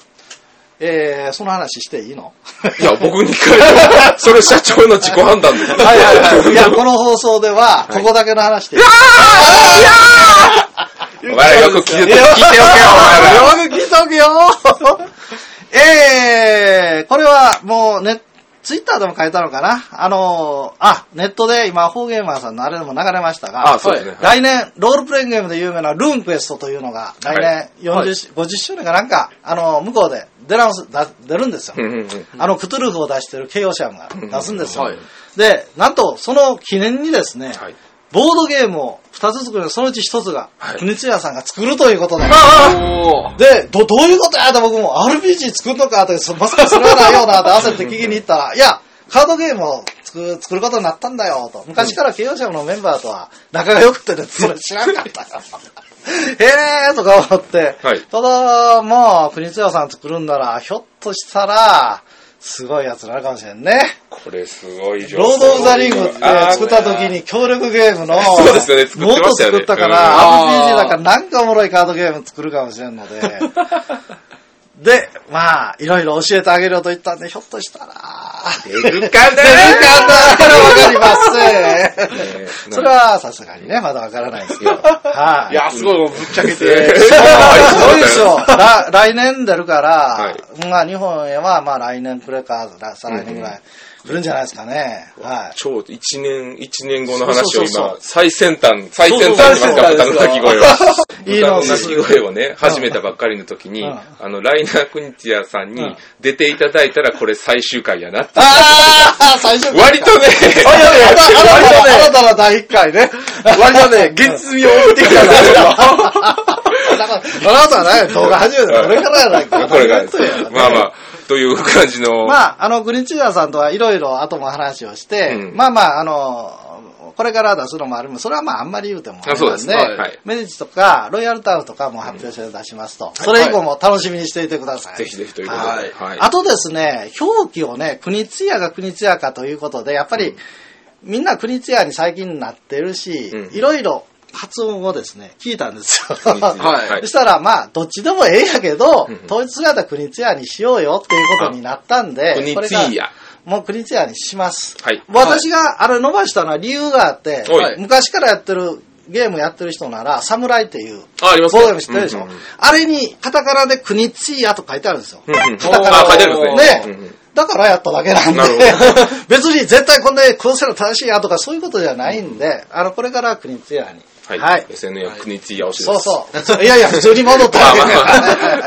[SPEAKER 3] えー、その話していいの
[SPEAKER 1] いや、僕に聞かれて、それ社長の自己判断です。はい
[SPEAKER 3] はいはいはい。いや、この放送では、ここだけの話で。いや
[SPEAKER 1] お前らよく聞いて聞いておけよ、お前ら。
[SPEAKER 3] よく聞いとくよえー、これはもうね、ツイッターでも書いたのかなあのーあ、ネットで今、フォーゲーマーさんのあれでも流れましたが、
[SPEAKER 1] あ、そうですね。はい
[SPEAKER 3] 来年、ロールプレイングゲームで有名なルーンクエストというのが、来年40、50周年かなんか、あのー向こうで出直す、だ出るんですよ。
[SPEAKER 1] うんうんうん
[SPEAKER 3] あの、クトゥルフを出してるケイオシアムが出すんですよ。
[SPEAKER 2] はい
[SPEAKER 3] で、なんと、その記念にですね、
[SPEAKER 1] はい
[SPEAKER 3] ボードゲームを2つ作る、そのうち1つが、
[SPEAKER 1] はい
[SPEAKER 3] 国津屋さんが作るということで、
[SPEAKER 2] おー
[SPEAKER 3] で、ど、どういうことやと僕も RPG 作るのかって、そまさかそれはないよなって焦って聞きに行ったら、いや、カードゲームを作る作ることになったんだよと。昔から慶応者のメンバーとは仲が良くてね、それ知らなか ったよ。へえーとか思って。
[SPEAKER 1] はい
[SPEAKER 3] ただ、まあ、国津屋さん作るんなら、ひょっとしたら、すごいやつになるかもしれんね。
[SPEAKER 1] これすごい情
[SPEAKER 3] ロード・オブ・ザ・リングって
[SPEAKER 1] あー
[SPEAKER 3] 作った時に協力ゲームの、
[SPEAKER 1] そうですよね作
[SPEAKER 3] ノ
[SPEAKER 1] って
[SPEAKER 3] ー
[SPEAKER 1] ま
[SPEAKER 3] ト
[SPEAKER 1] したよ
[SPEAKER 3] 作
[SPEAKER 1] ね
[SPEAKER 3] ったか
[SPEAKER 2] うん
[SPEAKER 3] ら、
[SPEAKER 2] あ
[SPEAKER 3] RPG
[SPEAKER 2] ー
[SPEAKER 3] だからなんかおもろいカードゲーム作るかもしれんの で、で、まあ、いろいろ教えてあげるよと言ったんで、ひょっとしたら、出
[SPEAKER 1] 出るかな
[SPEAKER 3] からわかりません。
[SPEAKER 1] ね
[SPEAKER 3] それはさすがにね、まだわからないです けど。はい
[SPEAKER 2] い。や、すごい、ぶっち ゃけ
[SPEAKER 1] えー
[SPEAKER 3] す
[SPEAKER 2] て。
[SPEAKER 3] ごいですよ。ら来年出るから、
[SPEAKER 1] は
[SPEAKER 3] まあ日本へはまあ来年くれか、ら再来年ぐらい来るんじゃないですかね。はい。
[SPEAKER 1] 超一年、一年後の話を
[SPEAKER 3] そうそうそうそ
[SPEAKER 1] 今
[SPEAKER 3] う、
[SPEAKER 1] 最先端、最先端にいました、豚の鳴き声を。
[SPEAKER 3] いい
[SPEAKER 1] 豚
[SPEAKER 3] の
[SPEAKER 1] の鳴き声をね、始めたばっかりの時に、
[SPEAKER 3] うん
[SPEAKER 1] あの、ライナー・クニティアさん
[SPEAKER 3] うん
[SPEAKER 1] に出ていただいたら、これ最終回やなって。
[SPEAKER 3] ああ最初
[SPEAKER 1] 割とね、
[SPEAKER 3] あなた、あなたの第一回ね。
[SPEAKER 1] 割とね、月曜見てきたん です
[SPEAKER 3] だから、あなたはね、動画始めたのこれからやない か。
[SPEAKER 1] よ。これがですね、まあまあ、という感じの、
[SPEAKER 3] まあ、あの、グリチュアさんとはいろいろ後も話をして、
[SPEAKER 1] うん
[SPEAKER 3] まあまあ、あの、これから出すのもあるもんそれはまああんまり言うてもあれなん
[SPEAKER 1] あそうですねはい
[SPEAKER 3] メディチとか、ロイヤルタウンとかも発表して出しますと、それ以降も楽しみにしていてください。
[SPEAKER 1] ぜひぜひということで、
[SPEAKER 3] は
[SPEAKER 1] はいい。
[SPEAKER 3] あとですね、表記をね、国津屋が国津屋かということで、やっぱり、みんな国津屋に最近なってるし、
[SPEAKER 1] うん
[SPEAKER 3] いろいろ発音をですね、聞いたんですよ。
[SPEAKER 1] はい はい
[SPEAKER 3] そしたら、まあ、どっちでもええやけど、
[SPEAKER 1] うん
[SPEAKER 3] 統一するやったら国津屋にしようよっていうことになったんで、
[SPEAKER 1] 国
[SPEAKER 3] これ
[SPEAKER 1] ツ
[SPEAKER 3] が
[SPEAKER 1] イヤ。
[SPEAKER 3] もう国津屋にします。
[SPEAKER 1] はい
[SPEAKER 3] 私があれ伸ばしたのは理由があって、
[SPEAKER 1] はい
[SPEAKER 3] 昔からやってる、ゲームやってる人なら、サムライっていう、
[SPEAKER 1] あ、あります
[SPEAKER 3] ボードゲーム知ってるでしょ、
[SPEAKER 1] うんうんうん
[SPEAKER 3] あれに、カタカナで国津屋と書いてあるんですよ。
[SPEAKER 1] うんうん
[SPEAKER 3] カタカナ
[SPEAKER 1] あ、書いてあ
[SPEAKER 3] を
[SPEAKER 1] りますね。
[SPEAKER 3] ね
[SPEAKER 1] うんうん
[SPEAKER 3] だからやっただけなんで
[SPEAKER 1] なる、
[SPEAKER 3] 別に絶対こんなにこうせな正しいやとかそういうことじゃないんで、あの、これからは国津屋に。
[SPEAKER 1] はい。SNU は国ツイヤをし
[SPEAKER 3] そ
[SPEAKER 1] ま
[SPEAKER 3] う
[SPEAKER 1] す。
[SPEAKER 3] そう。いやいや、普通に戻っただけ
[SPEAKER 1] まあまあまあ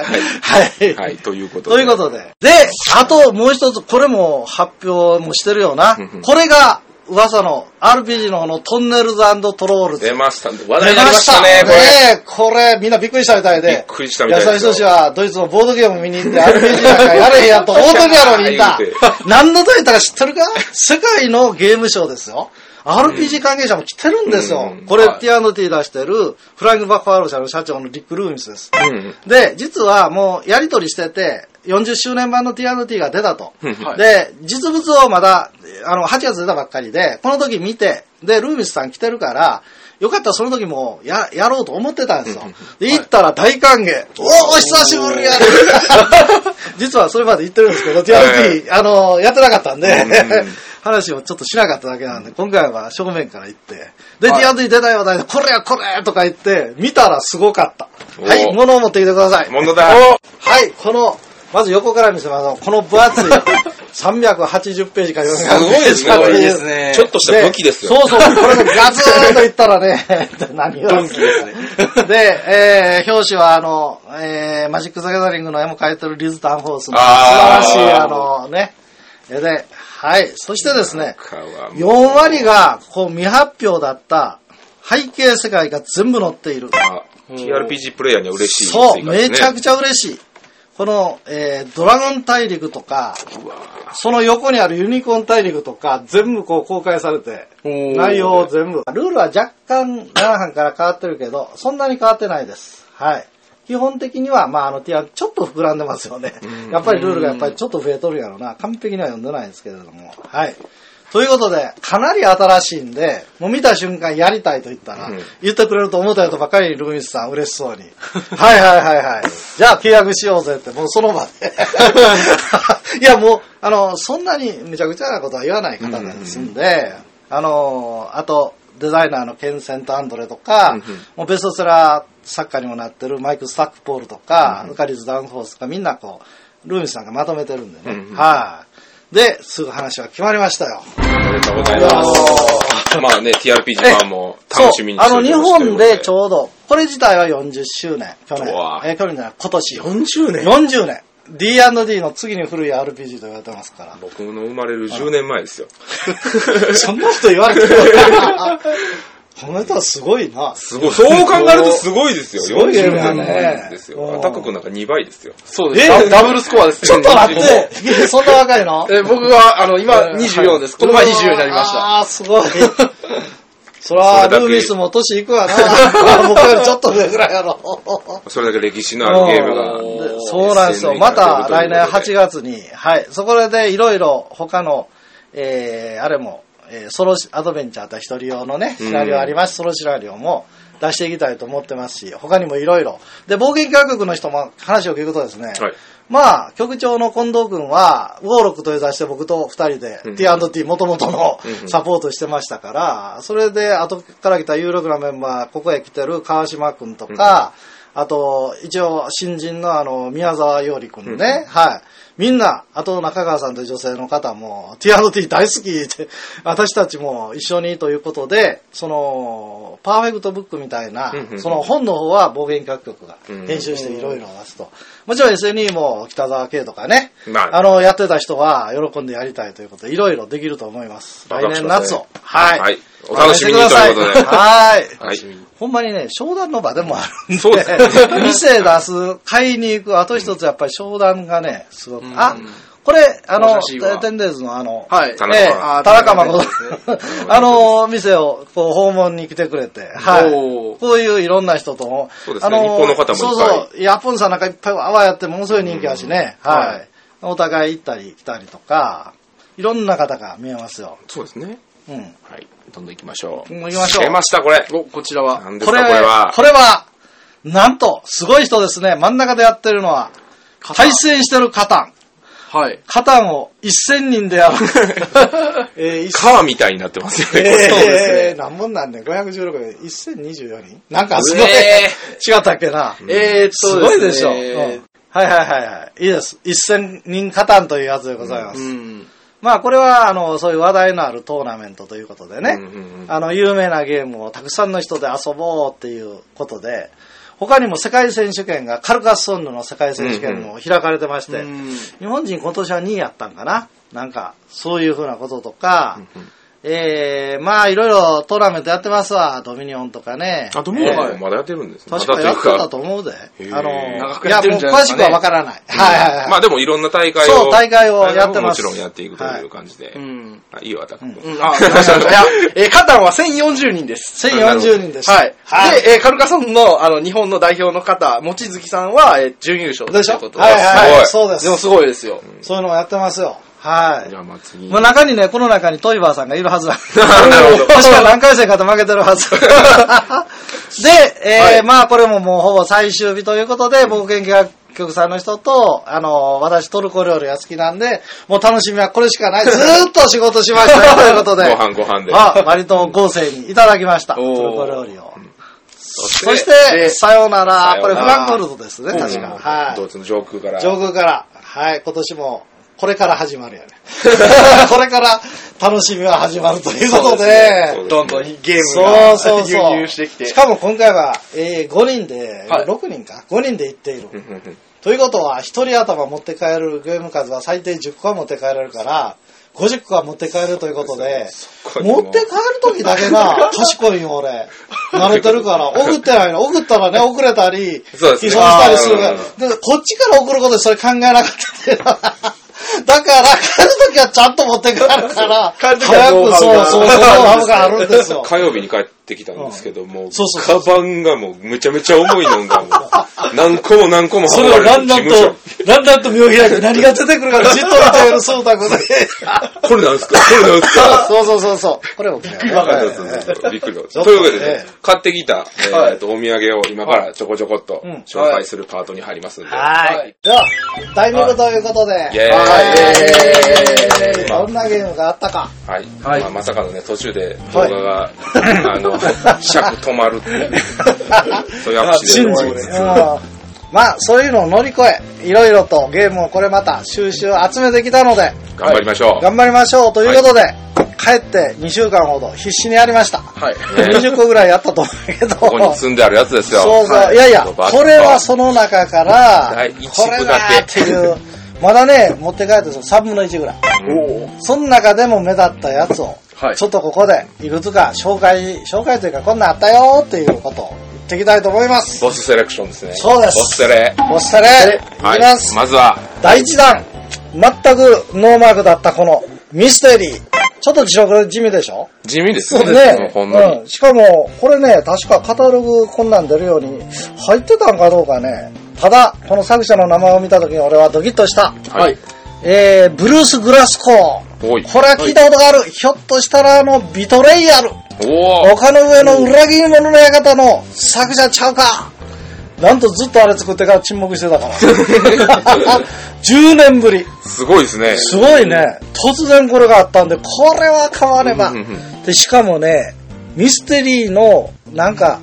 [SPEAKER 3] はい。
[SPEAKER 1] はい、ということで。
[SPEAKER 3] ということで。で、あともう一つ、これも発表もしてるよな
[SPEAKER 1] うんうん。
[SPEAKER 3] これが噂の RPG の方のトンネルズトロールズ。
[SPEAKER 1] 出ましたんで、話題になりましたね、
[SPEAKER 3] 出
[SPEAKER 1] こ
[SPEAKER 3] ま
[SPEAKER 1] れ。
[SPEAKER 3] したねこれ、みんなびっくりしたみたいで。
[SPEAKER 1] びっくりしたみたいですよ
[SPEAKER 3] 野菜人は、ドイツのボードゲーム見に行って、RPG なんかやれへんやと思うとるやろ、みんな
[SPEAKER 1] 言うて。
[SPEAKER 3] 何のと言ったか知ってるか世界のゲームショーですよ。RPG 関係者も来てるんですよ
[SPEAKER 1] う。ん
[SPEAKER 3] これ、
[SPEAKER 1] はい
[SPEAKER 3] ティアンドティ出してる、フライングバッファロー社の社長のリック・ルーミスです。
[SPEAKER 1] うんうん
[SPEAKER 3] で、実はもうやりとりしてて、40周年版の T&T が出たと。
[SPEAKER 1] はい
[SPEAKER 3] で、実物をまだ、あの、8月出たばっかりで、この時見て、で、ルーミスさん来てるから、よかったらその時もや、やろうと思ってたんですよ。で、行ったら大歓迎。おお、久しぶりやね実はそれまで行ってるんですけど、T&T、あの、やってなかったんで、 話をちょっとしなかっただけなんで、今回は正面から行って、で、
[SPEAKER 2] はい
[SPEAKER 3] T&T 出たよ、出たよこれやこれとか言って、見たらすごかった。
[SPEAKER 1] お
[SPEAKER 3] はい、物を持ってきてください。
[SPEAKER 1] ものだ。
[SPEAKER 3] はい、この、まず横から見せます。この 分厚い、380ページか4 0
[SPEAKER 1] すごいですね、
[SPEAKER 2] す
[SPEAKER 1] こ
[SPEAKER 2] ごい
[SPEAKER 1] れ。
[SPEAKER 2] ですね
[SPEAKER 1] ちょっとした武器ですよ。
[SPEAKER 3] そうそう、これもガツーンといった らね、何を。ドンキですね。で、えー、表紙はあの、えー、マジック・ザ・ギャザリングの絵も描いてるリズ・ダンホースの素晴
[SPEAKER 1] あ
[SPEAKER 3] ら
[SPEAKER 1] ー
[SPEAKER 3] しい、あの、ね、絵で、はい、そしてですね、
[SPEAKER 1] かわ
[SPEAKER 3] 4割が、こう、未発表だった、背景世界が全部載っている。
[SPEAKER 1] あ TRPG プレイヤーには嬉しい
[SPEAKER 3] そう、めちゃく
[SPEAKER 1] ち
[SPEAKER 3] ちゃ嬉しい。この、えードラゴン大陸とか、その横にあるユニコーン大陸とか、全部こう公開されて、内容を全部。ルールは若干7班から変わってるけど、そんなに変わってないです。はい。基本的には、まあ、あの、ティア、ちょっと膨らんでますよね。やっぱりルールがやっぱりちょっと増えとるやろうな。完璧には読んでないんですけれども。はい。ということで、かなり新しいんで、もう見た瞬間やりたいと言ったら、
[SPEAKER 1] うん
[SPEAKER 3] 言ってくれると思ったよとばかりにルーミスさん嬉しそうに。はいはいはいはい。じゃあ契約しようぜって、もうそ の場で。いやもう、あの、そんなにめちゃくちゃなことは言わない方なんですんで、あの、あと、デザイナーのケンセント・アンドレと
[SPEAKER 1] うん
[SPEAKER 3] か、
[SPEAKER 1] うん
[SPEAKER 3] もうベストセラー作家にもなってるマイク・スタックポールとか、ウカリズ・ダウンホースとかみんなこう、ルーミスさんがまとめてるんでね。
[SPEAKER 1] うんうん
[SPEAKER 3] はい、で、すぐ話は決まりましたよ。
[SPEAKER 1] おめでとうございます。まあね、TRPG ファンも楽しみに
[SPEAKER 3] そう
[SPEAKER 1] して
[SPEAKER 3] あ
[SPEAKER 1] お
[SPEAKER 3] の、
[SPEAKER 1] りますと
[SPEAKER 3] 日
[SPEAKER 1] いう
[SPEAKER 3] 本
[SPEAKER 1] こと
[SPEAKER 3] でちょうど、これ自体は40周年、去年
[SPEAKER 1] うわ。
[SPEAKER 3] えー去年じゃない、今年。
[SPEAKER 4] 40年
[SPEAKER 3] 40年。D&D の次に古い RPG と言われてますから。
[SPEAKER 1] 僕の生まれる10年前ですよ。
[SPEAKER 3] そんなこと言われても。 この人はすごいな。
[SPEAKER 1] すごい。そう考えるとすごいですよ。
[SPEAKER 3] すごいゲームだ
[SPEAKER 1] 40
[SPEAKER 3] ね
[SPEAKER 1] 年前ですよ。
[SPEAKER 3] うん
[SPEAKER 1] アタック君なんか2倍ですよ。
[SPEAKER 2] そうです。
[SPEAKER 3] え
[SPEAKER 2] ダダブルスコアです。
[SPEAKER 3] ちょっと待っ
[SPEAKER 2] 24
[SPEAKER 3] て、そんな若いの
[SPEAKER 2] え僕は、あの、今24です。この前24になりました。
[SPEAKER 3] ああ、すごい。そら、ルーミスも年いくわな。僕よりちょっと上ぐらいやろ。
[SPEAKER 1] それだけ歴史のあるゲームが。
[SPEAKER 3] でそうなんですよ。また来年8月に、はい。そこでいろいろ他の、えー、あれも、えーソロアドベンチャーと一人用のね、シナリオあります。ソロシナリオも出していきたいと思ってますし、他にもいろいろ。で、冒険企画局の人も話を聞くとですね、
[SPEAKER 1] はい。
[SPEAKER 3] まあ、局長の近藤君は、ウォーロックという雑誌で僕と二人で
[SPEAKER 1] うん
[SPEAKER 3] T&T 元々の
[SPEAKER 1] うんうん
[SPEAKER 3] サポートしてましたから、それで後から来た有力なメンバー、ここへ来てる川島君とか、あと、一応新人のあの、宮沢より君ね、はい。みんな、あと中川さんという女性の方も、T&T 大好きって、私たちも一緒にということで、その、パーフェクトブックみたいな
[SPEAKER 1] うんう、ん
[SPEAKER 3] その本の方は暴言各局が編集していろいろ出すと。もちろん SNE も北沢圭とかね、
[SPEAKER 1] まあ
[SPEAKER 3] あの、やってた人は喜んでやりたいということで、いろいろできると思います。
[SPEAKER 1] わ
[SPEAKER 3] 来
[SPEAKER 1] かりまし
[SPEAKER 3] 年
[SPEAKER 1] た
[SPEAKER 3] 夏を。はい。
[SPEAKER 1] はいお楽しみに
[SPEAKER 3] まあしてくださ
[SPEAKER 1] ということで
[SPEAKER 3] はい。
[SPEAKER 1] はい。
[SPEAKER 3] ほんまにね、商談の場でもあるんで、
[SPEAKER 1] そうですね
[SPEAKER 3] 店出す、買いに行く、あと一つやっぱり商談がね、すごく。あ、これ、あの
[SPEAKER 2] お、写真は
[SPEAKER 3] テンデイズのあの、
[SPEAKER 2] はい。
[SPEAKER 1] 田
[SPEAKER 3] 田
[SPEAKER 1] 中
[SPEAKER 3] ええ、
[SPEAKER 2] あ
[SPEAKER 3] 田
[SPEAKER 2] ー
[SPEAKER 3] 中誠
[SPEAKER 2] 田中
[SPEAKER 1] ですね
[SPEAKER 3] あの、店をこう訪問に来てくれて、はい
[SPEAKER 2] お。ー
[SPEAKER 3] こういういろんな人とも、
[SPEAKER 1] そうですね日本の方もいっぱい
[SPEAKER 3] そうそう、ヤポンさんなんかいっぱいわわやって、ものすごい人気やしね、はい。お互い行ったり来たりとか、いろんな方が見えますよ。
[SPEAKER 1] そうですね。
[SPEAKER 3] うん。
[SPEAKER 2] はい。どんどん行きましょう。
[SPEAKER 3] もう行きましょう
[SPEAKER 1] 出。ました、これ。
[SPEAKER 2] お、こちらは。
[SPEAKER 1] 何ですか、これは。
[SPEAKER 3] これは、なんと、すごい人ですね。真ん中でやってるのは、対戦してるカタン。
[SPEAKER 2] はい。
[SPEAKER 3] カタンを1000人でやる。えー、1000
[SPEAKER 1] カーみたいになってますよ
[SPEAKER 3] え
[SPEAKER 1] ね。これ
[SPEAKER 3] ー
[SPEAKER 1] そうです
[SPEAKER 3] えー何本なんねん ?516 で1024人なんかすごい、
[SPEAKER 1] え
[SPEAKER 3] 違ったっけな。
[SPEAKER 2] えーっと
[SPEAKER 3] すごいでしょ。
[SPEAKER 2] すね
[SPEAKER 3] うんはいはいはいはい。いいです。1000人カタンというやつでございます。
[SPEAKER 2] うん。
[SPEAKER 3] まあこれは、あの、そういう話題のあるトーナメントということでね。
[SPEAKER 1] うんうんうん
[SPEAKER 3] あの、有名なゲームをたくさんの人で遊ぼうっていうことで、他にも世界選手権が、カルカスソンヌの世界選手権も開かれてまして、
[SPEAKER 2] うん
[SPEAKER 3] 日本人今年は2位やったんかななんか、そういうふうなこととか、えー、まあいろいろトーナメントやってますわ、ドミニオンとかね。
[SPEAKER 1] あ、ドミニオン
[SPEAKER 2] はい
[SPEAKER 1] まだやってるんですね。ま
[SPEAKER 3] 確
[SPEAKER 1] だとい
[SPEAKER 3] かやっ
[SPEAKER 1] う
[SPEAKER 3] てたと
[SPEAKER 1] か。
[SPEAKER 3] 思うで。
[SPEAKER 1] ー
[SPEAKER 3] あの、
[SPEAKER 2] 長くやってるんじゃ
[SPEAKER 3] や、
[SPEAKER 2] な
[SPEAKER 3] もう詳
[SPEAKER 2] いです
[SPEAKER 3] し
[SPEAKER 2] かね
[SPEAKER 3] くはわからない。はいはいはい。
[SPEAKER 1] まあでもいろんな大会を。
[SPEAKER 3] そう大会をやってます
[SPEAKER 1] もちろんやっていくという感じで
[SPEAKER 2] う。ん。
[SPEAKER 1] あいいよ、アタック君。
[SPEAKER 2] うん、あ、いや、えー、カタンは1040人です。
[SPEAKER 3] 1040人でした。
[SPEAKER 2] はい。で、えーカルカソンヌの、あの、日本の代表の方、望月さんは、えー準優勝
[SPEAKER 3] でしょ
[SPEAKER 2] ということ
[SPEAKER 3] はいはいはい。
[SPEAKER 1] す
[SPEAKER 3] そうです。
[SPEAKER 2] でもすごいですよ。
[SPEAKER 3] そういうのをやってますよ。はい。
[SPEAKER 1] じゃあ、まあ次。
[SPEAKER 3] もう中にね、この中にトイバーさんがいるはずだ。
[SPEAKER 1] なるほど
[SPEAKER 3] 確か何回戦かと負けてる はず。で、えー
[SPEAKER 2] はい
[SPEAKER 3] まあこれももうほぼ最終日ということで、冒険企画局さんの人と、あの、私トルコ料理が好きなんで、もう楽しみはこれしか ない。ずーっと仕事しましたよ、ということ
[SPEAKER 1] ご
[SPEAKER 3] で。
[SPEAKER 1] 飯ご飯で。
[SPEAKER 3] あ、割と豪勢にいただきました。トル
[SPEAKER 2] おー
[SPEAKER 3] コ料理を。
[SPEAKER 1] そ
[SPEAKER 3] そし
[SPEAKER 2] で
[SPEAKER 3] て、さようなら
[SPEAKER 1] さ。よ
[SPEAKER 3] こ
[SPEAKER 1] う
[SPEAKER 3] れ
[SPEAKER 1] な
[SPEAKER 3] フ
[SPEAKER 1] ら
[SPEAKER 3] ランクフルトですね、確
[SPEAKER 1] うん
[SPEAKER 3] か。はい。
[SPEAKER 1] ドイツの上空から。
[SPEAKER 3] 上空から、はい、今年も、これから始ま るよね。これから楽しみは始まるということ
[SPEAKER 1] そう
[SPEAKER 3] で、
[SPEAKER 2] どんどんゲーム
[SPEAKER 3] そ
[SPEAKER 2] が
[SPEAKER 3] うそう
[SPEAKER 2] 輸
[SPEAKER 3] そう。
[SPEAKER 2] 入してきて。
[SPEAKER 3] しかも今回は、えー5人で、
[SPEAKER 2] はい
[SPEAKER 3] 6人か、5人で行っている。
[SPEAKER 1] うんうんうん
[SPEAKER 3] ということは、1人頭持って帰るゲーム数は最低10個は持って帰れるから、50個は持って帰るということで、
[SPEAKER 1] こに
[SPEAKER 3] 持
[SPEAKER 1] も
[SPEAKER 3] って帰るときだけな、賢いよ俺。慣れてる から、送ってないの。送ったらね、遅れたり、
[SPEAKER 1] そうですね
[SPEAKER 3] 依存したりするから。
[SPEAKER 1] あー
[SPEAKER 3] で、こっちから送ることでそれ考えなかったって。だから、帰るときはちゃんと持って帰るから、
[SPEAKER 2] 帰る時は
[SPEAKER 3] 早
[SPEAKER 2] ノウ
[SPEAKER 3] く
[SPEAKER 2] ハウ
[SPEAKER 3] そう
[SPEAKER 2] が
[SPEAKER 3] そう、そうハウがあるんですよ。
[SPEAKER 1] 火曜日に帰ってきたんですけども、
[SPEAKER 3] そう
[SPEAKER 1] カ
[SPEAKER 3] そ
[SPEAKER 1] バンがもうめちゃめちゃ重いのがもう、何個も何個も
[SPEAKER 3] それをだんだんと、だんだんと目を開いて何が出てくるかじっと見ているそうだこで。
[SPEAKER 1] これなんすかこれなんす か
[SPEAKER 3] そうそうそうそう。これもね。
[SPEAKER 1] わかんないですびっくりだというわけでね
[SPEAKER 3] ええ、
[SPEAKER 1] 買ってきた、えーと、お土産を今からちょこちょこっと
[SPEAKER 3] うん
[SPEAKER 1] 紹介するパートに入りますんで。
[SPEAKER 3] はい。では、第2部ということで。
[SPEAKER 1] イェーイ
[SPEAKER 3] はいイエーイどんなゲームがあったか。
[SPEAKER 1] はい。
[SPEAKER 2] はい
[SPEAKER 1] まあまさかのね、途中で動画が、 あの、尺止まるっていう、そういうアクシデントが
[SPEAKER 3] うんまあ、そういうのを乗り越え、いろいろとゲームをこれまた収集集めてきたので、
[SPEAKER 1] 頑張りましょう。
[SPEAKER 3] 頑張りましょうということで、帰って2週間ほど必死にやりました。
[SPEAKER 2] はい。
[SPEAKER 3] 20個ぐらいやったと思うけど。
[SPEAKER 1] ここに積んであるやつですよ。
[SPEAKER 3] そうそう、、
[SPEAKER 1] はい
[SPEAKER 3] やいや、
[SPEAKER 1] ドバッと
[SPEAKER 3] これはその中から、
[SPEAKER 1] 第一
[SPEAKER 3] これ
[SPEAKER 1] 部だ
[SPEAKER 3] だーって
[SPEAKER 1] け
[SPEAKER 3] いう、まだね、持って帰って3分の1ぐらい。
[SPEAKER 2] おー
[SPEAKER 3] その中でも目立ったやつを、
[SPEAKER 2] はい
[SPEAKER 3] ちょっとここで、いくつか紹介、紹介というか、こんなんあったよーっていうことを言っていきたいと思います。
[SPEAKER 1] ボスセレクションですね。
[SPEAKER 3] そうです
[SPEAKER 1] ボスセレ。
[SPEAKER 3] おっしゃれ、いき
[SPEAKER 1] はい。
[SPEAKER 3] ます。
[SPEAKER 1] まずは、
[SPEAKER 3] 第1弾、全くノーマークだったこのミステリー。ちょっと地獄地味でしょ
[SPEAKER 1] 地味ですね。ほんの
[SPEAKER 3] うん
[SPEAKER 1] に。
[SPEAKER 3] しかも、これね、確かカタログこんなん出るように入ってたんかどうかね。ただ、この作者の名前を見た時に俺はドキッとした。
[SPEAKER 1] はい。
[SPEAKER 3] えー、ブルース・グラスコー。
[SPEAKER 1] おい。
[SPEAKER 3] これは聞いたことがある。ひょっとしたらあの、ビトレイアル。
[SPEAKER 1] おー。
[SPEAKER 3] 丘の上の裏切り者の館の作者ちゃうか。なんとずっとあれ作ってから沈黙して たから。10年ぶり。
[SPEAKER 1] すごいですね。
[SPEAKER 3] すごいね。突然これがあったんで、これは買わねば
[SPEAKER 1] うんうんうん。
[SPEAKER 3] で、しかもね、ミステリーの、なんか、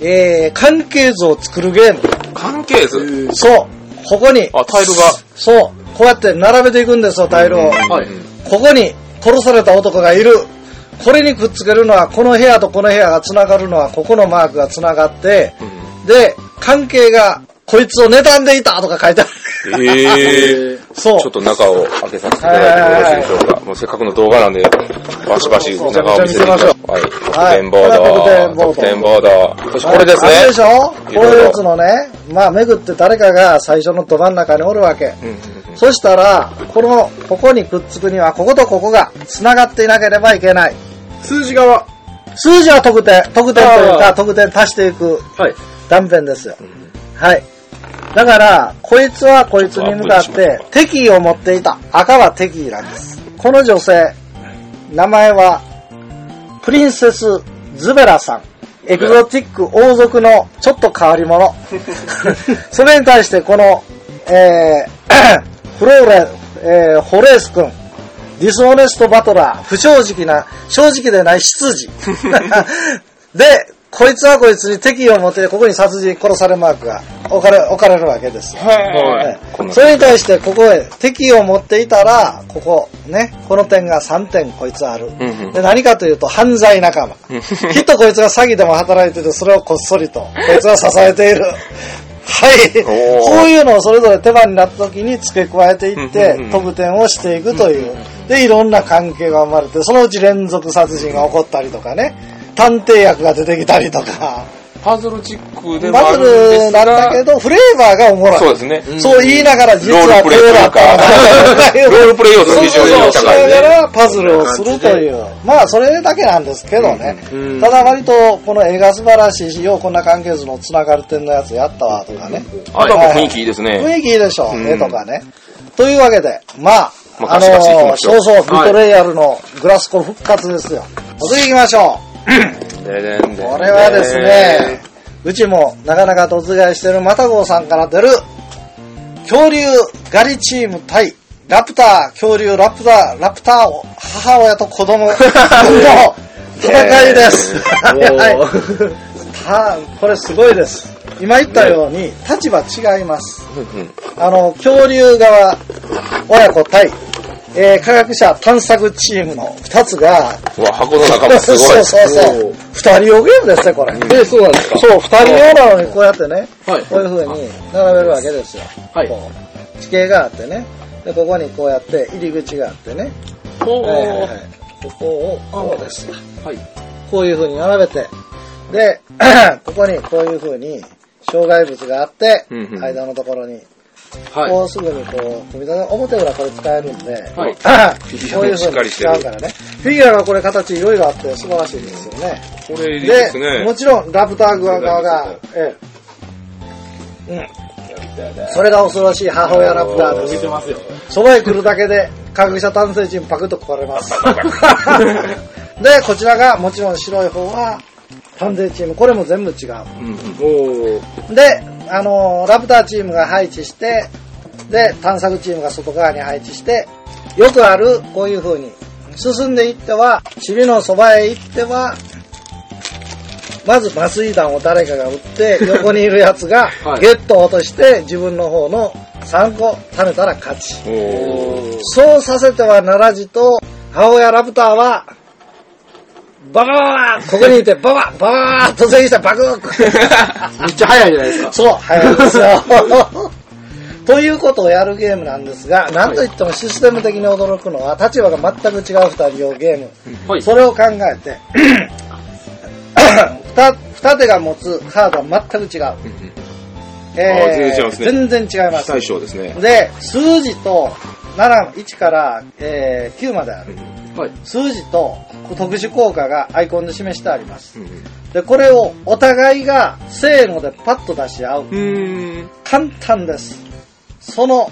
[SPEAKER 3] えー、関係図を作るゲーム。
[SPEAKER 1] 関係図。
[SPEAKER 3] そう。ここに、
[SPEAKER 1] あ、タイルが。
[SPEAKER 3] そう。こうやって並べていくんですよ、タイルを。
[SPEAKER 1] はい。
[SPEAKER 3] ここに殺された男がいる。これにくっつけるのは、この部屋とこの部屋が繋がるのは、ここのマークが繋がって、で、関係が、こいつを妬んでいたとか書いてある。
[SPEAKER 1] ええー。
[SPEAKER 3] そう。
[SPEAKER 1] ちょっと中を開けさせていただいてもよろしいでしょうか。もうせっかくの動画なんで、バシバシ中を見せていきましょう。はい。得点ボード。
[SPEAKER 3] はい
[SPEAKER 1] 得点ボード。そしてこれですね
[SPEAKER 3] あ。れでしょ
[SPEAKER 1] いろ
[SPEAKER 3] こう
[SPEAKER 1] いろ
[SPEAKER 3] いうやつのね、まあ、めぐって誰かが最初のど真ん中におるわけ。
[SPEAKER 1] うんうんうん
[SPEAKER 3] そしたら、この、ここにくっつくには、こことここが繋がっていなければいけない。
[SPEAKER 2] 数字側。
[SPEAKER 3] 数字は得点、得点という
[SPEAKER 2] あ
[SPEAKER 3] か、
[SPEAKER 2] ー
[SPEAKER 3] 得点足していく
[SPEAKER 2] はい。
[SPEAKER 3] 断片ですよ。はい。だから、こいつはこいつに向かっ
[SPEAKER 1] ちょっとアッ
[SPEAKER 3] て敵意を持っていた。赤は敵意なんです。この女性、名前は、プリンセス・ズベラさん。エクゾティック王族のちょっと変わり者。 それに対して、この、えー、 フローレ、えー、ホレース君。ディスオネストバトラー、不正直な、正直でない執事。 で、こいつはこいつに敵意を持って、ここに殺人、殺されマークが置かれ置かれるわけですよ。
[SPEAKER 1] は
[SPEAKER 3] え
[SPEAKER 1] い。こん
[SPEAKER 3] え
[SPEAKER 1] な
[SPEAKER 3] それに対して、ここへ敵意を持っていたら、ここ、ね、この点が3点こいつある。
[SPEAKER 1] うんうん
[SPEAKER 3] で何かというと、犯罪仲間。きっとこいつが詐欺でも働いてて、それをこっそりと、こいつは支えてい る。はい。
[SPEAKER 1] おー
[SPEAKER 3] こういうのをそれぞれ手番になった時に付け加えていっ
[SPEAKER 1] うんうんう
[SPEAKER 3] て
[SPEAKER 1] ん、
[SPEAKER 3] 得点をしていくという。で、いろんな関係が生まれて、そのうち連続殺人が起こったりとかね、探偵役が出てきたりとか、
[SPEAKER 1] パズルチックでもあ
[SPEAKER 3] バ
[SPEAKER 1] るん
[SPEAKER 3] ト
[SPEAKER 1] で
[SPEAKER 3] ル
[SPEAKER 1] す
[SPEAKER 3] なんだ
[SPEAKER 1] が
[SPEAKER 3] け、ど、フレーバーがおもろい。
[SPEAKER 1] そうですね。
[SPEAKER 3] そう言いながら実
[SPEAKER 1] ロー
[SPEAKER 3] は
[SPEAKER 1] ル
[SPEAKER 3] こ
[SPEAKER 1] プレイと
[SPEAKER 3] れ
[SPEAKER 1] い
[SPEAKER 3] だ
[SPEAKER 1] う
[SPEAKER 3] ったわ
[SPEAKER 1] か、
[SPEAKER 3] けだ
[SPEAKER 1] ロールプレイ要素
[SPEAKER 3] そう
[SPEAKER 1] 非
[SPEAKER 3] そう
[SPEAKER 1] 常
[SPEAKER 3] そ
[SPEAKER 1] に
[SPEAKER 3] うし
[SPEAKER 1] 高
[SPEAKER 3] ないが
[SPEAKER 1] ね。
[SPEAKER 3] らパズルをするという。まあ、それだけなんですけどね。ただ割と、この絵が素晴らしいし、ようこんな関係図の繋がる点のやつやったわとかね。
[SPEAKER 1] あとはもう雰囲気いいですね。
[SPEAKER 3] 雰囲気いいでしょ、
[SPEAKER 1] うん
[SPEAKER 3] 絵とかね。というわけで、まあ、
[SPEAKER 1] まあ
[SPEAKER 3] あの
[SPEAKER 1] ガシガシ行き
[SPEAKER 3] ー
[SPEAKER 1] ましょ
[SPEAKER 3] そううそう、ビトレイアルのグラスコ復活ですよ。お次行きましょう。
[SPEAKER 1] ででんでん
[SPEAKER 3] これはですね、うちもなかなか突買してるマタゴーさんから出る、恐竜狩りチーム対ラプター、恐竜ラプター、ラプターを母親と子供の戦いです。はいたこれすごいです。今言ったように立場違います。
[SPEAKER 1] うんうん
[SPEAKER 3] あの、恐竜側親子対、えー科学者探索チームの2つが、
[SPEAKER 1] うわ、箱の中もすごい。
[SPEAKER 3] そうそうそう。二人用ゲームですね、これ。
[SPEAKER 2] え、そうなんですか
[SPEAKER 3] そう、二人用なのにこうやってね、
[SPEAKER 2] はい
[SPEAKER 3] こういう風に並べるわけですよ。
[SPEAKER 2] はい
[SPEAKER 3] こう地形があってね、で、ここにこうやって入り口があってね、
[SPEAKER 2] ほ
[SPEAKER 3] はいはいはいここをこうです。
[SPEAKER 2] はい。
[SPEAKER 3] こういう風に並べて、で、 ここにこういう風に障害物があって、
[SPEAKER 1] うんうん
[SPEAKER 3] 間のところに、
[SPEAKER 2] はい。
[SPEAKER 3] こうすぐにこう、組み立て、表裏これ使えるんで、
[SPEAKER 2] は い
[SPEAKER 3] こういう風に使うからね。フィギュアがこれ形いろいろあって素晴らしいですよね。
[SPEAKER 1] これいいです
[SPEAKER 3] で、も
[SPEAKER 1] ね。
[SPEAKER 3] ちろんラプター側が、ええうん、それが恐ろしい母親ラプターです。
[SPEAKER 2] ますよ。
[SPEAKER 3] そのへ来るだけで、科学者探査人パクッと壊 れます。で、こちらがもちろん白い方は、探偵チーム、これも全部違う。
[SPEAKER 2] おー。
[SPEAKER 3] で、あのーラプターチームが配置して、で、探索チームが外側に配置して、よくある、こういう風に、進んでいっては、尻のそばへ行っては、まず麻酔弾を誰かが撃って、 横にいるやつが
[SPEAKER 2] はい
[SPEAKER 3] ゲットを落として、自分の方の3個貯めたら勝ち。
[SPEAKER 1] おー
[SPEAKER 3] そうさせてはならじと、母親ラプターは、ババババここにいて、バババババ突然してバクッ
[SPEAKER 2] めっちゃ早いじゃないですか。
[SPEAKER 3] そう、早いですよ。ということをやるゲームなんですが、なんといってもシステム的に驚くのは、立場が全く違う二人用ゲーム。
[SPEAKER 2] はい。
[SPEAKER 3] それを考え て、二二手が持つカードは全く違う。
[SPEAKER 1] あー全然違いますね
[SPEAKER 3] 全然違いま
[SPEAKER 1] 非
[SPEAKER 3] す。
[SPEAKER 1] 対称ですね。
[SPEAKER 3] で、数字と、7、1から、えー9まである。
[SPEAKER 2] はい。
[SPEAKER 3] 数字と特殊効果がアイコンで示してあります。
[SPEAKER 1] うん
[SPEAKER 3] で、これをお互いがせーのでパッと出し合う。
[SPEAKER 1] うん。
[SPEAKER 3] 簡単です。その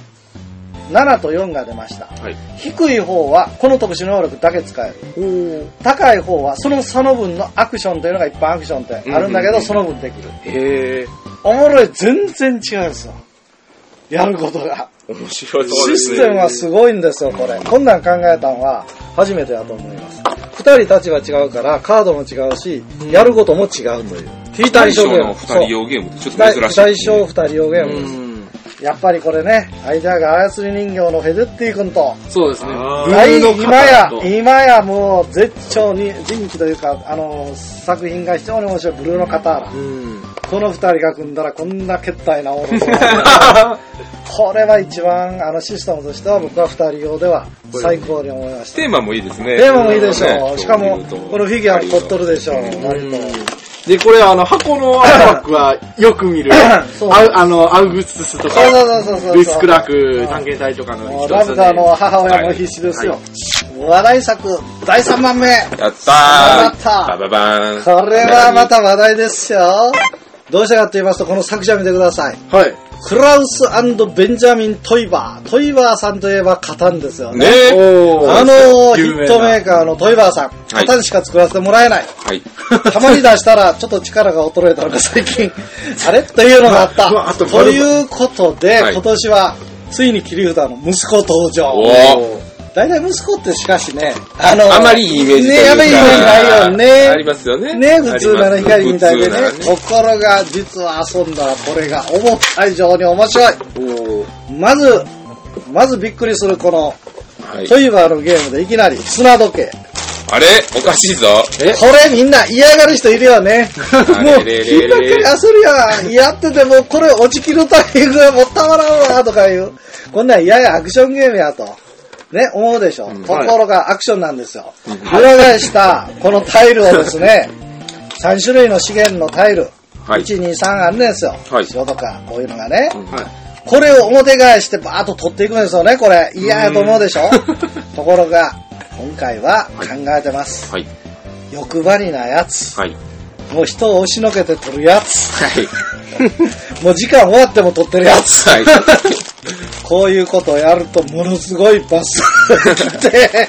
[SPEAKER 3] 7と4が出ました。
[SPEAKER 1] はい。
[SPEAKER 3] 低い方はこの特殊能力だけ使える。
[SPEAKER 1] おー
[SPEAKER 3] 高い方はその差の分のアクションというのが一般アクションってある
[SPEAKER 1] う
[SPEAKER 3] んだけ
[SPEAKER 1] んうんう
[SPEAKER 3] ど、
[SPEAKER 1] ん
[SPEAKER 3] その分できる。
[SPEAKER 1] へえ。
[SPEAKER 3] おもろい、全然違うんですよ。やることが。
[SPEAKER 1] 面白いそうで
[SPEAKER 3] シ
[SPEAKER 1] す
[SPEAKER 3] ス
[SPEAKER 1] ね。
[SPEAKER 3] テムはすごいんですよ、これ。こんなん考えたのは初めてだと思います。二人立場違うから、カードも違うし、やることも違うという。非対
[SPEAKER 1] 対
[SPEAKER 3] 称
[SPEAKER 1] 称
[SPEAKER 3] ゲーム。
[SPEAKER 1] の二人用ゲームってちょっと珍しい。
[SPEAKER 3] 非対称二人用ゲームです。やっぱりこれね、アイデアが操り人形のフェデッティ君と、
[SPEAKER 2] そうですね。
[SPEAKER 1] あ
[SPEAKER 3] 大
[SPEAKER 1] ー
[SPEAKER 3] 今や、今やもう絶頂に人気というか、あの、作品が非常に面白い、ブルーのカターラ。この二人が組んだらこんな決体なものがこれは一番、あの、システムとしては僕は二人用では最高に思いました。
[SPEAKER 1] テーマもいいですね。
[SPEAKER 3] テーマもいいでしょ
[SPEAKER 1] ね
[SPEAKER 3] う。しかも、このフィギュアも凝っとるでしょう。割と。
[SPEAKER 2] で、これあの、箱のアートバックはよく見る
[SPEAKER 3] そう、
[SPEAKER 2] アウあの、アウグストゥス
[SPEAKER 3] そう
[SPEAKER 2] とか、
[SPEAKER 3] そうそうそうそう。
[SPEAKER 2] ルイス・クラーク探検隊とかの
[SPEAKER 3] も
[SPEAKER 2] 一
[SPEAKER 3] う
[SPEAKER 2] つ
[SPEAKER 3] ラブダーの
[SPEAKER 2] で。
[SPEAKER 3] 母親も必死ですよ。話題作第3番目。
[SPEAKER 1] やっ
[SPEAKER 3] や
[SPEAKER 1] た
[SPEAKER 3] っ
[SPEAKER 1] ー
[SPEAKER 3] た
[SPEAKER 1] バババーン
[SPEAKER 3] これはまた話題ですよ。どうしたかと言いますと、この作者見てください。
[SPEAKER 2] はい。
[SPEAKER 3] クラウスベンジャミン・トイバー。トイバーさんといえばカタンですよね。
[SPEAKER 1] ね
[SPEAKER 2] おー
[SPEAKER 3] あのヒ
[SPEAKER 2] 有名な
[SPEAKER 3] ットメーカーのトイバーさん、
[SPEAKER 1] はい
[SPEAKER 3] カタンしか作らせてもらえない。
[SPEAKER 1] はい。
[SPEAKER 3] たまに出したら、ちょっと力が衰えたのか、最 近。あれというのがあっ
[SPEAKER 2] うわ
[SPEAKER 3] た。
[SPEAKER 2] あと
[SPEAKER 3] ということで、
[SPEAKER 1] はい
[SPEAKER 3] 今年は、ついに切り札の息子登場。
[SPEAKER 1] おー
[SPEAKER 3] 大体息子ってしかしね、あの、
[SPEAKER 1] あまりいいイメージと
[SPEAKER 3] ね、
[SPEAKER 1] いう
[SPEAKER 3] や
[SPEAKER 1] か
[SPEAKER 3] べえイメージないよね。
[SPEAKER 1] ありますよね
[SPEAKER 3] ね、普通なの光みたいでね
[SPEAKER 1] あります。
[SPEAKER 3] ところが、実は遊んだらこれが思った以上に面白い。まず、まずびっくりするこの、
[SPEAKER 1] はい
[SPEAKER 3] トイバーのゲームでいきなり砂時計。
[SPEAKER 1] あれおかしいぞ。
[SPEAKER 3] これみんな嫌がる人いるよね。
[SPEAKER 1] あ
[SPEAKER 3] もう、
[SPEAKER 1] れれ
[SPEAKER 3] 金
[SPEAKER 1] れれ
[SPEAKER 3] 額がするやん。やってても、これ落ちきるタイミングがもったまらんわ、とかいう。こんなん嫌やアクションゲームやと。ね、思うでしょ。ところがアクションなんですよ。裏返した、このタイルをですね、3種類の資源のタイル。
[SPEAKER 1] はい。
[SPEAKER 3] 1、2、3あるんですよ。
[SPEAKER 1] はい
[SPEAKER 3] 白とか、こういうのがね。
[SPEAKER 1] はい。
[SPEAKER 3] これを表返してバーッと取っていくんですよね、これ。嫌やと思うで しょ。ところが、今回は考えてます。
[SPEAKER 1] はい。
[SPEAKER 3] 欲張りなやつ。
[SPEAKER 1] はい。
[SPEAKER 3] もう人を押しのけて取るやつ。
[SPEAKER 1] はい。
[SPEAKER 3] もう時間終わっても取ってるやつ。
[SPEAKER 1] はい。
[SPEAKER 3] こういうことをやるとものすごいバ スが来て、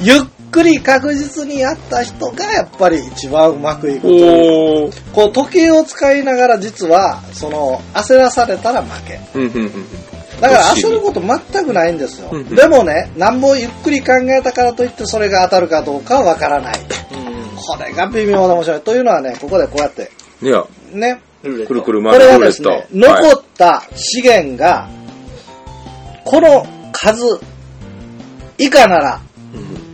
[SPEAKER 3] ゆっくり確実にやった人がやっぱり一番うまくいくという。
[SPEAKER 1] おー。
[SPEAKER 3] こう時計を使いながら実は、その、焦らされたら負け。
[SPEAKER 1] うんうんうん。
[SPEAKER 3] だから焦ること全くないんですよ。
[SPEAKER 1] うんうん
[SPEAKER 3] でもね、なんぼゆっくり考えたからといってそれが当たるかどうかはわからない。これが微妙な面白い。というのはね、ここでこうやって、
[SPEAKER 1] いや、
[SPEAKER 3] ね、
[SPEAKER 1] くるくる
[SPEAKER 3] こ
[SPEAKER 1] 回
[SPEAKER 3] れ
[SPEAKER 1] る
[SPEAKER 3] は
[SPEAKER 1] ルーレ
[SPEAKER 3] です
[SPEAKER 1] ット。
[SPEAKER 3] ね、残った資源が、この数以下なら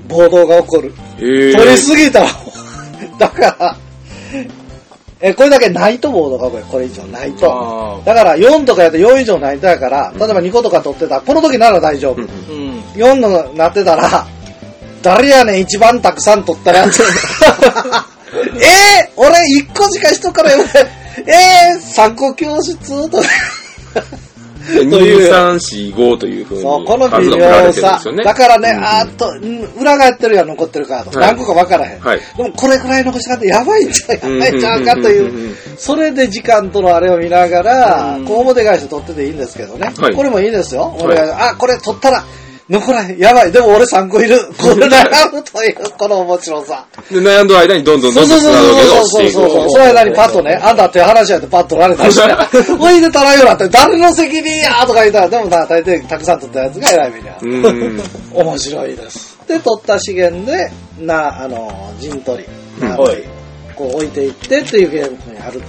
[SPEAKER 3] 暴動が起こる。
[SPEAKER 1] え
[SPEAKER 3] 取りすぎたら、 だから、え、これだけないと暴動が起こる。これ以上ないと。
[SPEAKER 2] あ
[SPEAKER 3] だから4とかやと4以上ないとやから、例えば2個とか取ってたら、この時なら大丈夫。
[SPEAKER 1] うん
[SPEAKER 2] ーうん。
[SPEAKER 3] 4のなってたら、誰やねん一番たくさん取ったやつ。 えー、俺1個しか人から言わない。えー、3個教室とか。とい
[SPEAKER 1] 2、
[SPEAKER 3] う
[SPEAKER 1] 3、4、5というふうに。
[SPEAKER 3] そう、この
[SPEAKER 1] 数
[SPEAKER 3] 微
[SPEAKER 1] が振られ
[SPEAKER 3] 妙
[SPEAKER 1] てるん
[SPEAKER 3] さ
[SPEAKER 1] ですよね。。
[SPEAKER 3] だからね、
[SPEAKER 1] うん
[SPEAKER 3] あーっと、うん裏返ってるやん、残ってるカード。
[SPEAKER 1] はい
[SPEAKER 3] 何個か分からへん。
[SPEAKER 1] はい
[SPEAKER 3] でも、これくらい残し方やばいんちゃう、やばいんちゃうかと
[SPEAKER 1] うんうんうんうんう
[SPEAKER 3] い
[SPEAKER 1] ん
[SPEAKER 3] う。それで時間とのあれを見ながら、こう表返して取ってていいんですけどね。
[SPEAKER 1] はい
[SPEAKER 3] これもいいですよ。
[SPEAKER 1] い
[SPEAKER 3] 俺が、あ、これ取ったら、残らへん。やばい。でも俺3個い る。これ悩むという、この面白さ。
[SPEAKER 1] で、悩んだ間にどんどん
[SPEAKER 3] そ
[SPEAKER 1] ど
[SPEAKER 3] うん
[SPEAKER 1] どん
[SPEAKER 3] そうそう
[SPEAKER 1] 砂時計が落ち
[SPEAKER 3] そ
[SPEAKER 1] て
[SPEAKER 3] う
[SPEAKER 1] いく。
[SPEAKER 3] そうそう。その間にパッとね、あんたって話やってパッとられたり して、おいでたらよなって、誰の責任やとか言ったら、でもな、大体たくさん取ったやつが偉い目にあ
[SPEAKER 1] う
[SPEAKER 3] る。
[SPEAKER 1] ん。
[SPEAKER 3] 面白いです。で、取った資源で、な、あの、陣取り。
[SPEAKER 1] うん
[SPEAKER 3] あの
[SPEAKER 2] はい
[SPEAKER 3] こう置いていってというゲームにあるという。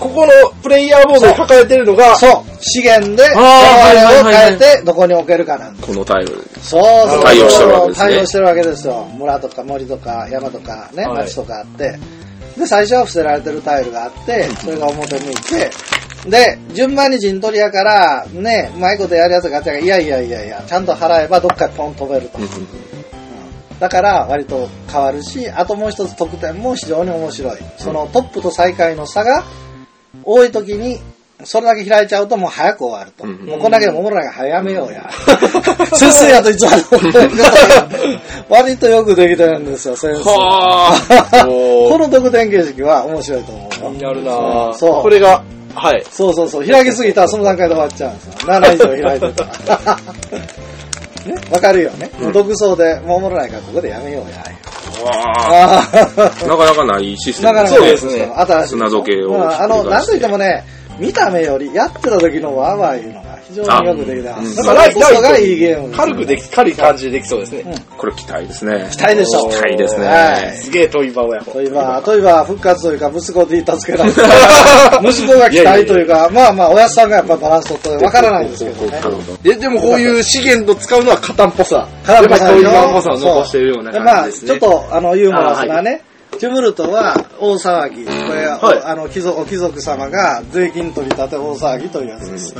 [SPEAKER 1] ここのプレイヤーボードに書かれてるのが、
[SPEAKER 3] そう。資源で、我
[SPEAKER 4] あー
[SPEAKER 3] 々を
[SPEAKER 4] はいはいはいはい
[SPEAKER 3] 変えて、どこに置けるかなんて。
[SPEAKER 1] このタイル。
[SPEAKER 3] そうそう。
[SPEAKER 1] 対応してるわけですね
[SPEAKER 3] 対応してるわけですよ。村とか森とか山とかね、
[SPEAKER 4] はい
[SPEAKER 3] 町とかあって。で、最初は伏せられてるタイルがあって、それが表向いて、で、順番に陣取りやから、ね、うまいことやるやつがあったら、いやいやいやいや、ちゃんと払えばどっかにポン飛べると。だから割と変わるし、あともう一つ得点も非常に面白い。そのトップと最下位の差が多い時に、それだけ開いちゃうともう早く終わると。
[SPEAKER 1] うんうん
[SPEAKER 3] もうこんだけでももらが早めよう や。先生やといつある割とよくできてるんですよ、先生。
[SPEAKER 1] は
[SPEAKER 3] この得点形式は面白いと思うよ。
[SPEAKER 1] やるなぁ
[SPEAKER 3] そう
[SPEAKER 1] これが、はい。
[SPEAKER 3] そうそうそう、開きすぎたらその段階で終わっちゃうんですよ。7以上開いてた ら。ね、わかるよね。もう独走で、もうもらないからここでやめようや。ああ。
[SPEAKER 1] なかなかないシステ
[SPEAKER 3] な
[SPEAKER 1] ム
[SPEAKER 3] か
[SPEAKER 1] です
[SPEAKER 3] なか
[SPEAKER 1] ね。
[SPEAKER 3] そうですね新しい。
[SPEAKER 1] 砂時計を
[SPEAKER 3] うんあ
[SPEAKER 1] ひっ
[SPEAKER 3] の、
[SPEAKER 1] くり返
[SPEAKER 3] なん
[SPEAKER 1] して
[SPEAKER 3] といってもね、見た目より、やってた時のワーワーいうのが非常によくできてます。
[SPEAKER 1] あ
[SPEAKER 3] だから、こそがいいゲームです。
[SPEAKER 2] 軽くでき、軽い感じでできそうですね。
[SPEAKER 1] これ期待ですね。期
[SPEAKER 3] 期待でしょう。
[SPEAKER 1] 期待ですね。
[SPEAKER 3] はい。
[SPEAKER 2] すげえ遠い場をや
[SPEAKER 3] といえば、といえば復活というか、息子で助けられ た。息子が期待というか、まあまあ、おやつさんがやっぱバランス取って、わからないんですけどね
[SPEAKER 1] な。るほど。
[SPEAKER 2] え、でもこういう資源と使うのは片っぽさ。
[SPEAKER 3] カラバさん
[SPEAKER 2] やっぱり遠い
[SPEAKER 3] の
[SPEAKER 2] 間っぽさを残しているような
[SPEAKER 3] そう
[SPEAKER 2] 感じですね
[SPEAKER 3] まあ、ちょっと、あの、ユーモラスなね、ジュムルトは大騒ぎ。これは、
[SPEAKER 2] はい
[SPEAKER 3] あの、貴族、お貴族様が税金取り立て大騒ぎというやつです。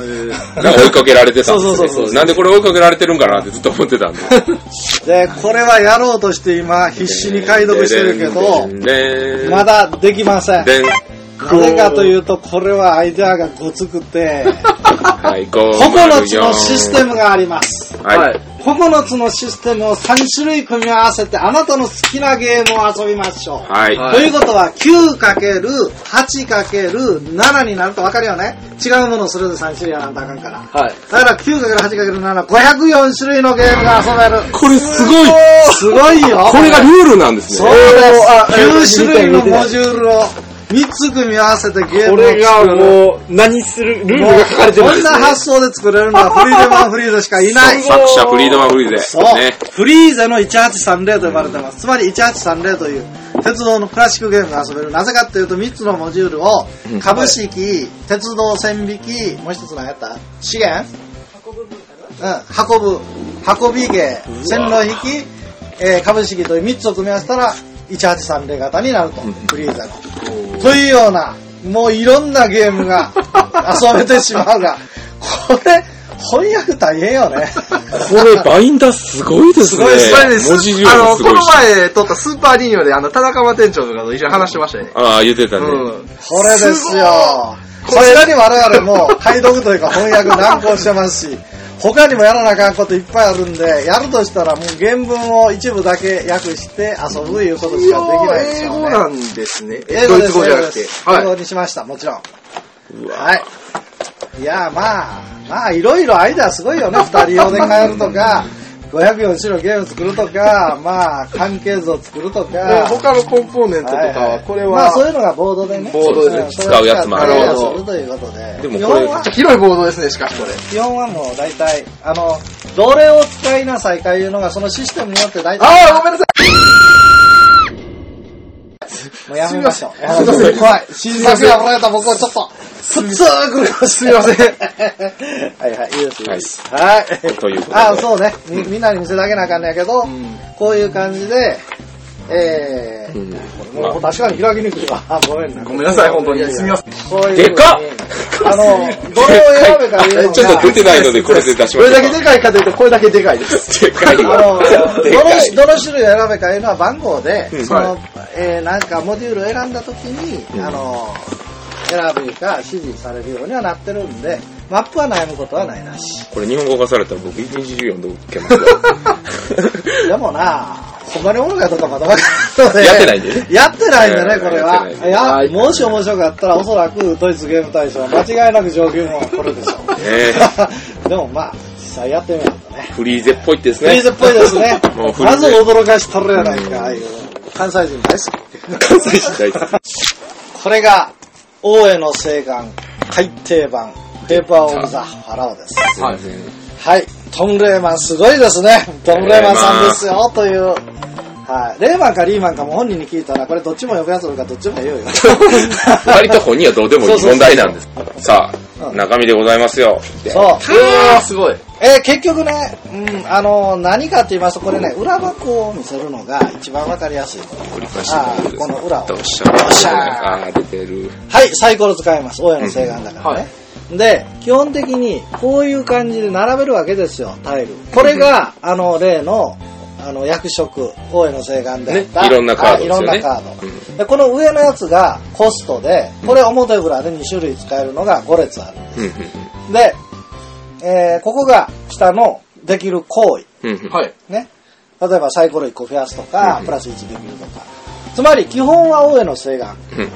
[SPEAKER 1] なんか追いかけられてたんですね。
[SPEAKER 3] そうそうそうそう
[SPEAKER 1] なんでこれ追いかけられてるんかなってずっと思ってたんで。
[SPEAKER 3] で、これはやろうとして今、必死に解読してるけど、
[SPEAKER 1] ね
[SPEAKER 3] まだできません。
[SPEAKER 1] でん。
[SPEAKER 3] なぜかというと、これはアイデアがごつくて、
[SPEAKER 1] はい、こう。
[SPEAKER 3] 9つのシステムがあります。
[SPEAKER 1] はい。
[SPEAKER 2] はい
[SPEAKER 3] 9つのシステムを3種類組み合わせて、あなたの好きなゲームを遊びましょう。
[SPEAKER 1] はい。
[SPEAKER 2] は
[SPEAKER 3] ということは、9×8×7 になると分かるよね。違うものをそれぞれ3種類やらんとあかんから。
[SPEAKER 2] はい。
[SPEAKER 3] だから 9×8×7、504種類のゲームが遊べる。
[SPEAKER 1] これすごい
[SPEAKER 3] すごいよ。
[SPEAKER 1] これがルールなんです
[SPEAKER 3] そう
[SPEAKER 1] ね。
[SPEAKER 3] です。9種類のモジュールを3つ組み合わせてゲーム
[SPEAKER 2] こ
[SPEAKER 3] を作る。
[SPEAKER 2] れがもう、何する、ルール
[SPEAKER 3] もう
[SPEAKER 2] が書かれてるん
[SPEAKER 3] こ
[SPEAKER 2] で
[SPEAKER 3] ん
[SPEAKER 2] す
[SPEAKER 3] な
[SPEAKER 2] ね。
[SPEAKER 3] 発想で作れるのはフリーゼマンフリーゼしかいない。
[SPEAKER 1] 作者フリードマンフリーゼ。
[SPEAKER 3] そう、
[SPEAKER 1] ね。
[SPEAKER 3] フリーゼの1830と呼ばれてます。つまり1830という鉄道のクラシックゲームが遊べる。なぜかというと3つのモジュールを株式、鉄道線引き、もう一つ何やった資源運ぶうん、運ぶ。運び芸、線路引き、えー株式という3つを組み合わせたら1830型になると。フリーゼの。というような、もういろんなゲームが遊べてしまうが、これ、翻訳大変よね。
[SPEAKER 1] これ、バインダーすごいです
[SPEAKER 2] す
[SPEAKER 1] ね。
[SPEAKER 2] ごい、すごいで
[SPEAKER 1] 文字
[SPEAKER 2] す。
[SPEAKER 1] 量
[SPEAKER 2] あ
[SPEAKER 1] も
[SPEAKER 2] の、
[SPEAKER 1] す
[SPEAKER 2] こ
[SPEAKER 1] ごい
[SPEAKER 2] の
[SPEAKER 1] し。
[SPEAKER 2] 前撮ったスーパーリーニョで、あの、田中間店長とかと一緒に話してましたよね。
[SPEAKER 1] ああ、言ってたね。
[SPEAKER 2] うん。
[SPEAKER 3] これですよ。さすがに我々も解読というか翻訳難航してます し、他にもやらなあかんこといっぱいあるんで、やるとしたらもう原文を一部だけ訳して遊ぶいうことしかできないです
[SPEAKER 2] 英
[SPEAKER 3] よ、ね。
[SPEAKER 2] 語なんですね。
[SPEAKER 3] 英
[SPEAKER 2] え
[SPEAKER 3] 語
[SPEAKER 2] ドイ
[SPEAKER 3] で
[SPEAKER 2] ツ
[SPEAKER 3] す、
[SPEAKER 2] 語じゃ
[SPEAKER 3] 英語
[SPEAKER 2] な
[SPEAKER 3] で
[SPEAKER 2] くて。
[SPEAKER 3] す。英
[SPEAKER 2] は
[SPEAKER 3] 語
[SPEAKER 2] い。
[SPEAKER 3] にしました、もちろん。はい。いや、まあ、まあ、いろいろアイデアすごいよね。二人用で変えるとか、504種のゲーム作るとか、まあ、関係図を作ると
[SPEAKER 2] で
[SPEAKER 3] か。
[SPEAKER 2] 他のコンポーネントとかは、これ
[SPEAKER 3] まあ
[SPEAKER 2] は、
[SPEAKER 3] そういうのがボードでね。
[SPEAKER 2] ボードでね
[SPEAKER 3] ん
[SPEAKER 1] 使うやつもあ
[SPEAKER 2] る
[SPEAKER 3] それを使ったりするということで。
[SPEAKER 1] でもこれ
[SPEAKER 3] 基本は、
[SPEAKER 2] 広いボードですね、しかしこれ。
[SPEAKER 3] 基本はもう大体、あの、どれを使いなさいかいうのが、そのシステムによって大体、
[SPEAKER 2] ああ、ごめんなさい。
[SPEAKER 3] もうやめましょう。やめましょう 怖い。新作がもらえた僕はちょっと、普通苦すみません。はいはい、いいですいいです。はい。
[SPEAKER 1] ということで
[SPEAKER 3] ああ、そうね。みみんなに見せてあげなあかんねやけど、こういう感じで、え
[SPEAKER 1] うん
[SPEAKER 3] ー、もう確かに開きにくいわ。 あごめんな
[SPEAKER 2] ごめんなさい、本当に。すみません。
[SPEAKER 3] こういう
[SPEAKER 1] でかっ
[SPEAKER 3] ふうにあ の、どれを選べかいうのが、
[SPEAKER 1] ちょっと出てないので、これで出し
[SPEAKER 2] こ
[SPEAKER 1] まし
[SPEAKER 2] れ
[SPEAKER 1] ょうか
[SPEAKER 2] だけでかいかというと、これだけでか いです。
[SPEAKER 1] でかい
[SPEAKER 3] あの、
[SPEAKER 1] わ。
[SPEAKER 3] ど
[SPEAKER 1] で
[SPEAKER 3] の
[SPEAKER 1] かい。
[SPEAKER 3] どの種類を選べかいうのは番号で、
[SPEAKER 1] うん
[SPEAKER 3] その、
[SPEAKER 2] は
[SPEAKER 3] えーなんかモジュールを選んだ時に、
[SPEAKER 1] うん
[SPEAKER 3] あの、選ぶか指示されるようにはなってるんで、マップは悩むことはないなし。
[SPEAKER 1] これ日本語化されたら僕一日授業で受けますよ。
[SPEAKER 3] でもな、ほんまにおもろいかどうかまだわからんので。
[SPEAKER 1] やってないんでね。
[SPEAKER 3] やってないんでね、これ
[SPEAKER 1] やって
[SPEAKER 3] は。
[SPEAKER 1] ないん
[SPEAKER 3] い
[SPEAKER 1] で
[SPEAKER 3] や、もし面白かったらおそらくドイツゲーム大賞は間違いなく上級もこれでしょう。
[SPEAKER 1] え
[SPEAKER 3] でもまあ、実際やってみないとね。
[SPEAKER 1] フリーゼっぽいです
[SPEAKER 3] フ
[SPEAKER 1] ね。
[SPEAKER 3] リーズっぽいですね。
[SPEAKER 1] もうフリ
[SPEAKER 3] ま
[SPEAKER 1] ー
[SPEAKER 3] ず
[SPEAKER 1] ゼ。
[SPEAKER 3] 驚かしとるやないか、ああいう。関西人です。
[SPEAKER 1] 関西人大好き。
[SPEAKER 3] これが、大江の西岸海底版、ペーパーオブザ・ファラオです。
[SPEAKER 1] はい。
[SPEAKER 3] はい。トム・レーマンすごいですね。トム・レーマンさんですよ、という。はい。レーマンかリーマンかも本人に聞いたら、これどっちも呼ぶやつおるからどっちもええよ、言われ て
[SPEAKER 1] 割と本人はどうでもいい問題なんです。さあ、
[SPEAKER 3] うん
[SPEAKER 1] 中身でございますよ。
[SPEAKER 3] そう。
[SPEAKER 2] わーすごい。
[SPEAKER 3] えー結局ね、うん、あの何かって言いますと、これね、裏箱を見せるのが一番わかりやすい。
[SPEAKER 1] 繰り返してる
[SPEAKER 3] あーこの裏を
[SPEAKER 1] どっしゃ
[SPEAKER 3] どっしゃー
[SPEAKER 1] あー出てる。
[SPEAKER 3] はい、サイコロ使います。大家の請願だからね。で、基本的にこういう感じで並べるわけですよ、タイル。これが、あの、例の、あの、役職、大江の請願であった、
[SPEAKER 1] ねいろんなカードですよね
[SPEAKER 3] はいいろんなカード、で。この上のやつがコストで、これ表裏で2種類使えるのが5列ある。
[SPEAKER 1] うんうん
[SPEAKER 3] で、えーここが下のできる行為。
[SPEAKER 1] うんうんうん
[SPEAKER 2] はい。
[SPEAKER 3] ね。例えばサイコロ1個増やすとか
[SPEAKER 1] う、ん
[SPEAKER 3] プラス1できるとか。つまり基本は大江の請願。
[SPEAKER 1] うん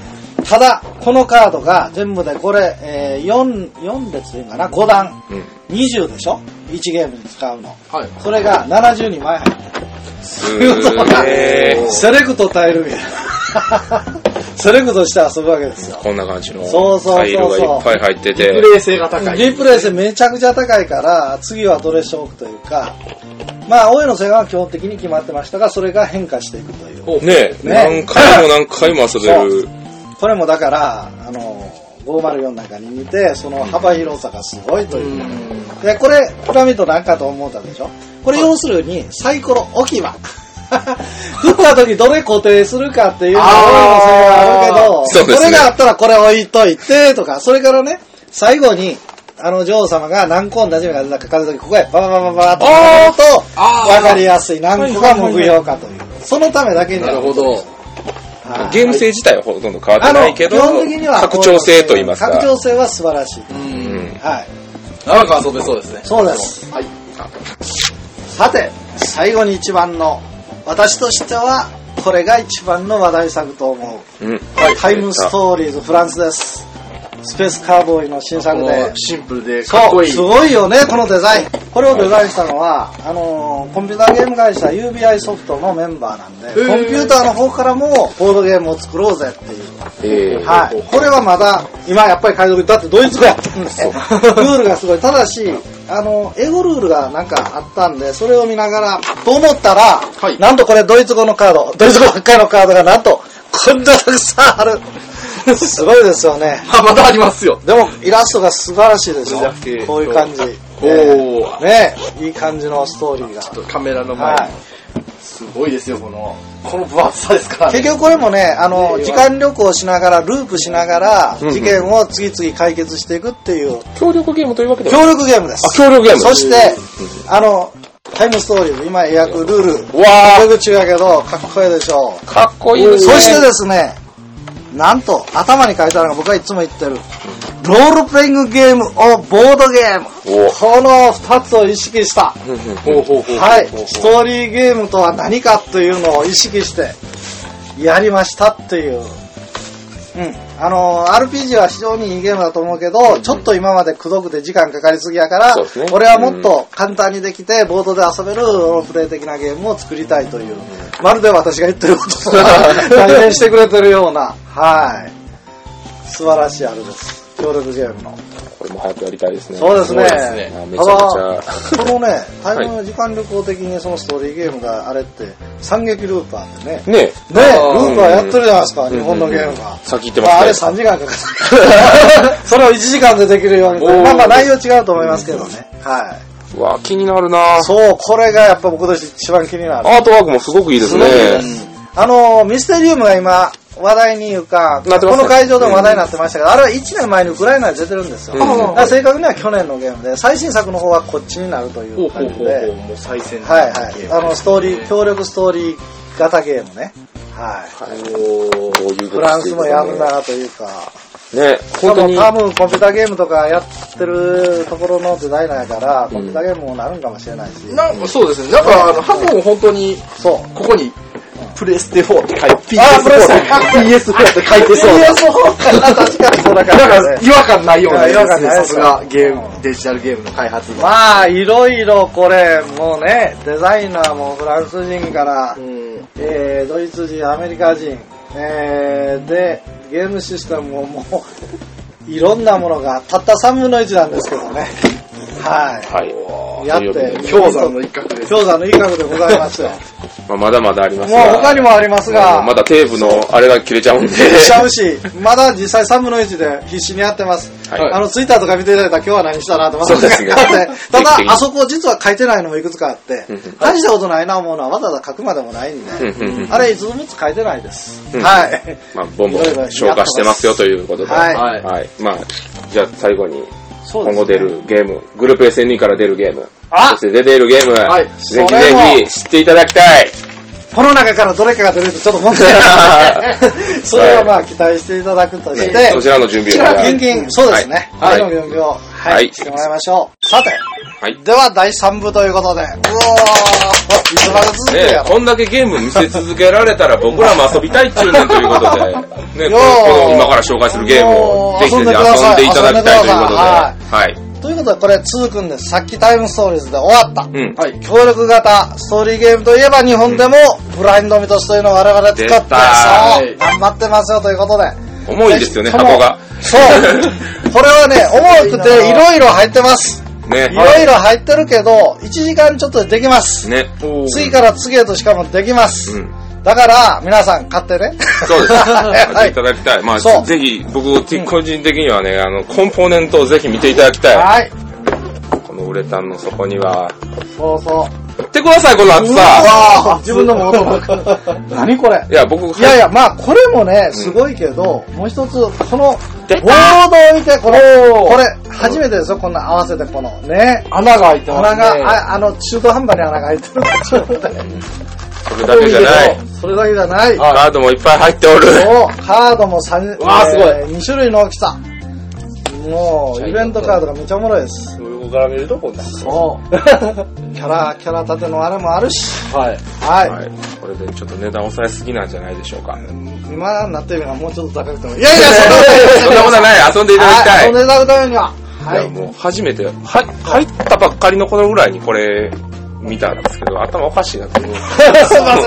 [SPEAKER 3] ただ、このカードが全部でこれ、えー、4、4列というかな、5段。
[SPEAKER 1] うん
[SPEAKER 3] 20でしょ ?1 ゲームに使うの。
[SPEAKER 2] はい。
[SPEAKER 3] それが72枚入ってる。
[SPEAKER 1] す
[SPEAKER 3] ということは
[SPEAKER 1] げー、
[SPEAKER 3] セレクトタイルゲー セレクトして遊ぶわけですよ。
[SPEAKER 1] こんな感じの
[SPEAKER 3] そうそうそうそう
[SPEAKER 1] タイルがいっぱい入ってて
[SPEAKER 2] プ、レイ性が高い。
[SPEAKER 3] リプレイ性めちゃくちゃ高いから、次はどれしておくというか、まあ、大江の請願は基本的に決まってましたが、それが変化していくという。
[SPEAKER 1] ね
[SPEAKER 3] ね
[SPEAKER 1] 何回も何回も遊べる。
[SPEAKER 3] これもだから、あの、504なんかに似て、その幅広さがすごいという。で、これ、ピラミッドなんかと思ったでしょこれ要するに、サイコロ置き場。振った時どれ固定するかっていうのは
[SPEAKER 2] あー
[SPEAKER 3] あるけど、
[SPEAKER 1] そうですね
[SPEAKER 3] これがあったらこれ置いといて、とか、それからね、最後に、あの女王様が何個同じ目が出たか数えた時、ここへバババババーっとやると、
[SPEAKER 2] あー
[SPEAKER 3] わかりやすい何個が目標かという。そのためだけに
[SPEAKER 2] なるほど。
[SPEAKER 3] はい
[SPEAKER 1] ゲーム性自体はほとんど変わって
[SPEAKER 3] あ
[SPEAKER 1] な
[SPEAKER 3] の、
[SPEAKER 1] いけ
[SPEAKER 3] 基
[SPEAKER 1] ど、
[SPEAKER 3] 本的には
[SPEAKER 1] 拡張性といいますか。
[SPEAKER 3] 拡張性は素晴らしい。
[SPEAKER 2] うん。
[SPEAKER 3] はい。
[SPEAKER 2] 長く遊べそうですね。
[SPEAKER 3] そうです。
[SPEAKER 2] はい。
[SPEAKER 3] さて、最後に一番の、私としては、これが一番の話題作と思う。
[SPEAKER 1] うん
[SPEAKER 3] タイムストーリーズフランスです。スペースカーボーイの新
[SPEAKER 2] こ
[SPEAKER 3] 作で
[SPEAKER 2] の。シンプルでかっ
[SPEAKER 3] そ
[SPEAKER 2] こ
[SPEAKER 3] う、
[SPEAKER 2] いい。
[SPEAKER 3] すごいよね、このデザイン。これをデザインしたのは、あのーコンピューターゲーム会社 UBI ソフトのメンバーなんで、
[SPEAKER 2] ー
[SPEAKER 3] コンピューターの方からもボードゲームを作ろうぜってい
[SPEAKER 1] え
[SPEAKER 3] う。
[SPEAKER 1] ー
[SPEAKER 3] はい。これはまだ、今やっぱり海賊だってドイツ語やってるんです よ。ルールがすごい。ただし、あの、英語ルールがなんかあったんで、それを見ながら、と思ったら、
[SPEAKER 2] い
[SPEAKER 3] なんとこれドイツ語のカード、ドイツ語ばっかりのカードがなんと、こんなたくさんある。すごいですよね。
[SPEAKER 2] あ、 まだありますよ。
[SPEAKER 3] でも、イラストが素晴らしいでしょ
[SPEAKER 2] これだけ。
[SPEAKER 3] こういう感じ。
[SPEAKER 2] お
[SPEAKER 3] ね
[SPEAKER 2] ー。
[SPEAKER 3] ねいい感じのストーリーが。
[SPEAKER 2] カメラの前
[SPEAKER 3] は
[SPEAKER 2] に
[SPEAKER 3] い。
[SPEAKER 2] すごいですよ、この、この分厚さですから
[SPEAKER 3] 結
[SPEAKER 2] ね。
[SPEAKER 3] 局これもね、あの、時間旅行しながら、ループしながら、事件を次々解決していくっていう、
[SPEAKER 1] 協力ゲームというわけでは
[SPEAKER 3] 協力ゲームです。
[SPEAKER 1] あ協力ゲーム
[SPEAKER 3] そして、あの、タイムストーリーズ、今英訳ルール、
[SPEAKER 1] うわ
[SPEAKER 3] 出口やけど、かっこいいでしょう。
[SPEAKER 1] ー、かっこいいです
[SPEAKER 3] そ
[SPEAKER 1] ね。
[SPEAKER 3] してですね、なんと、頭に書いてあるのが僕はいつも言ってる、ロールプレイングゲームをボードゲーム。
[SPEAKER 1] お
[SPEAKER 3] この二つを意識した。
[SPEAKER 1] ほうほうほう
[SPEAKER 3] はい、ストーリーゲームとは何かというのを意識してやりましたっていう。うん。あのー、RPG は非常にいいゲームだと思うけど、ちょっと今までくどくて時間かかりすぎやから
[SPEAKER 1] そうですね、
[SPEAKER 3] 俺はもっと簡単にできて、ボードで遊べるロールプレイ的なゲームを作りたいという、まるで私が言ってること を代弁してくれてるような、はい。素晴らしいあれです。協力ゲームの。
[SPEAKER 1] これも早くやりたいですね。
[SPEAKER 3] そうですね。
[SPEAKER 1] あめ
[SPEAKER 3] た
[SPEAKER 1] ちゃ
[SPEAKER 3] だ
[SPEAKER 1] めちゃ。
[SPEAKER 3] このね、タイム
[SPEAKER 1] は
[SPEAKER 3] の時間旅行的にそのストーリーゲームがあれって、三撃ルーパーってね。ね
[SPEAKER 1] ね
[SPEAKER 3] ルーパーやってるじゃないですか、日本のゲームが。
[SPEAKER 1] さっき言ってま
[SPEAKER 3] まあ、あれ
[SPEAKER 1] した
[SPEAKER 3] 3
[SPEAKER 1] ね。
[SPEAKER 3] 時間かか る。それを1時間でできるように。
[SPEAKER 1] おー
[SPEAKER 3] まあまあ内容違うと思いますけどね。は。
[SPEAKER 1] うわー、気になるない
[SPEAKER 3] そう、これがやっぱ僕として一番気になる。
[SPEAKER 1] アートワークもすごくいいですね。
[SPEAKER 3] あの、ミステリウムが今、話題にいうか、
[SPEAKER 1] なってますね
[SPEAKER 3] この会場でも話題になってましたけど、あれは1年前にウクライナで出てるんですよ。
[SPEAKER 1] うん
[SPEAKER 3] だから正確には去年のゲームで、最新作の方はこっちになるとい
[SPEAKER 2] ほう
[SPEAKER 3] う
[SPEAKER 2] ほう
[SPEAKER 3] 感
[SPEAKER 2] ほ
[SPEAKER 3] じ
[SPEAKER 2] うほう、
[SPEAKER 3] で、
[SPEAKER 2] もう最先
[SPEAKER 3] はい
[SPEAKER 2] 端
[SPEAKER 3] はい
[SPEAKER 2] ゲ。ーム
[SPEAKER 3] あの、ストーリー、協力ストーリー型ゲームね。はい。
[SPEAKER 1] おーこういうこと
[SPEAKER 3] フランスもやるなというか、
[SPEAKER 1] ね、
[SPEAKER 3] 多
[SPEAKER 1] 本当
[SPEAKER 3] 分
[SPEAKER 1] に。
[SPEAKER 3] 多分コンピューターゲームとかやってるところのデザイナーやから、コンピューターゲームもなるんかもしれないし、
[SPEAKER 2] なんかそうですね。なんか、あの、箱も本当に、
[SPEAKER 3] そう。
[SPEAKER 2] ここに、プレステ4って書いて、
[SPEAKER 3] あープレステ
[SPEAKER 2] PS4 って書いてそう。
[SPEAKER 3] PS4 かな、確かにそんな感じ
[SPEAKER 2] な
[SPEAKER 3] だね
[SPEAKER 2] んか、違和感ないような
[SPEAKER 3] 違和感ない
[SPEAKER 2] さすがゲーム、デジタルゲームの開発の。
[SPEAKER 3] まあ、いろいろこれ、もうね、デザイナーもフランス人から、
[SPEAKER 2] うん。
[SPEAKER 3] えー、ドイツ人、アメリカ人、えー、で、ゲームシステムももう、いろんなものが、たった3分の1なんですけどね。はい。
[SPEAKER 1] はい。
[SPEAKER 3] やって
[SPEAKER 1] というわけで
[SPEAKER 2] 氷山の一角です。
[SPEAKER 3] 氷山のいい角でござい ますよ。
[SPEAKER 1] ま
[SPEAKER 3] も
[SPEAKER 1] あ、まだまだありま
[SPEAKER 3] う
[SPEAKER 1] すが。
[SPEAKER 3] 他にもあります
[SPEAKER 1] あ
[SPEAKER 3] が
[SPEAKER 1] の、まだテープのあれが切れちゃうんで。
[SPEAKER 3] しちゃうし、まだ実際サムの位置で必死にやってます。
[SPEAKER 1] はい
[SPEAKER 3] あの、ツイッターとか見ていただいたら今日は何したなと思って
[SPEAKER 1] そう ですね
[SPEAKER 3] た
[SPEAKER 1] 定期的に
[SPEAKER 3] だ、あそこ実は書いてないのもいくつかあって
[SPEAKER 1] うんうん、
[SPEAKER 3] 大したことないな思うのはわざわざ書くまでもないんで
[SPEAKER 1] うんうんう、ん
[SPEAKER 3] あれいつもつ書いてないです。
[SPEAKER 1] うん
[SPEAKER 3] はい。
[SPEAKER 1] まあ、ボンボン消化してますよということで。
[SPEAKER 3] はい
[SPEAKER 2] はい
[SPEAKER 1] はい。まあ、じゃあ最後に、
[SPEAKER 3] そうで
[SPEAKER 1] 今
[SPEAKER 3] すね
[SPEAKER 1] 後出るゲーム、グループ SNE から出るゲーム、
[SPEAKER 3] あ
[SPEAKER 1] そして出ているゲーム、
[SPEAKER 2] はい
[SPEAKER 1] ぜひ
[SPEAKER 3] それも
[SPEAKER 1] ぜひ知っていただきたい。
[SPEAKER 3] この中からどれかが出るとちょっと問題があるのでそれはまあ期待していただくとして、
[SPEAKER 1] そちらの準備を。
[SPEAKER 3] 現金、そうですね。
[SPEAKER 1] は
[SPEAKER 3] はいい。の準備を、はい、
[SPEAKER 1] はい
[SPEAKER 3] してもらいましょう。さて、
[SPEAKER 1] はい。
[SPEAKER 3] では第3部ということで、うおー、いつまで続く
[SPEAKER 1] ね
[SPEAKER 3] やろ。
[SPEAKER 1] こんだけゲーム見せ続けられたら僕らも遊びたいっちゅうねんという ことで、ね、こ
[SPEAKER 3] よ
[SPEAKER 1] の
[SPEAKER 3] ー
[SPEAKER 1] この今から紹介するゲームを
[SPEAKER 3] もう
[SPEAKER 1] ぜひぜひ遊ん
[SPEAKER 3] 遊
[SPEAKER 1] で
[SPEAKER 3] んで
[SPEAKER 1] い
[SPEAKER 3] くださ
[SPEAKER 1] ただ
[SPEAKER 3] い
[SPEAKER 1] きたいということで、
[SPEAKER 3] 遊ん
[SPEAKER 1] はい。
[SPEAKER 3] ということでこれ続くんです。さっきタイムストーリーズで終わった。
[SPEAKER 1] うん。
[SPEAKER 2] はい。
[SPEAKER 3] 協力型ストーリーゲームといえば日本でもブラインドミトスというのを我々使って、
[SPEAKER 1] 出た
[SPEAKER 3] そう
[SPEAKER 1] はい、
[SPEAKER 3] 頑張ってますよということで。
[SPEAKER 1] 重いんですよね、
[SPEAKER 3] ぜひとも
[SPEAKER 1] 箱が。
[SPEAKER 3] そう。これはね、重くていろいろ入ってます。
[SPEAKER 1] ね。
[SPEAKER 3] いろいろ入ってるけど、1時間ちょっとでできます。
[SPEAKER 1] ね。
[SPEAKER 3] 次から次へとしかもできます。
[SPEAKER 1] うん。
[SPEAKER 3] だから、皆さん買ってね。
[SPEAKER 1] そうで す。や
[SPEAKER 3] は
[SPEAKER 1] ってい
[SPEAKER 3] い
[SPEAKER 1] た。だきたい。ま
[SPEAKER 3] そ
[SPEAKER 1] あ、
[SPEAKER 3] う
[SPEAKER 1] ぜひ、僕、て個人的にはね、あの、コンポーネントをぜひ見ていただきたい。
[SPEAKER 3] はい。
[SPEAKER 1] このウレタンの底には。
[SPEAKER 3] そうそう。
[SPEAKER 1] やってください、この厚
[SPEAKER 3] う
[SPEAKER 1] さ。
[SPEAKER 3] わ自分のもの何これ
[SPEAKER 1] いや、僕、
[SPEAKER 3] いやいや、まあ、これもね、すごいけど、もう一つ、この、ボードを見て、この、これ、初めてですよ、こんな合わせて、この、ね。
[SPEAKER 2] 穴が開いてます、
[SPEAKER 3] 穴
[SPEAKER 2] ね。
[SPEAKER 3] が、ああの、中途半端に穴が開いてる。
[SPEAKER 1] それだけじゃない。
[SPEAKER 3] それだけじゃない。
[SPEAKER 1] カードもいっぱい入っておる。
[SPEAKER 3] そう、カードも三
[SPEAKER 2] わあすごい
[SPEAKER 3] 2種類の大きさ。もう、イベントカードがめっちゃおもろいです。
[SPEAKER 2] 横から見るとこんな。
[SPEAKER 3] そう。キャラ、キャラ立てのあれもあるし。
[SPEAKER 2] はい。
[SPEAKER 3] はい。
[SPEAKER 1] はい。これでちょっと値段抑えすぎなんじゃないでしょうか。
[SPEAKER 3] 今なってみればもうちょっと高くてもいい。いやいや、
[SPEAKER 1] そんなことはない。遊んでいただきた。
[SPEAKER 3] はいい。それだけためには。
[SPEAKER 1] い
[SPEAKER 3] は
[SPEAKER 1] や、
[SPEAKER 3] い。
[SPEAKER 1] もう初めて、は、入ったばっかりの頃ぐらいにこれ見たんですけど、頭おかしいなと思う。
[SPEAKER 3] すいま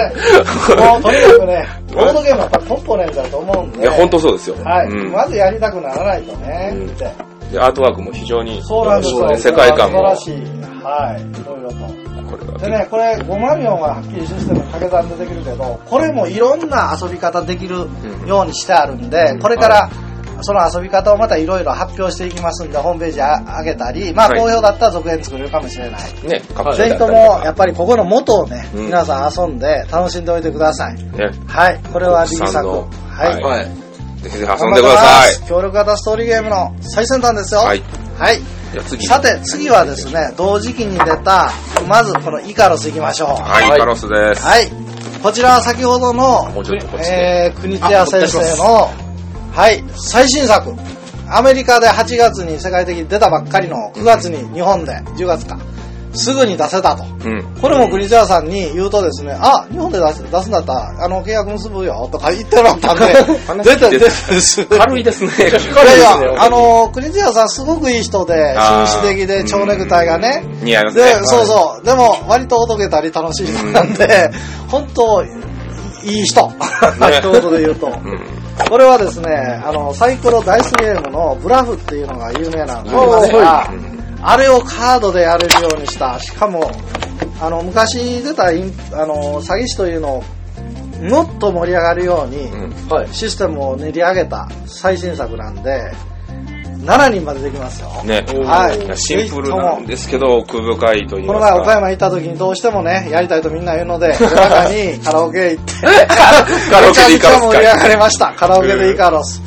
[SPEAKER 3] せん。もうとにかくね、ボードゲームはやっぱりコンポーネントだと思うんで。
[SPEAKER 1] いや、本当そうですよ。
[SPEAKER 3] はい、
[SPEAKER 1] うん
[SPEAKER 3] まずやりたくならないとね、
[SPEAKER 1] うん
[SPEAKER 3] って。
[SPEAKER 1] でアートワークも非常に、
[SPEAKER 3] そうなんですよ。
[SPEAKER 1] 世界観も、
[SPEAKER 3] 素晴らしい。はい。いろいろと。
[SPEAKER 1] これ
[SPEAKER 3] で
[SPEAKER 1] が、
[SPEAKER 3] ね、これ504ははっきりシステム掛け算でできるけど、これもいろんな遊び方できるようにしてあるんで、これからその遊び方をまたいろいろ発表していきますんで、ホームページあ上げたり、まあ
[SPEAKER 1] はい
[SPEAKER 3] 好評だったら続編作れるかもしれない。
[SPEAKER 1] ね、かっこいい
[SPEAKER 3] ぜ
[SPEAKER 1] だ
[SPEAKER 3] ひ
[SPEAKER 1] った
[SPEAKER 3] と
[SPEAKER 1] り
[SPEAKER 3] もやっぱりここの元をね、
[SPEAKER 1] うん
[SPEAKER 3] 皆さん遊んで楽しんでおいてください。
[SPEAKER 1] とかね、
[SPEAKER 3] はい、これはリリ
[SPEAKER 1] 奥さ
[SPEAKER 3] さ
[SPEAKER 1] ん
[SPEAKER 3] ん
[SPEAKER 1] の
[SPEAKER 3] の。
[SPEAKER 1] は
[SPEAKER 3] はいい。
[SPEAKER 2] はい。
[SPEAKER 1] ぜひぜひ遊んでください。
[SPEAKER 3] 協力型ストーリーゲームの最先端ですよ。
[SPEAKER 1] はい。
[SPEAKER 3] はい。
[SPEAKER 1] じゃあ次。
[SPEAKER 3] さて、次はですね、同時期に出た、まずこのイカロス行きましょう。
[SPEAKER 1] はい、
[SPEAKER 2] はい
[SPEAKER 1] カロスです。
[SPEAKER 3] はい。こちらは先ほど
[SPEAKER 1] もう
[SPEAKER 3] の、
[SPEAKER 1] ちょっとこっちで。
[SPEAKER 3] えー、国津屋先生の、はい、最新作。アメリカで8月に世界的に出たばっかりの、9月に日本で、10月か、すぐに出せたと。
[SPEAKER 1] うん。、
[SPEAKER 3] これも国津屋さんに言うとですね、あ、日本で出す出すんだったら、あの、契約結ぶよ、とか言ってもらったんで 出て、出て、
[SPEAKER 1] 軽いですね。
[SPEAKER 3] いやいや、あの、国津屋さんすごくいい人で、
[SPEAKER 1] あー
[SPEAKER 3] 紳士的で、蝶ネクタイがね、
[SPEAKER 1] うん似合いますね
[SPEAKER 3] で、そうそう。でも、割とおどけたり楽しい人なんで、 本当、いい人。一言で言うと。
[SPEAKER 1] うん。
[SPEAKER 3] これはですね、あの、サイコロダイスゲームのブラフっていうのが有名なのがありますが
[SPEAKER 1] う、ん
[SPEAKER 3] あれをカードでやれるようにした。しかも、あの、昔出たインあの、詐欺師というのを、もっと盛り上がるように、
[SPEAKER 1] うん。
[SPEAKER 2] はい。
[SPEAKER 3] システムを練り上げた最新作なんで、7人までできますよ。
[SPEAKER 1] ね、
[SPEAKER 3] はい
[SPEAKER 1] やシンプルなんですけど、奥深いと言い
[SPEAKER 3] この
[SPEAKER 1] ます
[SPEAKER 3] 前岡
[SPEAKER 1] か。
[SPEAKER 3] 山行った時にどうしてもね、やりたいとみんな言う ので、夜中にカラオケ行って、
[SPEAKER 1] カラオケでイカロスか
[SPEAKER 3] めちゃくちゃ盛り上がりました。カラオケでイカロス。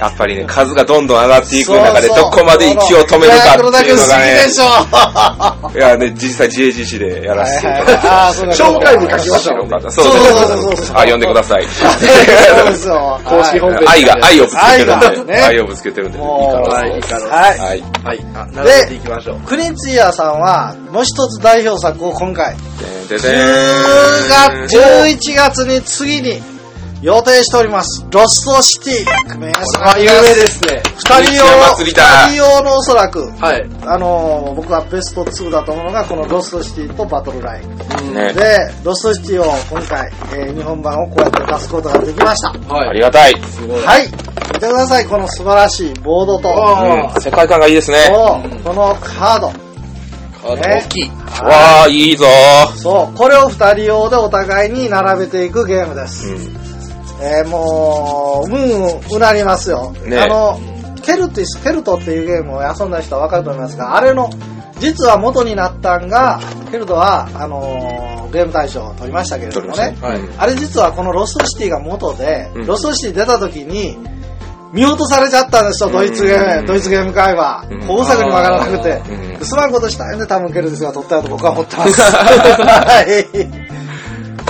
[SPEAKER 1] やっぱりね、数がどんどん上がっていく中で、
[SPEAKER 3] そうそ
[SPEAKER 1] ど
[SPEAKER 3] う
[SPEAKER 1] こまで息を止めるかっていうのが
[SPEAKER 3] いやこれだけ不思議でしょ
[SPEAKER 1] ね、。いやね、実際 JGC でやらせていただいて。
[SPEAKER 3] ああ、そうか
[SPEAKER 2] 紹介文書きましょう
[SPEAKER 1] 白かった。そ
[SPEAKER 3] そうう
[SPEAKER 1] そう
[SPEAKER 3] そう
[SPEAKER 1] そ
[SPEAKER 3] そうう
[SPEAKER 1] そ。
[SPEAKER 3] そう
[SPEAKER 1] あ、呼んでくだ さい。
[SPEAKER 3] そうですよ。はい
[SPEAKER 2] 公式ホームページ
[SPEAKER 1] 愛が、愛をぶつけてるん
[SPEAKER 3] 愛が
[SPEAKER 1] で、
[SPEAKER 3] ね
[SPEAKER 1] 愛をぶつけてるんで、いいか
[SPEAKER 3] もう
[SPEAKER 1] ら。
[SPEAKER 2] はい。いいかな。
[SPEAKER 3] はい。
[SPEAKER 1] はい。
[SPEAKER 2] はい。あ、並べていきましょう。
[SPEAKER 3] クリンツイヤーさんは、もう一つ代表作を今回、
[SPEAKER 1] ででで
[SPEAKER 3] 10
[SPEAKER 1] ーん
[SPEAKER 3] 月、11月に次に予定しております。ロストシティ。名作
[SPEAKER 2] 有名ですね。
[SPEAKER 3] 二人用
[SPEAKER 1] 一応、祭りだ
[SPEAKER 3] 二人用のおそらく、
[SPEAKER 2] はい。
[SPEAKER 3] あのー僕はベスト2だと思うのが、このロストシティとバトルライン。
[SPEAKER 1] ね
[SPEAKER 3] で、ロストシティを今回、えー日本版をこうやって出すことができました。
[SPEAKER 1] あ
[SPEAKER 2] は
[SPEAKER 1] り
[SPEAKER 2] い。
[SPEAKER 1] がたい。う
[SPEAKER 2] すごい。
[SPEAKER 3] はい。見てください、この素晴らしいボードと、
[SPEAKER 2] わあ
[SPEAKER 1] ん世界観がいいですね。
[SPEAKER 3] このこのカード。
[SPEAKER 2] カード大きい。
[SPEAKER 1] わあ、いいぞ
[SPEAKER 3] そう、これを二人用でお互いに並べていくゲームです。えーもう、うん、うなりますよ。
[SPEAKER 1] ね
[SPEAKER 3] あの、ケルティス、ケルトっていうゲームを遊んだ人はわかると思いますが、あれの、実は元になったんが、ケルトは、あのーゲーム大賞を取りましたけれどもね。
[SPEAKER 1] はい。
[SPEAKER 3] あれ実はこのロストシティが元で、
[SPEAKER 1] うん
[SPEAKER 3] ロストシティ出た時に、見落とされちゃったんですよ、ドイツゲ
[SPEAKER 1] う
[SPEAKER 3] ー
[SPEAKER 1] ん
[SPEAKER 3] ム、ドイツゲーム会は
[SPEAKER 1] うん。
[SPEAKER 3] 工作にもわからなくて
[SPEAKER 1] う。ん
[SPEAKER 3] すまんことしたんで多分ケルティスが取ったよと僕は思っ てます。はい。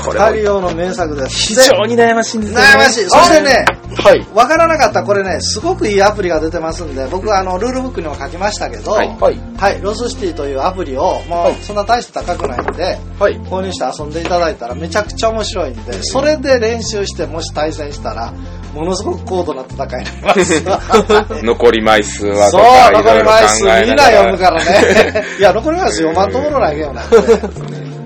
[SPEAKER 1] これ
[SPEAKER 3] 二
[SPEAKER 1] も
[SPEAKER 3] 人用の名作です。
[SPEAKER 4] 非常に悩ましいんですよ、ね。
[SPEAKER 3] 悩ましい。そしてね、
[SPEAKER 4] はい。
[SPEAKER 3] わからなかったこれね、すごくいいアプリが出てますんで、僕あの、ルールブックにも書きましたけど、
[SPEAKER 1] は
[SPEAKER 3] はいい、
[SPEAKER 4] はい。
[SPEAKER 3] ロスシティというアプリを、もうそんな大して高くないんで、
[SPEAKER 1] はい。
[SPEAKER 3] 購入して遊んでいただいたらめちゃくちゃ面白いんで、それで練習して、もし対戦したら、ものすごく高度な戦いになります。
[SPEAKER 1] 残り枚数は
[SPEAKER 3] そう、残り枚数みんな読むからね。いや、残り枚数読まんともろないゲームなんで、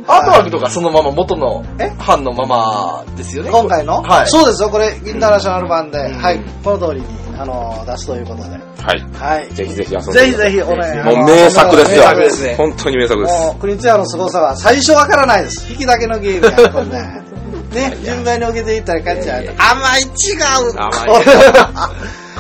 [SPEAKER 2] アートワークとかそのまま元の
[SPEAKER 3] え
[SPEAKER 2] 版のままですよね。
[SPEAKER 3] 今回の、
[SPEAKER 2] はい
[SPEAKER 3] そうですよ、これ、インターナショナル版で、
[SPEAKER 2] ん
[SPEAKER 3] はい、この通りに、あの、出すということで。
[SPEAKER 1] はい。
[SPEAKER 3] はい。
[SPEAKER 1] ぜひぜひ遊んで
[SPEAKER 3] ぜひぜひ、お願い
[SPEAKER 1] もう名作ですよ。
[SPEAKER 3] 名作ですね。
[SPEAKER 1] 本当に名作です。
[SPEAKER 3] もう、クリンツヤの凄さは最初わからないです。引きだけのゲームや、こんなん。ね、順番に受けていったら勝っちゃう。甘い違う
[SPEAKER 1] 甘い
[SPEAKER 3] これは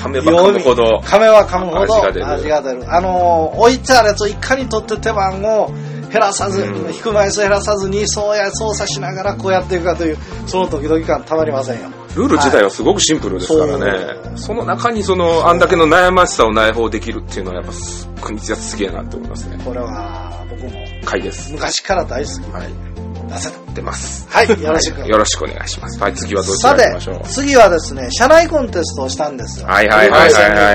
[SPEAKER 1] 噛めば噛むほど。
[SPEAKER 3] 噛めは噛むほど
[SPEAKER 1] 味が出る
[SPEAKER 3] 味が出る。あのー、置いてあるやつをいかに取って手番を減らさず、
[SPEAKER 1] うん
[SPEAKER 3] 引く枚数減らさずに、そうや操作しながらこうやっていくかという、その時々感たまりませんよ。
[SPEAKER 1] ルール自体はすごくシンプルですからね。
[SPEAKER 3] はい
[SPEAKER 1] その中にその、あんだけの悩ましさを内包できるっていうのはやっぱす、国津屋すげえなって思いますね。
[SPEAKER 3] これは、僕も
[SPEAKER 1] 回です。
[SPEAKER 3] 昔から大好き。
[SPEAKER 1] はい。
[SPEAKER 3] 出せた。
[SPEAKER 1] 出ます。
[SPEAKER 3] はい、よろしく。
[SPEAKER 1] よろしくお願いします。はい、次はどちら
[SPEAKER 3] さ
[SPEAKER 1] に行きま
[SPEAKER 3] て
[SPEAKER 1] しょう、
[SPEAKER 3] 次はですね、社内コンテストをしたんですよ。
[SPEAKER 1] はいはいはいはいはいはいは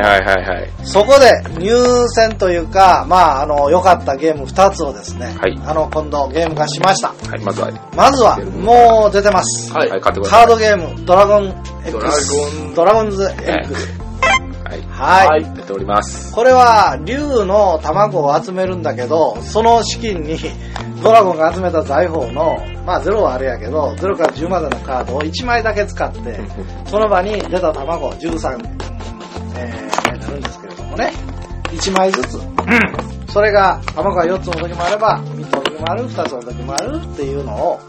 [SPEAKER 1] い。
[SPEAKER 3] そこで入選というか、まあ、あの、良かったゲーム2つをですね、
[SPEAKER 1] はい
[SPEAKER 3] あの、今度ゲーム化しました。
[SPEAKER 1] はい、まずは、
[SPEAKER 3] まずは、もう出てます。
[SPEAKER 1] はい、買ってくださ
[SPEAKER 3] カ
[SPEAKER 1] い。
[SPEAKER 3] ードゲーム、ドラゴン X。ドラゴンズ X。
[SPEAKER 1] はい。
[SPEAKER 3] はい。
[SPEAKER 1] やっております。
[SPEAKER 3] これは、竜の卵を集めるんだけど、その資金に、ドラゴンが集めた財宝の、まあ0はあれやけど、0から10までのカードを1枚だけ使って、その場に出た卵13、えー、になるんですけれどもね、1枚ずつ。それが、卵が4つの時もあれば、3つの時もある、2つの時もあるっていうのを、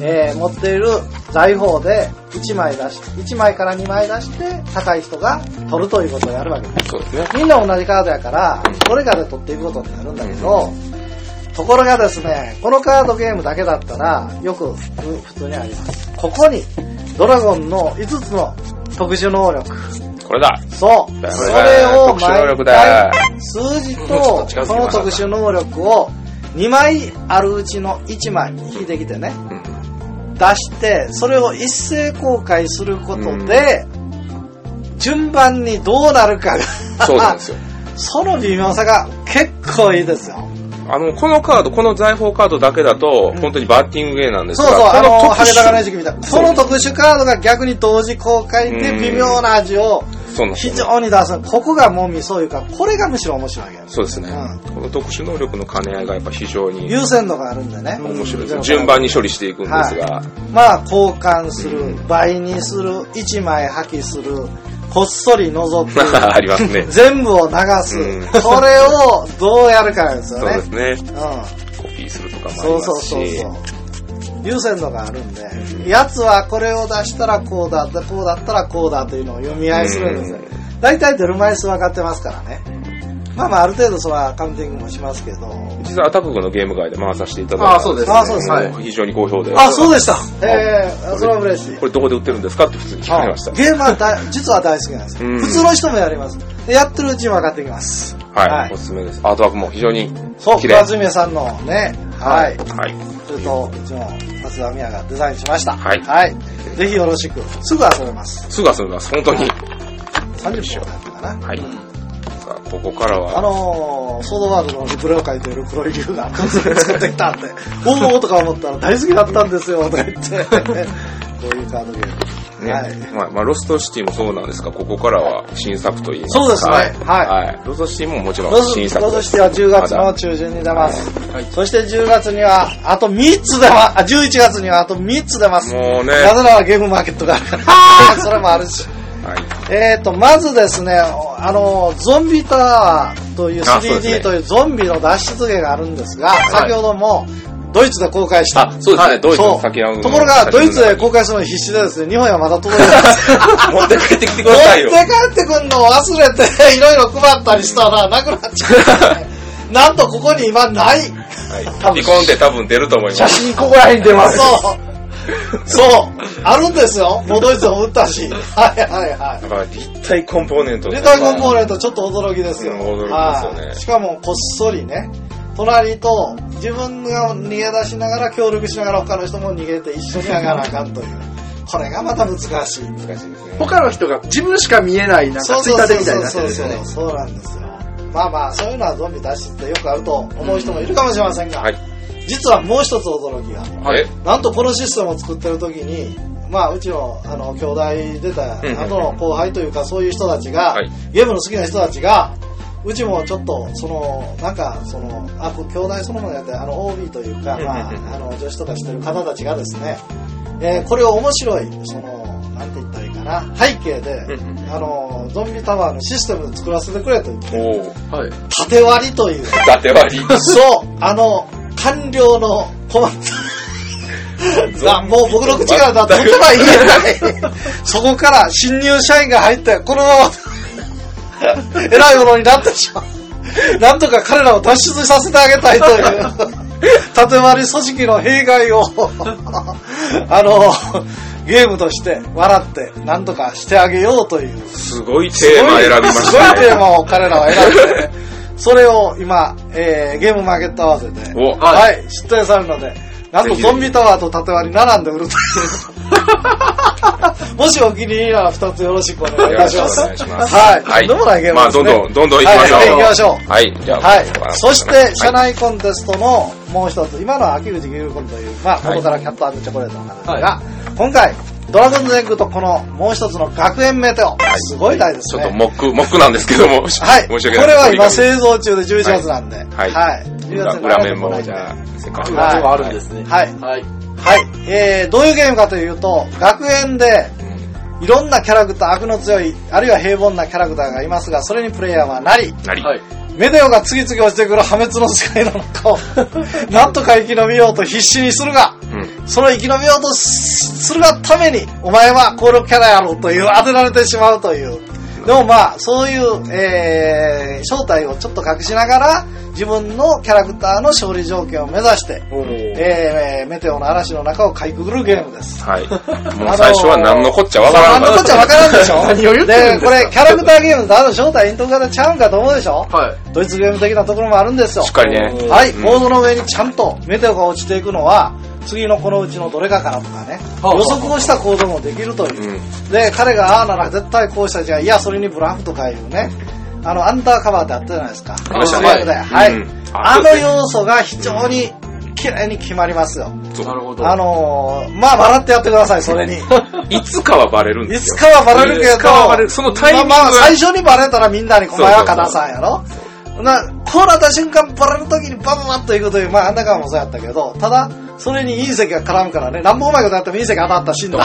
[SPEAKER 3] えー持っている財宝で1枚出して、1枚から2枚出して、高い人が取るということをやるわけです。
[SPEAKER 1] そうですね。
[SPEAKER 3] みんな同じカードやから、どれかで取っていくことになるんだけど、ところがですね、このカードゲームだけだったら、よく普通普通にあります。ここに、ドラゴンの5つの特殊能力。
[SPEAKER 1] これだ。
[SPEAKER 3] そう。
[SPEAKER 1] だ
[SPEAKER 3] それを
[SPEAKER 1] 特殊能
[SPEAKER 3] 毎
[SPEAKER 1] 力だ
[SPEAKER 3] 回、数字と
[SPEAKER 1] ちょっと近づきました
[SPEAKER 3] その特殊能力を2枚あるうちの1枚引いてきてね、
[SPEAKER 1] うん
[SPEAKER 3] 出して、それを一斉公開することで、順番にどうなるかが、
[SPEAKER 1] そうなんですよ。
[SPEAKER 3] その微妙さが結構いいですよ。
[SPEAKER 1] あの、このカード、この財宝カードだけだと、
[SPEAKER 3] うん
[SPEAKER 1] 本当にバッティングゲーなんです
[SPEAKER 3] そう
[SPEAKER 1] が、
[SPEAKER 3] そう、
[SPEAKER 1] こ
[SPEAKER 3] あの、
[SPEAKER 1] 特
[SPEAKER 3] ハゲ
[SPEAKER 1] 殊
[SPEAKER 3] タカの餌食みたいな。この特殊カードが逆に同時公開で
[SPEAKER 1] うん
[SPEAKER 3] 微妙な味を
[SPEAKER 1] そうなんです
[SPEAKER 3] 非
[SPEAKER 1] よ
[SPEAKER 3] 常に出す。ここがもみそういうか、これがむしろ面白いゲーム。
[SPEAKER 1] そうですね、
[SPEAKER 3] う
[SPEAKER 1] この特殊能力の兼ね合いがやっぱ非常に
[SPEAKER 3] 優先度があるんでね。
[SPEAKER 1] 面白いです。順番に処理していくんですが、
[SPEAKER 3] まあ、交換する
[SPEAKER 1] う、
[SPEAKER 3] 倍にする、1枚破棄する、こっそり覗
[SPEAKER 1] あ
[SPEAKER 3] く、
[SPEAKER 1] りますね。
[SPEAKER 3] 全部を流す
[SPEAKER 1] うん。
[SPEAKER 3] これをどうやるかなんですよ
[SPEAKER 1] そう
[SPEAKER 3] ね
[SPEAKER 1] で。すね。
[SPEAKER 3] うん。
[SPEAKER 1] コピーするとかもあり
[SPEAKER 3] そう
[SPEAKER 1] ま
[SPEAKER 3] そう
[SPEAKER 1] す
[SPEAKER 3] そう
[SPEAKER 1] し
[SPEAKER 3] そ、う。優先度があるんで、やつはこれを出したらこうだった、こうだったらこうだというのを読み合いするんですよ。大体出る枚数分かってますからね。まあまあある程度それはカウンティングもしますけど。
[SPEAKER 1] 実はアタックのゲーム会で回させていただいた
[SPEAKER 2] あそうです
[SPEAKER 3] ねあそうですね
[SPEAKER 1] ん非常に好評で。
[SPEAKER 3] あ、そうでした。えー、それは嬉しい
[SPEAKER 1] こ。れどこで売ってるんですかって普通に聞かれました。
[SPEAKER 3] ゲームは大実は大好きなんですよ。
[SPEAKER 1] うん
[SPEAKER 3] 普通の人もやります。でやってるうちに分かってきます。
[SPEAKER 1] はい、
[SPEAKER 3] はい
[SPEAKER 1] おすすめです。アートワークも非常に
[SPEAKER 3] そう、
[SPEAKER 1] 綺
[SPEAKER 3] 桑
[SPEAKER 1] 麗。
[SPEAKER 3] 爪さんのね、はい。
[SPEAKER 1] はい。
[SPEAKER 3] それと、うちの松田美也がデザインしました。
[SPEAKER 1] はい
[SPEAKER 3] はい。ぜひよろしく。すぐ遊べます。
[SPEAKER 1] すぐ遊びます、本当に。
[SPEAKER 3] 30分だったかな。
[SPEAKER 1] はい。さあ、ここから
[SPEAKER 3] あ
[SPEAKER 1] は、
[SPEAKER 3] のー、ソードワールドのリプレイを書いている黒い竜が突然作ってきた んで、おおとか思ったら大好きだったんですよ、とか言って。こういうカードゲーム。
[SPEAKER 1] ね、
[SPEAKER 3] はい。
[SPEAKER 1] まあ、まあ、ロストシティもそうなんですが、ここからは新作といいますか。
[SPEAKER 3] そうですねはい
[SPEAKER 1] はい。ロストシティももちろ
[SPEAKER 3] ロ
[SPEAKER 1] ん
[SPEAKER 3] ス
[SPEAKER 1] 新作
[SPEAKER 3] ロ
[SPEAKER 1] で
[SPEAKER 3] ス
[SPEAKER 1] す。
[SPEAKER 3] シティは10月
[SPEAKER 1] ま
[SPEAKER 3] の
[SPEAKER 1] だ
[SPEAKER 3] 中旬に出ます。そして10月には、あと3つ出ます。あ、11月にはあと3つ出ます。
[SPEAKER 1] もうね
[SPEAKER 3] なぜならゲームマーケットがあるから。それもあるし。
[SPEAKER 1] はい。
[SPEAKER 3] えー、と、まずですね、あの、ゾンビタワーという
[SPEAKER 1] あそうですね
[SPEAKER 3] 3D というゾンビの脱出芸があるんですが、
[SPEAKER 1] い
[SPEAKER 3] 先ほどもドイツで公開した。
[SPEAKER 1] あ、そうですね、ドイツ
[SPEAKER 3] そ
[SPEAKER 1] の
[SPEAKER 3] う
[SPEAKER 1] 先の。
[SPEAKER 3] ところが、ドイツで公開するのに必死でですね、日本にはまだ届い てないです。
[SPEAKER 1] 持って帰ってきてく
[SPEAKER 3] 持
[SPEAKER 1] ださい
[SPEAKER 3] っ
[SPEAKER 1] よ。
[SPEAKER 3] て帰ってくんのを忘れて、いろいろ配ったりしたら、なくなっちゃう。なんとここに今な
[SPEAKER 1] は
[SPEAKER 3] い。
[SPEAKER 1] い。離婚って多分出ると思いま
[SPEAKER 4] 写
[SPEAKER 1] す。
[SPEAKER 4] 真ここら辺に出ます。
[SPEAKER 3] そう。そう。あるんですよ。もうドイツも売ったし。はいはいはい。
[SPEAKER 1] だから立体コンポーネント
[SPEAKER 3] リタイコンポーネントちょっと驚きですよ。
[SPEAKER 1] うん驚きですよね
[SPEAKER 3] はいしかもこっそりね、隣と自分が逃げ出しながら協力しながら他の人も逃げて一緒に上がらなあかんという。 これがまた難しい。難しいですね。
[SPEAKER 2] 他の人が自分しか見えない、なんかツイッターでみたいになってるんです
[SPEAKER 3] そ
[SPEAKER 2] よ
[SPEAKER 3] う
[SPEAKER 2] ね
[SPEAKER 3] そう。そうそうなんですよ。まあまあ、そういうのはゾンビ脱出ってよくあると思う人もいるかもしれませんが、
[SPEAKER 1] はい
[SPEAKER 3] 実はもう一つ驚きが。
[SPEAKER 1] はい。
[SPEAKER 3] なんとこのシステムを作ってる時に、まあ、うちの、あの、兄弟出た
[SPEAKER 1] うんうん
[SPEAKER 3] 後の後輩というか、そういう人たちが、
[SPEAKER 1] はい
[SPEAKER 3] ゲームの好きな人たちが、うちもちょっと、その、なんか、その、あ、こう兄弟そのものやって、あの、OB という
[SPEAKER 1] う
[SPEAKER 3] か、まあ、
[SPEAKER 1] んうんうん
[SPEAKER 3] あの、女子とかしてる方たちがですね、えーこれを面白い、その、なんて言ったらいいかな、背景で、
[SPEAKER 1] うんうん
[SPEAKER 3] あの、ゾンビタワーのシステムで作らせてくれという、
[SPEAKER 1] おお。
[SPEAKER 2] はい。
[SPEAKER 3] 縦割りという、
[SPEAKER 1] 縦割り。
[SPEAKER 3] そう、あの、官僚の困った。あもう僕の口からだと言葉言えない。そこから新入社員が入って、このまま、偉いものになってしまう。なんとか彼らを脱出させてあげたいという、縦割り組織の弊害を、あの、ゲームとして笑って、なんとかしてあげようという。
[SPEAKER 1] すごいテーマ選びました
[SPEAKER 3] すごいテー
[SPEAKER 1] ね。
[SPEAKER 3] マを彼らは選んで、 それを今、えーゲームマーケット合わせて、
[SPEAKER 1] お
[SPEAKER 3] はい、出演されるので、なんと
[SPEAKER 1] ぜひぜひ
[SPEAKER 3] ゾンビタワーと縦割り並ん で売るという。もしお気に入りなら2つよろしくお願いいたします。
[SPEAKER 1] よろしくお願いします
[SPEAKER 3] はい。
[SPEAKER 1] は
[SPEAKER 3] はいい、とんでもないゲーム
[SPEAKER 1] まあ、
[SPEAKER 3] です
[SPEAKER 1] ど
[SPEAKER 3] ね。
[SPEAKER 1] んどん、どんどん行きましょう。
[SPEAKER 3] はいはい行きましょう
[SPEAKER 1] はい。じゃあ、
[SPEAKER 3] はい。そして、社
[SPEAKER 1] はい
[SPEAKER 3] 内コンテストのもう一つ、今のは秋口牛コンという、まあ、ここからキャットチョコレートの話ですが、今回、ドラゴンズエッグとこのもう一つの学園名と、すごい題で
[SPEAKER 1] ち
[SPEAKER 3] す
[SPEAKER 1] ょ
[SPEAKER 3] ね。
[SPEAKER 1] っとモック、モックなんですけども、はい、申し
[SPEAKER 3] はい。
[SPEAKER 1] 訳ない。
[SPEAKER 3] これは今製造中で11月なんで。
[SPEAKER 1] はい
[SPEAKER 3] 10
[SPEAKER 1] 裏
[SPEAKER 3] 月に
[SPEAKER 1] 裏面
[SPEAKER 3] は
[SPEAKER 1] も、
[SPEAKER 3] い
[SPEAKER 1] じゃあ、せっかく。
[SPEAKER 3] 裏面も
[SPEAKER 2] あるんですね。
[SPEAKER 3] はい。
[SPEAKER 2] はい。
[SPEAKER 3] はい。えー、どういうゲームかというと、学園で、いろんなキャラクター、悪の強い、あるいは平凡なキャラクターがいますが、それにプレイヤーはなり、
[SPEAKER 1] なり。
[SPEAKER 2] はい。
[SPEAKER 3] メデオが次々落ちてくる破滅の使いの 中を、なんとか生き延びようと必死にするが、
[SPEAKER 1] うん。
[SPEAKER 3] その生き延びようとするがために、お前はコールキャラやろうという、当てられてしまうという。でもまあ、そういう、えー、正体をちょっと隠しながら、自分のキャラクターの勝利条件を目指して、えー、メテオの嵐の中をかいくぐるゲームです。
[SPEAKER 1] はい。 もう最初は何のこっちゃわから
[SPEAKER 3] あ
[SPEAKER 1] ん
[SPEAKER 3] のこっちゃわからんでしょ
[SPEAKER 2] 何を言ってるんですか
[SPEAKER 3] これ、キャラクターゲームだと正体イント型ちゃうんかと思うでしょ
[SPEAKER 2] はい。
[SPEAKER 3] ドイツゲーム的なところもあるんですよ
[SPEAKER 1] しっ。かりね。
[SPEAKER 3] はい、
[SPEAKER 1] うん
[SPEAKER 3] ボードの上にちゃんとメテオが落ちていくのは、次のこのうちのどれかからとかね、
[SPEAKER 2] はあ
[SPEAKER 3] 予測をした行動もできるというう。
[SPEAKER 1] ん。
[SPEAKER 3] で、彼がああなら絶対こうしたじゃ、いや、それにブラフとかいうね、あの、アンダーカバーってあったじゃないですか。
[SPEAKER 1] りましたね
[SPEAKER 3] ブラフではい。
[SPEAKER 1] うん
[SPEAKER 3] あの要素が非常に綺麗に決まりますよ。
[SPEAKER 1] そう
[SPEAKER 2] なるほど。
[SPEAKER 3] あのー、まあ、笑ってやってください、そ れに。
[SPEAKER 1] いつかはバレるんで
[SPEAKER 3] い
[SPEAKER 1] す
[SPEAKER 3] つ
[SPEAKER 1] よ。
[SPEAKER 3] かはバレるけ
[SPEAKER 1] いつかはバレ
[SPEAKER 3] ど、
[SPEAKER 1] るそのタイミング
[SPEAKER 3] まあまあ、最初にバレたらみんなに、お前は片さんやろな、こうなった瞬間バレるときにバババッといくという、まあ、あんなかもそうやったけど、ただ、それに隕石が絡むからね、なんぼうまいことやっても隕石当たった、死 んだ。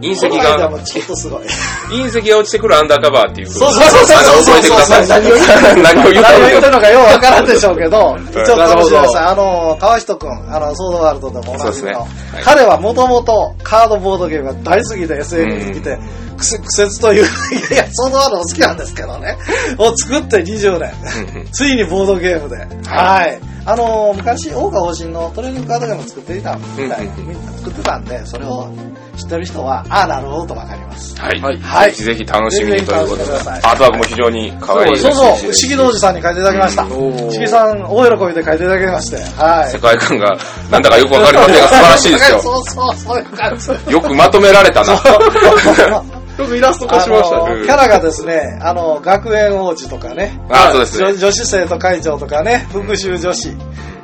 [SPEAKER 1] 隕石
[SPEAKER 3] この間
[SPEAKER 1] が、
[SPEAKER 3] もちょっとすごい。
[SPEAKER 1] 隕石が落ちてくるアンダーカバーっていう。
[SPEAKER 3] そうそうそうそう
[SPEAKER 1] あの覚えてください。
[SPEAKER 3] そうそ う
[SPEAKER 1] 何を言った
[SPEAKER 3] 何
[SPEAKER 1] のか
[SPEAKER 3] を言ったのかようわからんでしょうけど、一応
[SPEAKER 2] なる
[SPEAKER 3] 楽
[SPEAKER 2] ほ
[SPEAKER 3] し
[SPEAKER 2] ど
[SPEAKER 3] みです。あの、川人くん、あの、ソードワールドでもおなじみの、
[SPEAKER 1] そうですねはい
[SPEAKER 3] 彼はもともとカードボードゲームが大好きで SNS 好きで、くせ、苦節という、いや、ソードワールドも好きなんですけどね、を作って20年。
[SPEAKER 1] うんうん
[SPEAKER 3] ついにボードゲームで。はい。あのー昔、大川方針のトレーニングカードゲームを作っていたみたい、
[SPEAKER 1] うんうん
[SPEAKER 3] 作ってたんで、それを知ってる人は、ああ、なるほどとわかります。
[SPEAKER 1] はい。
[SPEAKER 3] はい
[SPEAKER 1] ぜひぜひ楽しみにということで
[SPEAKER 3] ぜひぜひ楽しんでください
[SPEAKER 1] アートワークも非常に可愛いです
[SPEAKER 3] そうそう、不
[SPEAKER 1] し
[SPEAKER 3] 思議のおじさんに書いていただきました。
[SPEAKER 1] うん
[SPEAKER 3] 不思議さん、大喜びで書いていただきまして。はい。
[SPEAKER 1] 世界観が、なんだかよくわかりませんが、素晴らしいですよ。
[SPEAKER 3] そうそう、そういう感じ。
[SPEAKER 1] よくまとめられたな。
[SPEAKER 2] よくイラスト化
[SPEAKER 3] あ
[SPEAKER 2] しました
[SPEAKER 3] の
[SPEAKER 1] うん
[SPEAKER 3] キャラがですね、あの、学園王子とかね、
[SPEAKER 1] あそうですね
[SPEAKER 3] 女女子生徒会長とかね、復讐女子、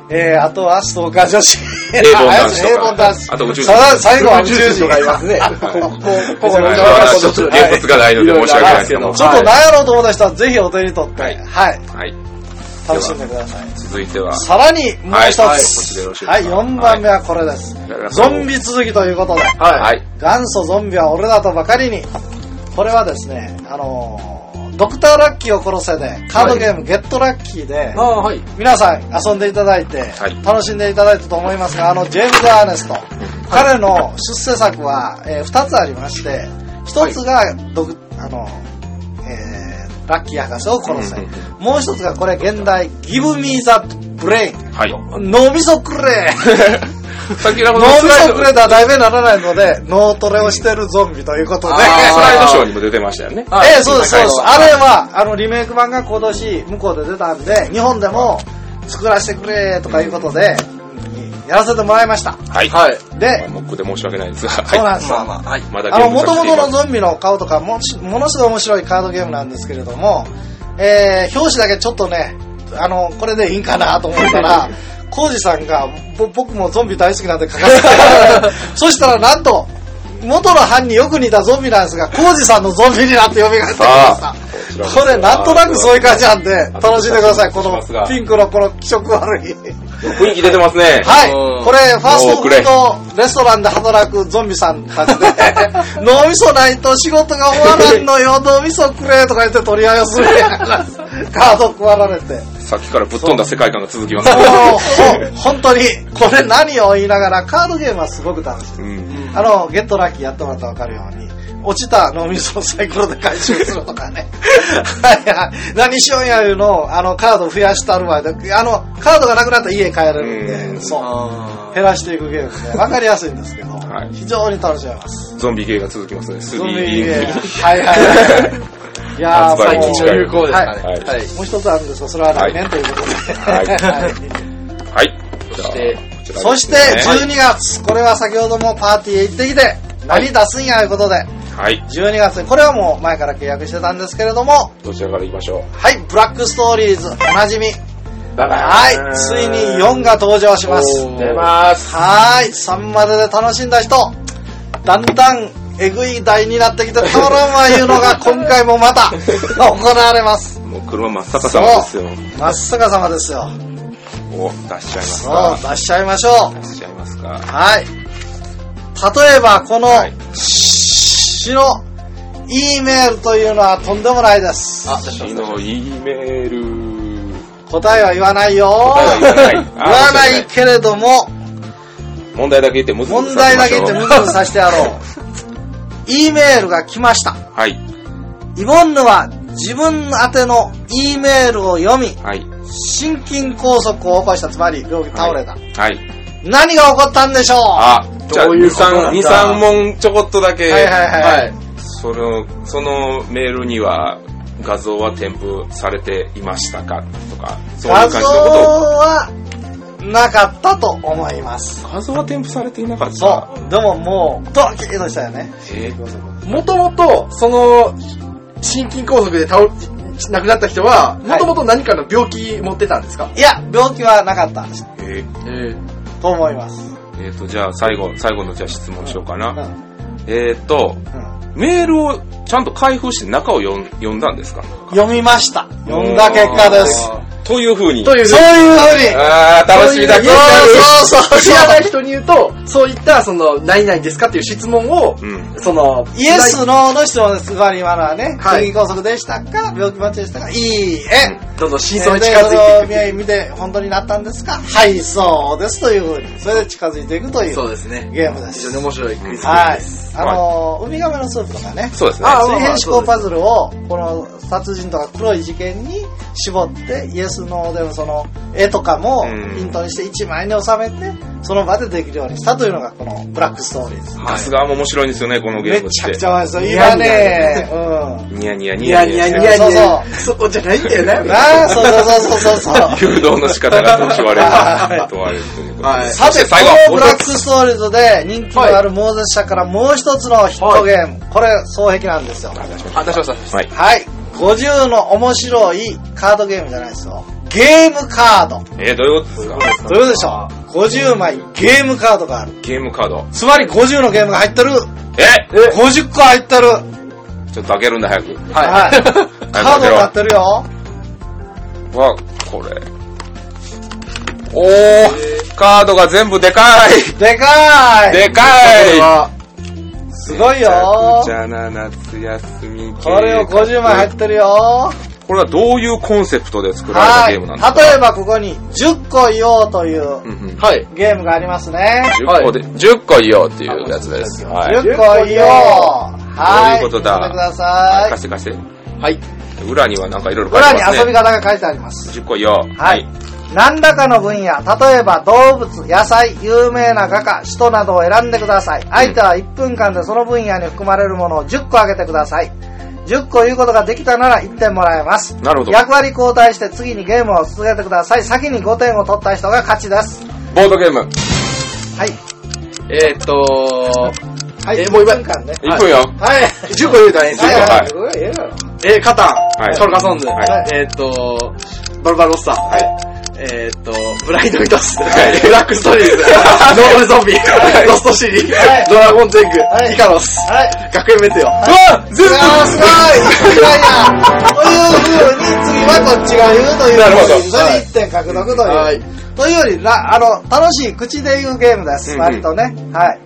[SPEAKER 3] えー、あとはストーカー女子、
[SPEAKER 1] 平凡男子とか
[SPEAKER 3] 平凡男子
[SPEAKER 1] あと宇宙人
[SPEAKER 3] さあ最後は宇宙人
[SPEAKER 2] とかいますね。
[SPEAKER 3] ここ
[SPEAKER 1] まあちょっと伝説がないので申し訳ないですけども。
[SPEAKER 3] ちょっと悩ろうと思った人はぜひお手に取って、
[SPEAKER 1] は
[SPEAKER 3] はいい。
[SPEAKER 1] はい。
[SPEAKER 3] 楽しんでください。
[SPEAKER 1] 続いては、
[SPEAKER 3] さらにもう一
[SPEAKER 1] はいはいこちらよろし
[SPEAKER 3] つ。
[SPEAKER 1] いですか
[SPEAKER 3] はい、4番目はこれです
[SPEAKER 1] はい。
[SPEAKER 3] ゾンビ続きということで、
[SPEAKER 1] はい。
[SPEAKER 3] 元祖ゾンビは俺だとばかりに、これはですね、あのードクターラッキーを殺せで、カードゲームゲットラッキーで、
[SPEAKER 1] ああ、はい。
[SPEAKER 3] 皆さん遊んでいただいて、
[SPEAKER 1] はい
[SPEAKER 3] 楽しんでいただいたと思いますが、あの、ジェームズ・アーネスト、彼の出世作は、え2つありまして、1つが、ドクあの、えーラッキー博士を殺せ
[SPEAKER 1] うんうん。
[SPEAKER 3] もう1つが、これ、現代、Give me that brain。
[SPEAKER 1] はい。
[SPEAKER 3] 脳みそく れ
[SPEAKER 1] さっきのこ
[SPEAKER 3] 脳み
[SPEAKER 1] のスライ
[SPEAKER 3] そ
[SPEAKER 1] ド
[SPEAKER 3] くれとは題名にならないので、脳トレをしてるゾンビということで、
[SPEAKER 1] スライドショーにも出てましたよね。
[SPEAKER 3] ええそうです、そうです。あれは、あの、リメイク版が今年、向こうで出たんで、日本でも作らせてくれとかいうことで、やらせてもらいました。
[SPEAKER 1] はい。はい。
[SPEAKER 3] で、
[SPEAKER 1] まあ、ここで申し訳ないですが、
[SPEAKER 3] そう
[SPEAKER 1] は
[SPEAKER 3] なんですよ。
[SPEAKER 2] まあまあ、はい。
[SPEAKER 1] い。まだ
[SPEAKER 3] あの、
[SPEAKER 1] 現
[SPEAKER 3] も
[SPEAKER 1] 物化し
[SPEAKER 3] とも
[SPEAKER 1] てい
[SPEAKER 3] と
[SPEAKER 1] ま
[SPEAKER 3] の
[SPEAKER 1] す。
[SPEAKER 3] ゾンビの顔とかもし、ものすごい面白いカードゲームなんですけれども、えー、表紙だけちょっとね、あの、これでいいんかなと思っ たら、コウジさんが、ぼ僕もゾンビ大好きなんで書かせてもらって そしたらなんと、元の犯によく似たゾンビなんですが、コウジさんのゾンビになって蘇ってきました
[SPEAKER 1] あ。ー
[SPEAKER 3] これなんとなくそういう感じなんで、楽しんでください。この
[SPEAKER 1] しますが
[SPEAKER 3] ピンクのこの気色悪い。
[SPEAKER 1] 雰囲気出てますね。
[SPEAKER 3] はい
[SPEAKER 2] うん。
[SPEAKER 3] これ、ファ
[SPEAKER 1] もうくれ
[SPEAKER 3] ーストフードレストランで働くゾンビさんたちで、 脳みそないと仕事が終わらん のよ、脳みそくれとか言って取り合いをするやんかカード配られて。も
[SPEAKER 1] さっきからぶっ飛んだ世界観が続きますね。
[SPEAKER 3] う、ほ本当に、これ何を言いながら、カードゲームはすごく楽しい。
[SPEAKER 1] うん。
[SPEAKER 3] あの、ゲットラッキーやってもらったらわかるように、落ちた脳みそをサイコロで回収するとかね。はいはい。何しようんやいうのを、あの、カード増やしたるわ。であの、カードがなくなったら家帰れるん
[SPEAKER 1] う
[SPEAKER 3] で、
[SPEAKER 1] ん
[SPEAKER 3] そう。
[SPEAKER 2] あ
[SPEAKER 3] 減らしていくゲームで、わかりやすいんですけど、
[SPEAKER 1] はい
[SPEAKER 3] 非常に楽しめます。
[SPEAKER 1] ゾンビゲーが続きますね。
[SPEAKER 3] ゾンビゲ
[SPEAKER 1] 3D
[SPEAKER 3] ーム。はいはいはい。いやー、
[SPEAKER 1] 発売日
[SPEAKER 2] ー最近の有効ですかね。
[SPEAKER 1] はい
[SPEAKER 2] はい。
[SPEAKER 3] もう一つあるんですが、それは来年ということで。
[SPEAKER 1] はい
[SPEAKER 3] はい
[SPEAKER 1] はい。
[SPEAKER 2] そして
[SPEAKER 1] じゃあ
[SPEAKER 3] そして、12月、これは先ほどもパーティーへ行ってきて、何出すんやいうことで、
[SPEAKER 1] はい。
[SPEAKER 3] 12月に、これはもう前から契約してたんですけれども、
[SPEAKER 1] どちらから行きましょう。
[SPEAKER 3] はい、ブラックストーリーズ、おなじみ。はい、ついに4が登場します。
[SPEAKER 1] 出ます。
[SPEAKER 3] はーい、3までで楽しんだ人、だんだんえぐい台になってきてたまらんわいう のが今回もまた行われます。
[SPEAKER 1] もう車真っ逆さまですよ。
[SPEAKER 3] まっすぐさまですよ。
[SPEAKER 1] お、出しちゃいます
[SPEAKER 3] そう、
[SPEAKER 1] か。
[SPEAKER 3] 出しちゃいましょう。
[SPEAKER 1] 出しちゃいますか。
[SPEAKER 3] はい。例えば、この
[SPEAKER 1] はい、
[SPEAKER 3] 詩の E メールというのはとんでもないです。
[SPEAKER 2] あ、
[SPEAKER 1] 私の E メール。
[SPEAKER 3] 答えは言わないよ。
[SPEAKER 1] 答えは言わない
[SPEAKER 3] 言わないけれども、
[SPEAKER 1] 問題だけ言ってむずむず
[SPEAKER 3] 問
[SPEAKER 1] させ
[SPEAKER 3] 題
[SPEAKER 1] ま
[SPEAKER 3] だ
[SPEAKER 1] しょ
[SPEAKER 3] け
[SPEAKER 1] う
[SPEAKER 3] 言ってムズムズさせて やろう。E メールが来ました。
[SPEAKER 1] はい。
[SPEAKER 3] イボンヌは自分宛ての E メールを読み、
[SPEAKER 1] はい。
[SPEAKER 3] 心筋梗塞を起こした、つまり病気倒れた。
[SPEAKER 1] はい。
[SPEAKER 3] 何が起こったんでしょうは
[SPEAKER 1] あ、じゃあ、
[SPEAKER 2] どういうことなんだ
[SPEAKER 1] 2、3問ちょこっとだ
[SPEAKER 3] い
[SPEAKER 1] け。
[SPEAKER 3] はいはい。
[SPEAKER 2] はい。
[SPEAKER 1] その、そのメールには、画像は添付されていましたかとか、そうい
[SPEAKER 3] 画
[SPEAKER 1] う感
[SPEAKER 3] 像
[SPEAKER 1] じのことを。
[SPEAKER 3] はなかったと思います。
[SPEAKER 1] 画像は添付されていなかった。
[SPEAKER 3] そう。でももう、ドキッとしたよね。
[SPEAKER 1] えー
[SPEAKER 2] もともと、その、心筋梗塞で倒、亡くなった人は、もともと何かの病気持ってたんですか
[SPEAKER 3] いや、病気はなかった
[SPEAKER 1] えー
[SPEAKER 2] ええ。
[SPEAKER 3] と思います。
[SPEAKER 1] えーと、じゃあ最後、最後のじゃあ質問しようか
[SPEAKER 3] うんう
[SPEAKER 1] な。
[SPEAKER 3] ん
[SPEAKER 1] えっと、メールをちゃんと開封して中を読ん読んだんですか
[SPEAKER 3] 読みました。読んだ結果です。
[SPEAKER 1] というふうに。
[SPEAKER 2] という
[SPEAKER 3] そういうふうに。
[SPEAKER 1] あー、楽しみだ
[SPEAKER 2] そういう
[SPEAKER 3] そうそう
[SPEAKER 2] 知らない人に言うと、そういった、その、何々ですかっていう質問を、
[SPEAKER 1] うん。
[SPEAKER 2] その、
[SPEAKER 3] イエス、ノーの質問です。つまり今のはね、
[SPEAKER 2] はい
[SPEAKER 3] 心筋梗塞でしたか病気待ちでしたかいいえ。
[SPEAKER 2] どんどん真
[SPEAKER 3] そ
[SPEAKER 2] 相
[SPEAKER 3] れ
[SPEAKER 2] に
[SPEAKER 3] で
[SPEAKER 2] 近づいていくって
[SPEAKER 3] 見て、本当になったんですかはい、そうです。というふうに。それで近づいていくとい
[SPEAKER 2] いう。そう
[SPEAKER 3] う
[SPEAKER 2] ですね。
[SPEAKER 3] ゲームで
[SPEAKER 2] 非
[SPEAKER 3] す
[SPEAKER 2] 常に。面白いクイズです。
[SPEAKER 3] はい。
[SPEAKER 1] す
[SPEAKER 3] あのー、ウミガメのスープとかね。
[SPEAKER 1] そうですね。
[SPEAKER 2] あ
[SPEAKER 3] 水平思
[SPEAKER 2] そう
[SPEAKER 3] 考
[SPEAKER 2] で
[SPEAKER 3] パ
[SPEAKER 2] す
[SPEAKER 3] ズルを、この殺人とか黒い事件に絞って、イエス、ノーでのその絵とかも
[SPEAKER 1] うん
[SPEAKER 3] ヒントにして1枚に収めて、その場でできるようにしたというのがこのブラックストーリーです。
[SPEAKER 1] ガス側も面白いんですよね、このゲ
[SPEAKER 3] め
[SPEAKER 1] ームっ
[SPEAKER 3] ちゃくち
[SPEAKER 1] て。
[SPEAKER 3] ゃうまいですよ。
[SPEAKER 2] ニヤ
[SPEAKER 3] 今
[SPEAKER 2] ニヤ
[SPEAKER 3] ね、うん。
[SPEAKER 1] ニヤニヤニ
[SPEAKER 2] ニヤ
[SPEAKER 1] ヤ
[SPEAKER 2] ニ
[SPEAKER 1] ニ
[SPEAKER 2] ヤ
[SPEAKER 1] ヤし
[SPEAKER 2] ニ
[SPEAKER 1] て。
[SPEAKER 2] ヤニ
[SPEAKER 3] そう
[SPEAKER 2] ヤ。そこじゃないんだよね。
[SPEAKER 3] なあ、そうそうそうそうそう。
[SPEAKER 1] 誘導の仕方が少し 悪いなと問われるということで。
[SPEAKER 2] はい
[SPEAKER 3] さて、こ
[SPEAKER 1] 最後
[SPEAKER 3] のブラックストーリーズで人気のあるモーゼス社からもう一つのヒットゲーム。これ、双璧なんですよ。
[SPEAKER 2] あ、出しました。
[SPEAKER 1] はい。
[SPEAKER 3] はい。50の面白いカードゲームじゃないですよ。ゲームカード。
[SPEAKER 1] えー、どういうことですか
[SPEAKER 3] どういうことでしょう ?50 枚ゲームカードがある。
[SPEAKER 1] ゲームカード。
[SPEAKER 3] つまり50のゲームが入ってる。
[SPEAKER 1] え
[SPEAKER 3] 50個入ってる。
[SPEAKER 1] ちょっと開けるんだ、早く。
[SPEAKER 3] はい。カードになってるよ。
[SPEAKER 1] わ、これ。おー、カードが全部でかい
[SPEAKER 3] でかーい
[SPEAKER 1] でかい
[SPEAKER 3] すごいよ
[SPEAKER 1] じゃな夏休み系
[SPEAKER 3] これを50枚入ってるよ
[SPEAKER 1] これはどういうコンセプトで作られた
[SPEAKER 3] はい。
[SPEAKER 1] ゲームなんですか
[SPEAKER 3] 例えばここに10個言おうという
[SPEAKER 1] うんうん
[SPEAKER 2] はい。
[SPEAKER 3] ゲームがありますね。
[SPEAKER 1] 10個で、10個言おうっていうやつです。はい。
[SPEAKER 3] 10個言おう。はい。
[SPEAKER 1] どういうことだ
[SPEAKER 3] 見てくだ
[SPEAKER 1] はい
[SPEAKER 3] さ
[SPEAKER 1] 貸して貸して。
[SPEAKER 2] はい。
[SPEAKER 1] 裏にはなんかいろいろ
[SPEAKER 3] い。
[SPEAKER 1] 書い
[SPEAKER 3] 裏
[SPEAKER 1] てます
[SPEAKER 3] に
[SPEAKER 1] ね。
[SPEAKER 3] 遊び方が書いてあります。
[SPEAKER 1] 10個言おう。
[SPEAKER 3] はい。何らかの分野、例えば動物、野菜、有名な画家、首都などを選んでください。相手は1分間でその分野に含まれるものを10個あげてください。10個言うことができたなら1点もらえます。
[SPEAKER 1] なるほど
[SPEAKER 3] 役割交代して次にゲームを続けてください。先に5点を取った人が勝ちです。
[SPEAKER 1] ボードゲーム。
[SPEAKER 3] はい。
[SPEAKER 2] えーっと、
[SPEAKER 3] はい。
[SPEAKER 2] えーもう今
[SPEAKER 3] 1分間ね。
[SPEAKER 1] いくよ。
[SPEAKER 2] はい。10個言うたらいいんです
[SPEAKER 1] は
[SPEAKER 2] よ
[SPEAKER 1] い。
[SPEAKER 3] はい。すごいええやろ
[SPEAKER 2] えー、カタン、
[SPEAKER 1] い
[SPEAKER 2] ソルカソンズ、
[SPEAKER 1] はい
[SPEAKER 2] えーっと、バルバロッサ、えーっと、ブライドイトス、
[SPEAKER 1] はい
[SPEAKER 2] ブラックストーリーズ、ノーマルゾンビ、ロストシリー、
[SPEAKER 3] はい
[SPEAKER 2] ドラゴンズエッグ、
[SPEAKER 3] はい
[SPEAKER 2] イカロス、
[SPEAKER 3] はい。
[SPEAKER 2] 学園滅よ。
[SPEAKER 1] うわ全
[SPEAKER 3] いやーすごいすごいなという風に次はこっちが言うという
[SPEAKER 1] なるほど
[SPEAKER 3] それで1点獲得という。
[SPEAKER 2] はい
[SPEAKER 3] というよりな、あの、楽しい口で言うゲームです。
[SPEAKER 1] うんうん
[SPEAKER 3] 割とね。はい。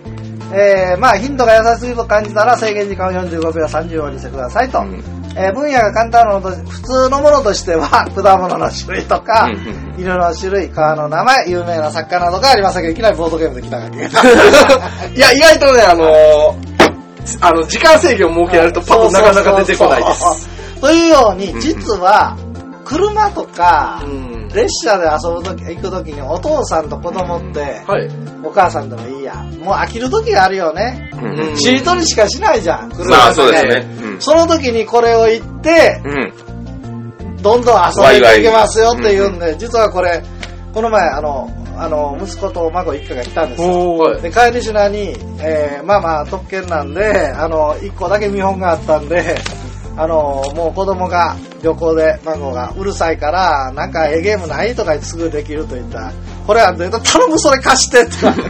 [SPEAKER 3] えー、まあ、頻度が優しすぎると感じたら制限時間を45秒30秒にしてくださいと。
[SPEAKER 1] うん
[SPEAKER 3] えー分野が簡単なものとし、普通のものとしては、 果物の種類とか
[SPEAKER 1] うんうん、
[SPEAKER 3] 色の種類、川の名前、有名な作家などがありませんが、いきなりボードゲームできたわけ
[SPEAKER 2] いや、意外とね、あのー、あの、時間制限を設けられるとパッとなかなか出てこないです。
[SPEAKER 3] す。というように、実は、車とか、
[SPEAKER 2] うん
[SPEAKER 3] 列車で遊ぶとき、行くときにお父さんと子供って、
[SPEAKER 2] はい。
[SPEAKER 3] お母さんでもいいや。もう飽きるときがあるよね。
[SPEAKER 1] うんうん
[SPEAKER 3] しりとりしかしないじゃん。車
[SPEAKER 1] まあ、
[SPEAKER 3] と
[SPEAKER 1] そう
[SPEAKER 3] か
[SPEAKER 1] ですね。
[SPEAKER 3] その時にこれを言って、
[SPEAKER 1] うん。うん。
[SPEAKER 3] どんどん遊んでいきますよって言うんで、実はこれ、この前、あの、あの、息子と孫一家が来たんですよ。
[SPEAKER 2] はい
[SPEAKER 3] で、帰りしなに、えー、まあまあ、特権なんで、あの、一個だけ見本があったんで、あの、もう子供が旅行で、孫がうるさいから、なんかええゲームないとかすぐできると言ったら、これはね、頼むそれ貸してって言われ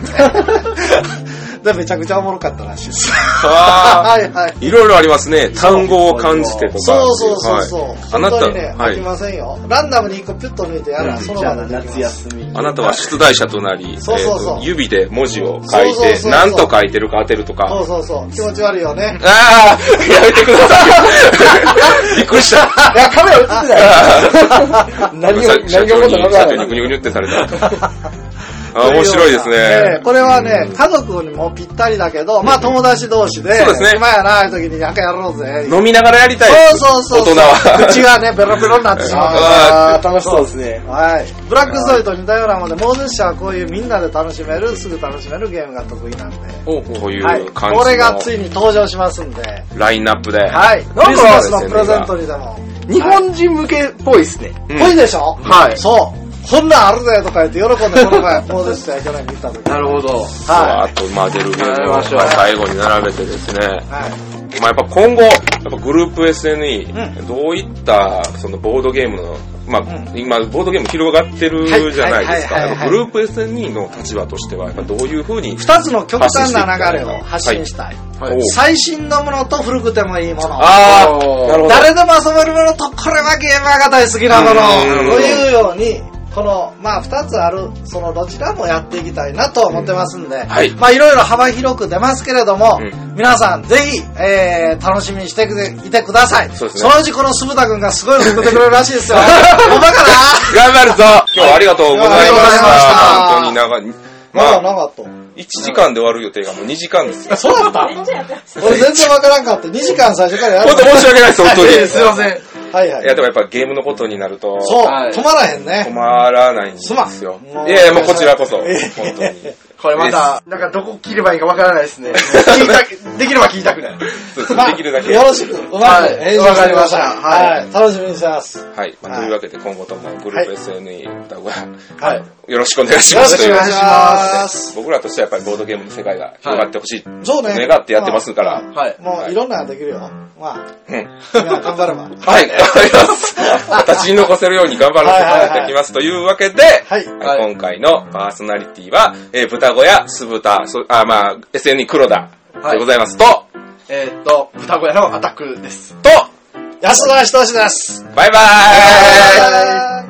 [SPEAKER 3] て。で、めちゃくちゃおもろかったらしいです。
[SPEAKER 1] あ
[SPEAKER 3] はいはい。
[SPEAKER 1] ーいろいろありますね。単語を感じてとか。
[SPEAKER 3] そうそうそうそう。
[SPEAKER 1] はいあ
[SPEAKER 3] 本
[SPEAKER 1] なた
[SPEAKER 3] 当にね、、
[SPEAKER 1] は
[SPEAKER 3] 飽き
[SPEAKER 1] い。
[SPEAKER 3] ませんよ。ランダムに一個ピュッと抜いてやら、その
[SPEAKER 2] じゃ
[SPEAKER 3] 場
[SPEAKER 2] あ、
[SPEAKER 3] でできます
[SPEAKER 2] 夏休み。
[SPEAKER 1] あなたは出題者となり、えー
[SPEAKER 3] そうそうそう
[SPEAKER 1] と指で文字を書い
[SPEAKER 3] そうそうそうそ
[SPEAKER 1] て、
[SPEAKER 3] う
[SPEAKER 1] 何と書いてるか当てるとか。
[SPEAKER 3] そうそうそう。気持ち悪いよね。
[SPEAKER 1] ああやめてください。びっくりした。
[SPEAKER 2] いや、カメラ映ってない。 何
[SPEAKER 1] 社
[SPEAKER 2] を、
[SPEAKER 1] 社
[SPEAKER 2] 何
[SPEAKER 1] 長
[SPEAKER 2] が起
[SPEAKER 1] に、
[SPEAKER 2] こ
[SPEAKER 1] 社長
[SPEAKER 2] ったか分
[SPEAKER 1] にグ
[SPEAKER 2] から
[SPEAKER 1] ニ
[SPEAKER 2] ない。
[SPEAKER 1] ュグニュってされた。あー面白いです
[SPEAKER 3] え
[SPEAKER 1] ね
[SPEAKER 3] え。これはね、家族にもぴったりだけど、まあ友達同士で、
[SPEAKER 1] そうですね
[SPEAKER 3] 暇やな、ああいう時になんかやろうぜ。
[SPEAKER 1] 飲みながらやりたいです。
[SPEAKER 3] そうそうそうそう。
[SPEAKER 1] 大人は。
[SPEAKER 3] 口がね、ベロベロになってしまうから。
[SPEAKER 2] あー、楽しそうですね。
[SPEAKER 3] はい。ブラックストーリーと似たようなもので、モーデス社はこういうみんなで楽しめる、すぐ楽しめるゲームが得意なんで。
[SPEAKER 1] とい。
[SPEAKER 3] はいう
[SPEAKER 1] 感
[SPEAKER 3] これがつ
[SPEAKER 1] じ
[SPEAKER 3] いに登場しますんで。
[SPEAKER 1] のラインナップで。
[SPEAKER 3] はい。クリスマスのプレゼントにでも。
[SPEAKER 2] 日本人向けっぽいですね。
[SPEAKER 1] うん
[SPEAKER 3] ぽいでしょ
[SPEAKER 2] はい
[SPEAKER 3] そう。こんなんあるぜとか言って喜んで、この前、 モーデス社去年見た時。
[SPEAKER 2] なるほど。
[SPEAKER 1] あ
[SPEAKER 3] は
[SPEAKER 1] と混ぜるゲ
[SPEAKER 2] や
[SPEAKER 1] ー
[SPEAKER 2] り
[SPEAKER 1] ムを
[SPEAKER 2] ましょう
[SPEAKER 1] 最後に並べてですね、
[SPEAKER 3] い。はい。
[SPEAKER 1] まあ、やっぱ今後、やっぱグループ SNE、
[SPEAKER 3] う
[SPEAKER 1] どういったそのボードゲームの、まあ、
[SPEAKER 3] う
[SPEAKER 1] 今、ボードゲーム広がってるじゃないですか、
[SPEAKER 3] はいはいはいはい
[SPEAKER 1] やっぱグループ SNE の立場としては、やっぱどういうふうに、
[SPEAKER 3] 二つの極端な流れを発信したい。
[SPEAKER 1] はいおう
[SPEAKER 3] 最新のものと古くてもいいもの。
[SPEAKER 1] ああ、
[SPEAKER 2] おー
[SPEAKER 1] なるほど。
[SPEAKER 3] 誰でも遊べるものと、これはゲーマーが大好きなも
[SPEAKER 1] うん
[SPEAKER 3] の。というように、この、まあ、二つある、そのどちらもやっていきたいなと思ってますんで、
[SPEAKER 1] はい
[SPEAKER 3] まあ、いろいろ幅広く出ますけれども、
[SPEAKER 1] うん
[SPEAKER 3] 皆さん、ぜひ、えー、楽しみにしてくいてください。
[SPEAKER 1] そうですね
[SPEAKER 3] のうちこの鈴田君がすごいの作ってくれるらしい ですよ。ほんまかな
[SPEAKER 1] 頑張るぞ今日はありがとうございました。本
[SPEAKER 3] あ
[SPEAKER 1] 当
[SPEAKER 3] り
[SPEAKER 1] に長い。
[SPEAKER 3] まだ
[SPEAKER 1] まあ、
[SPEAKER 3] なかった。
[SPEAKER 1] 1時間で終わる予定がもう2時間ですよ。
[SPEAKER 3] そうだった俺全然わからんかった。2時間最初からや
[SPEAKER 1] 本
[SPEAKER 3] る
[SPEAKER 1] 当。申し訳ないです、本当に。
[SPEAKER 2] えーすいません。
[SPEAKER 3] はいはい
[SPEAKER 1] いや、。でもやっぱゲームのことになると、
[SPEAKER 3] そう、
[SPEAKER 2] はい
[SPEAKER 3] 止まらへんね。
[SPEAKER 1] 止まらないんです
[SPEAKER 3] すまん
[SPEAKER 1] よ。
[SPEAKER 3] もう
[SPEAKER 1] いやいや、もうこちらこそ、本
[SPEAKER 3] ええ
[SPEAKER 1] 当に。
[SPEAKER 2] これまた、なんかどこ切ればいいかわからないですね。聞いたく、できれば聞いたくない。
[SPEAKER 1] そうですできるだけ。
[SPEAKER 3] よろしく、うまく
[SPEAKER 2] はい
[SPEAKER 3] 編集してください。
[SPEAKER 2] わかりました
[SPEAKER 3] は。
[SPEAKER 2] はい
[SPEAKER 3] 楽しみにしてます。
[SPEAKER 1] はい、まあ
[SPEAKER 3] はい
[SPEAKER 1] というわけで今後ともグループ
[SPEAKER 3] は
[SPEAKER 1] SNE 歌が
[SPEAKER 3] はい。
[SPEAKER 1] よろしくお願いし
[SPEAKER 3] よ
[SPEAKER 1] ま
[SPEAKER 3] ろ
[SPEAKER 1] す
[SPEAKER 3] し
[SPEAKER 1] とい
[SPEAKER 3] くお
[SPEAKER 1] う
[SPEAKER 3] 願いします。
[SPEAKER 1] 僕らとしてはやっぱりボードゲームの世界が広がってほしい、
[SPEAKER 3] そうね。
[SPEAKER 1] 願ってやってますから。
[SPEAKER 3] ま
[SPEAKER 2] はい
[SPEAKER 3] あ。もういろんなのできるよ。まあ、
[SPEAKER 1] うん
[SPEAKER 3] みんな頑張れば。
[SPEAKER 1] はい、頑張り ます。形に残せるように頑張らせていただきます。というわけで、
[SPEAKER 3] はい
[SPEAKER 1] はい今回のパーソナリティは、えー豚小屋、酢豚、そあ、まあ、SNE 黒田でございます。と、
[SPEAKER 2] えーっと、豚小屋のアタックです。
[SPEAKER 1] と、
[SPEAKER 3] 安田仁志です。
[SPEAKER 1] バイバーイ
[SPEAKER 3] バイバイ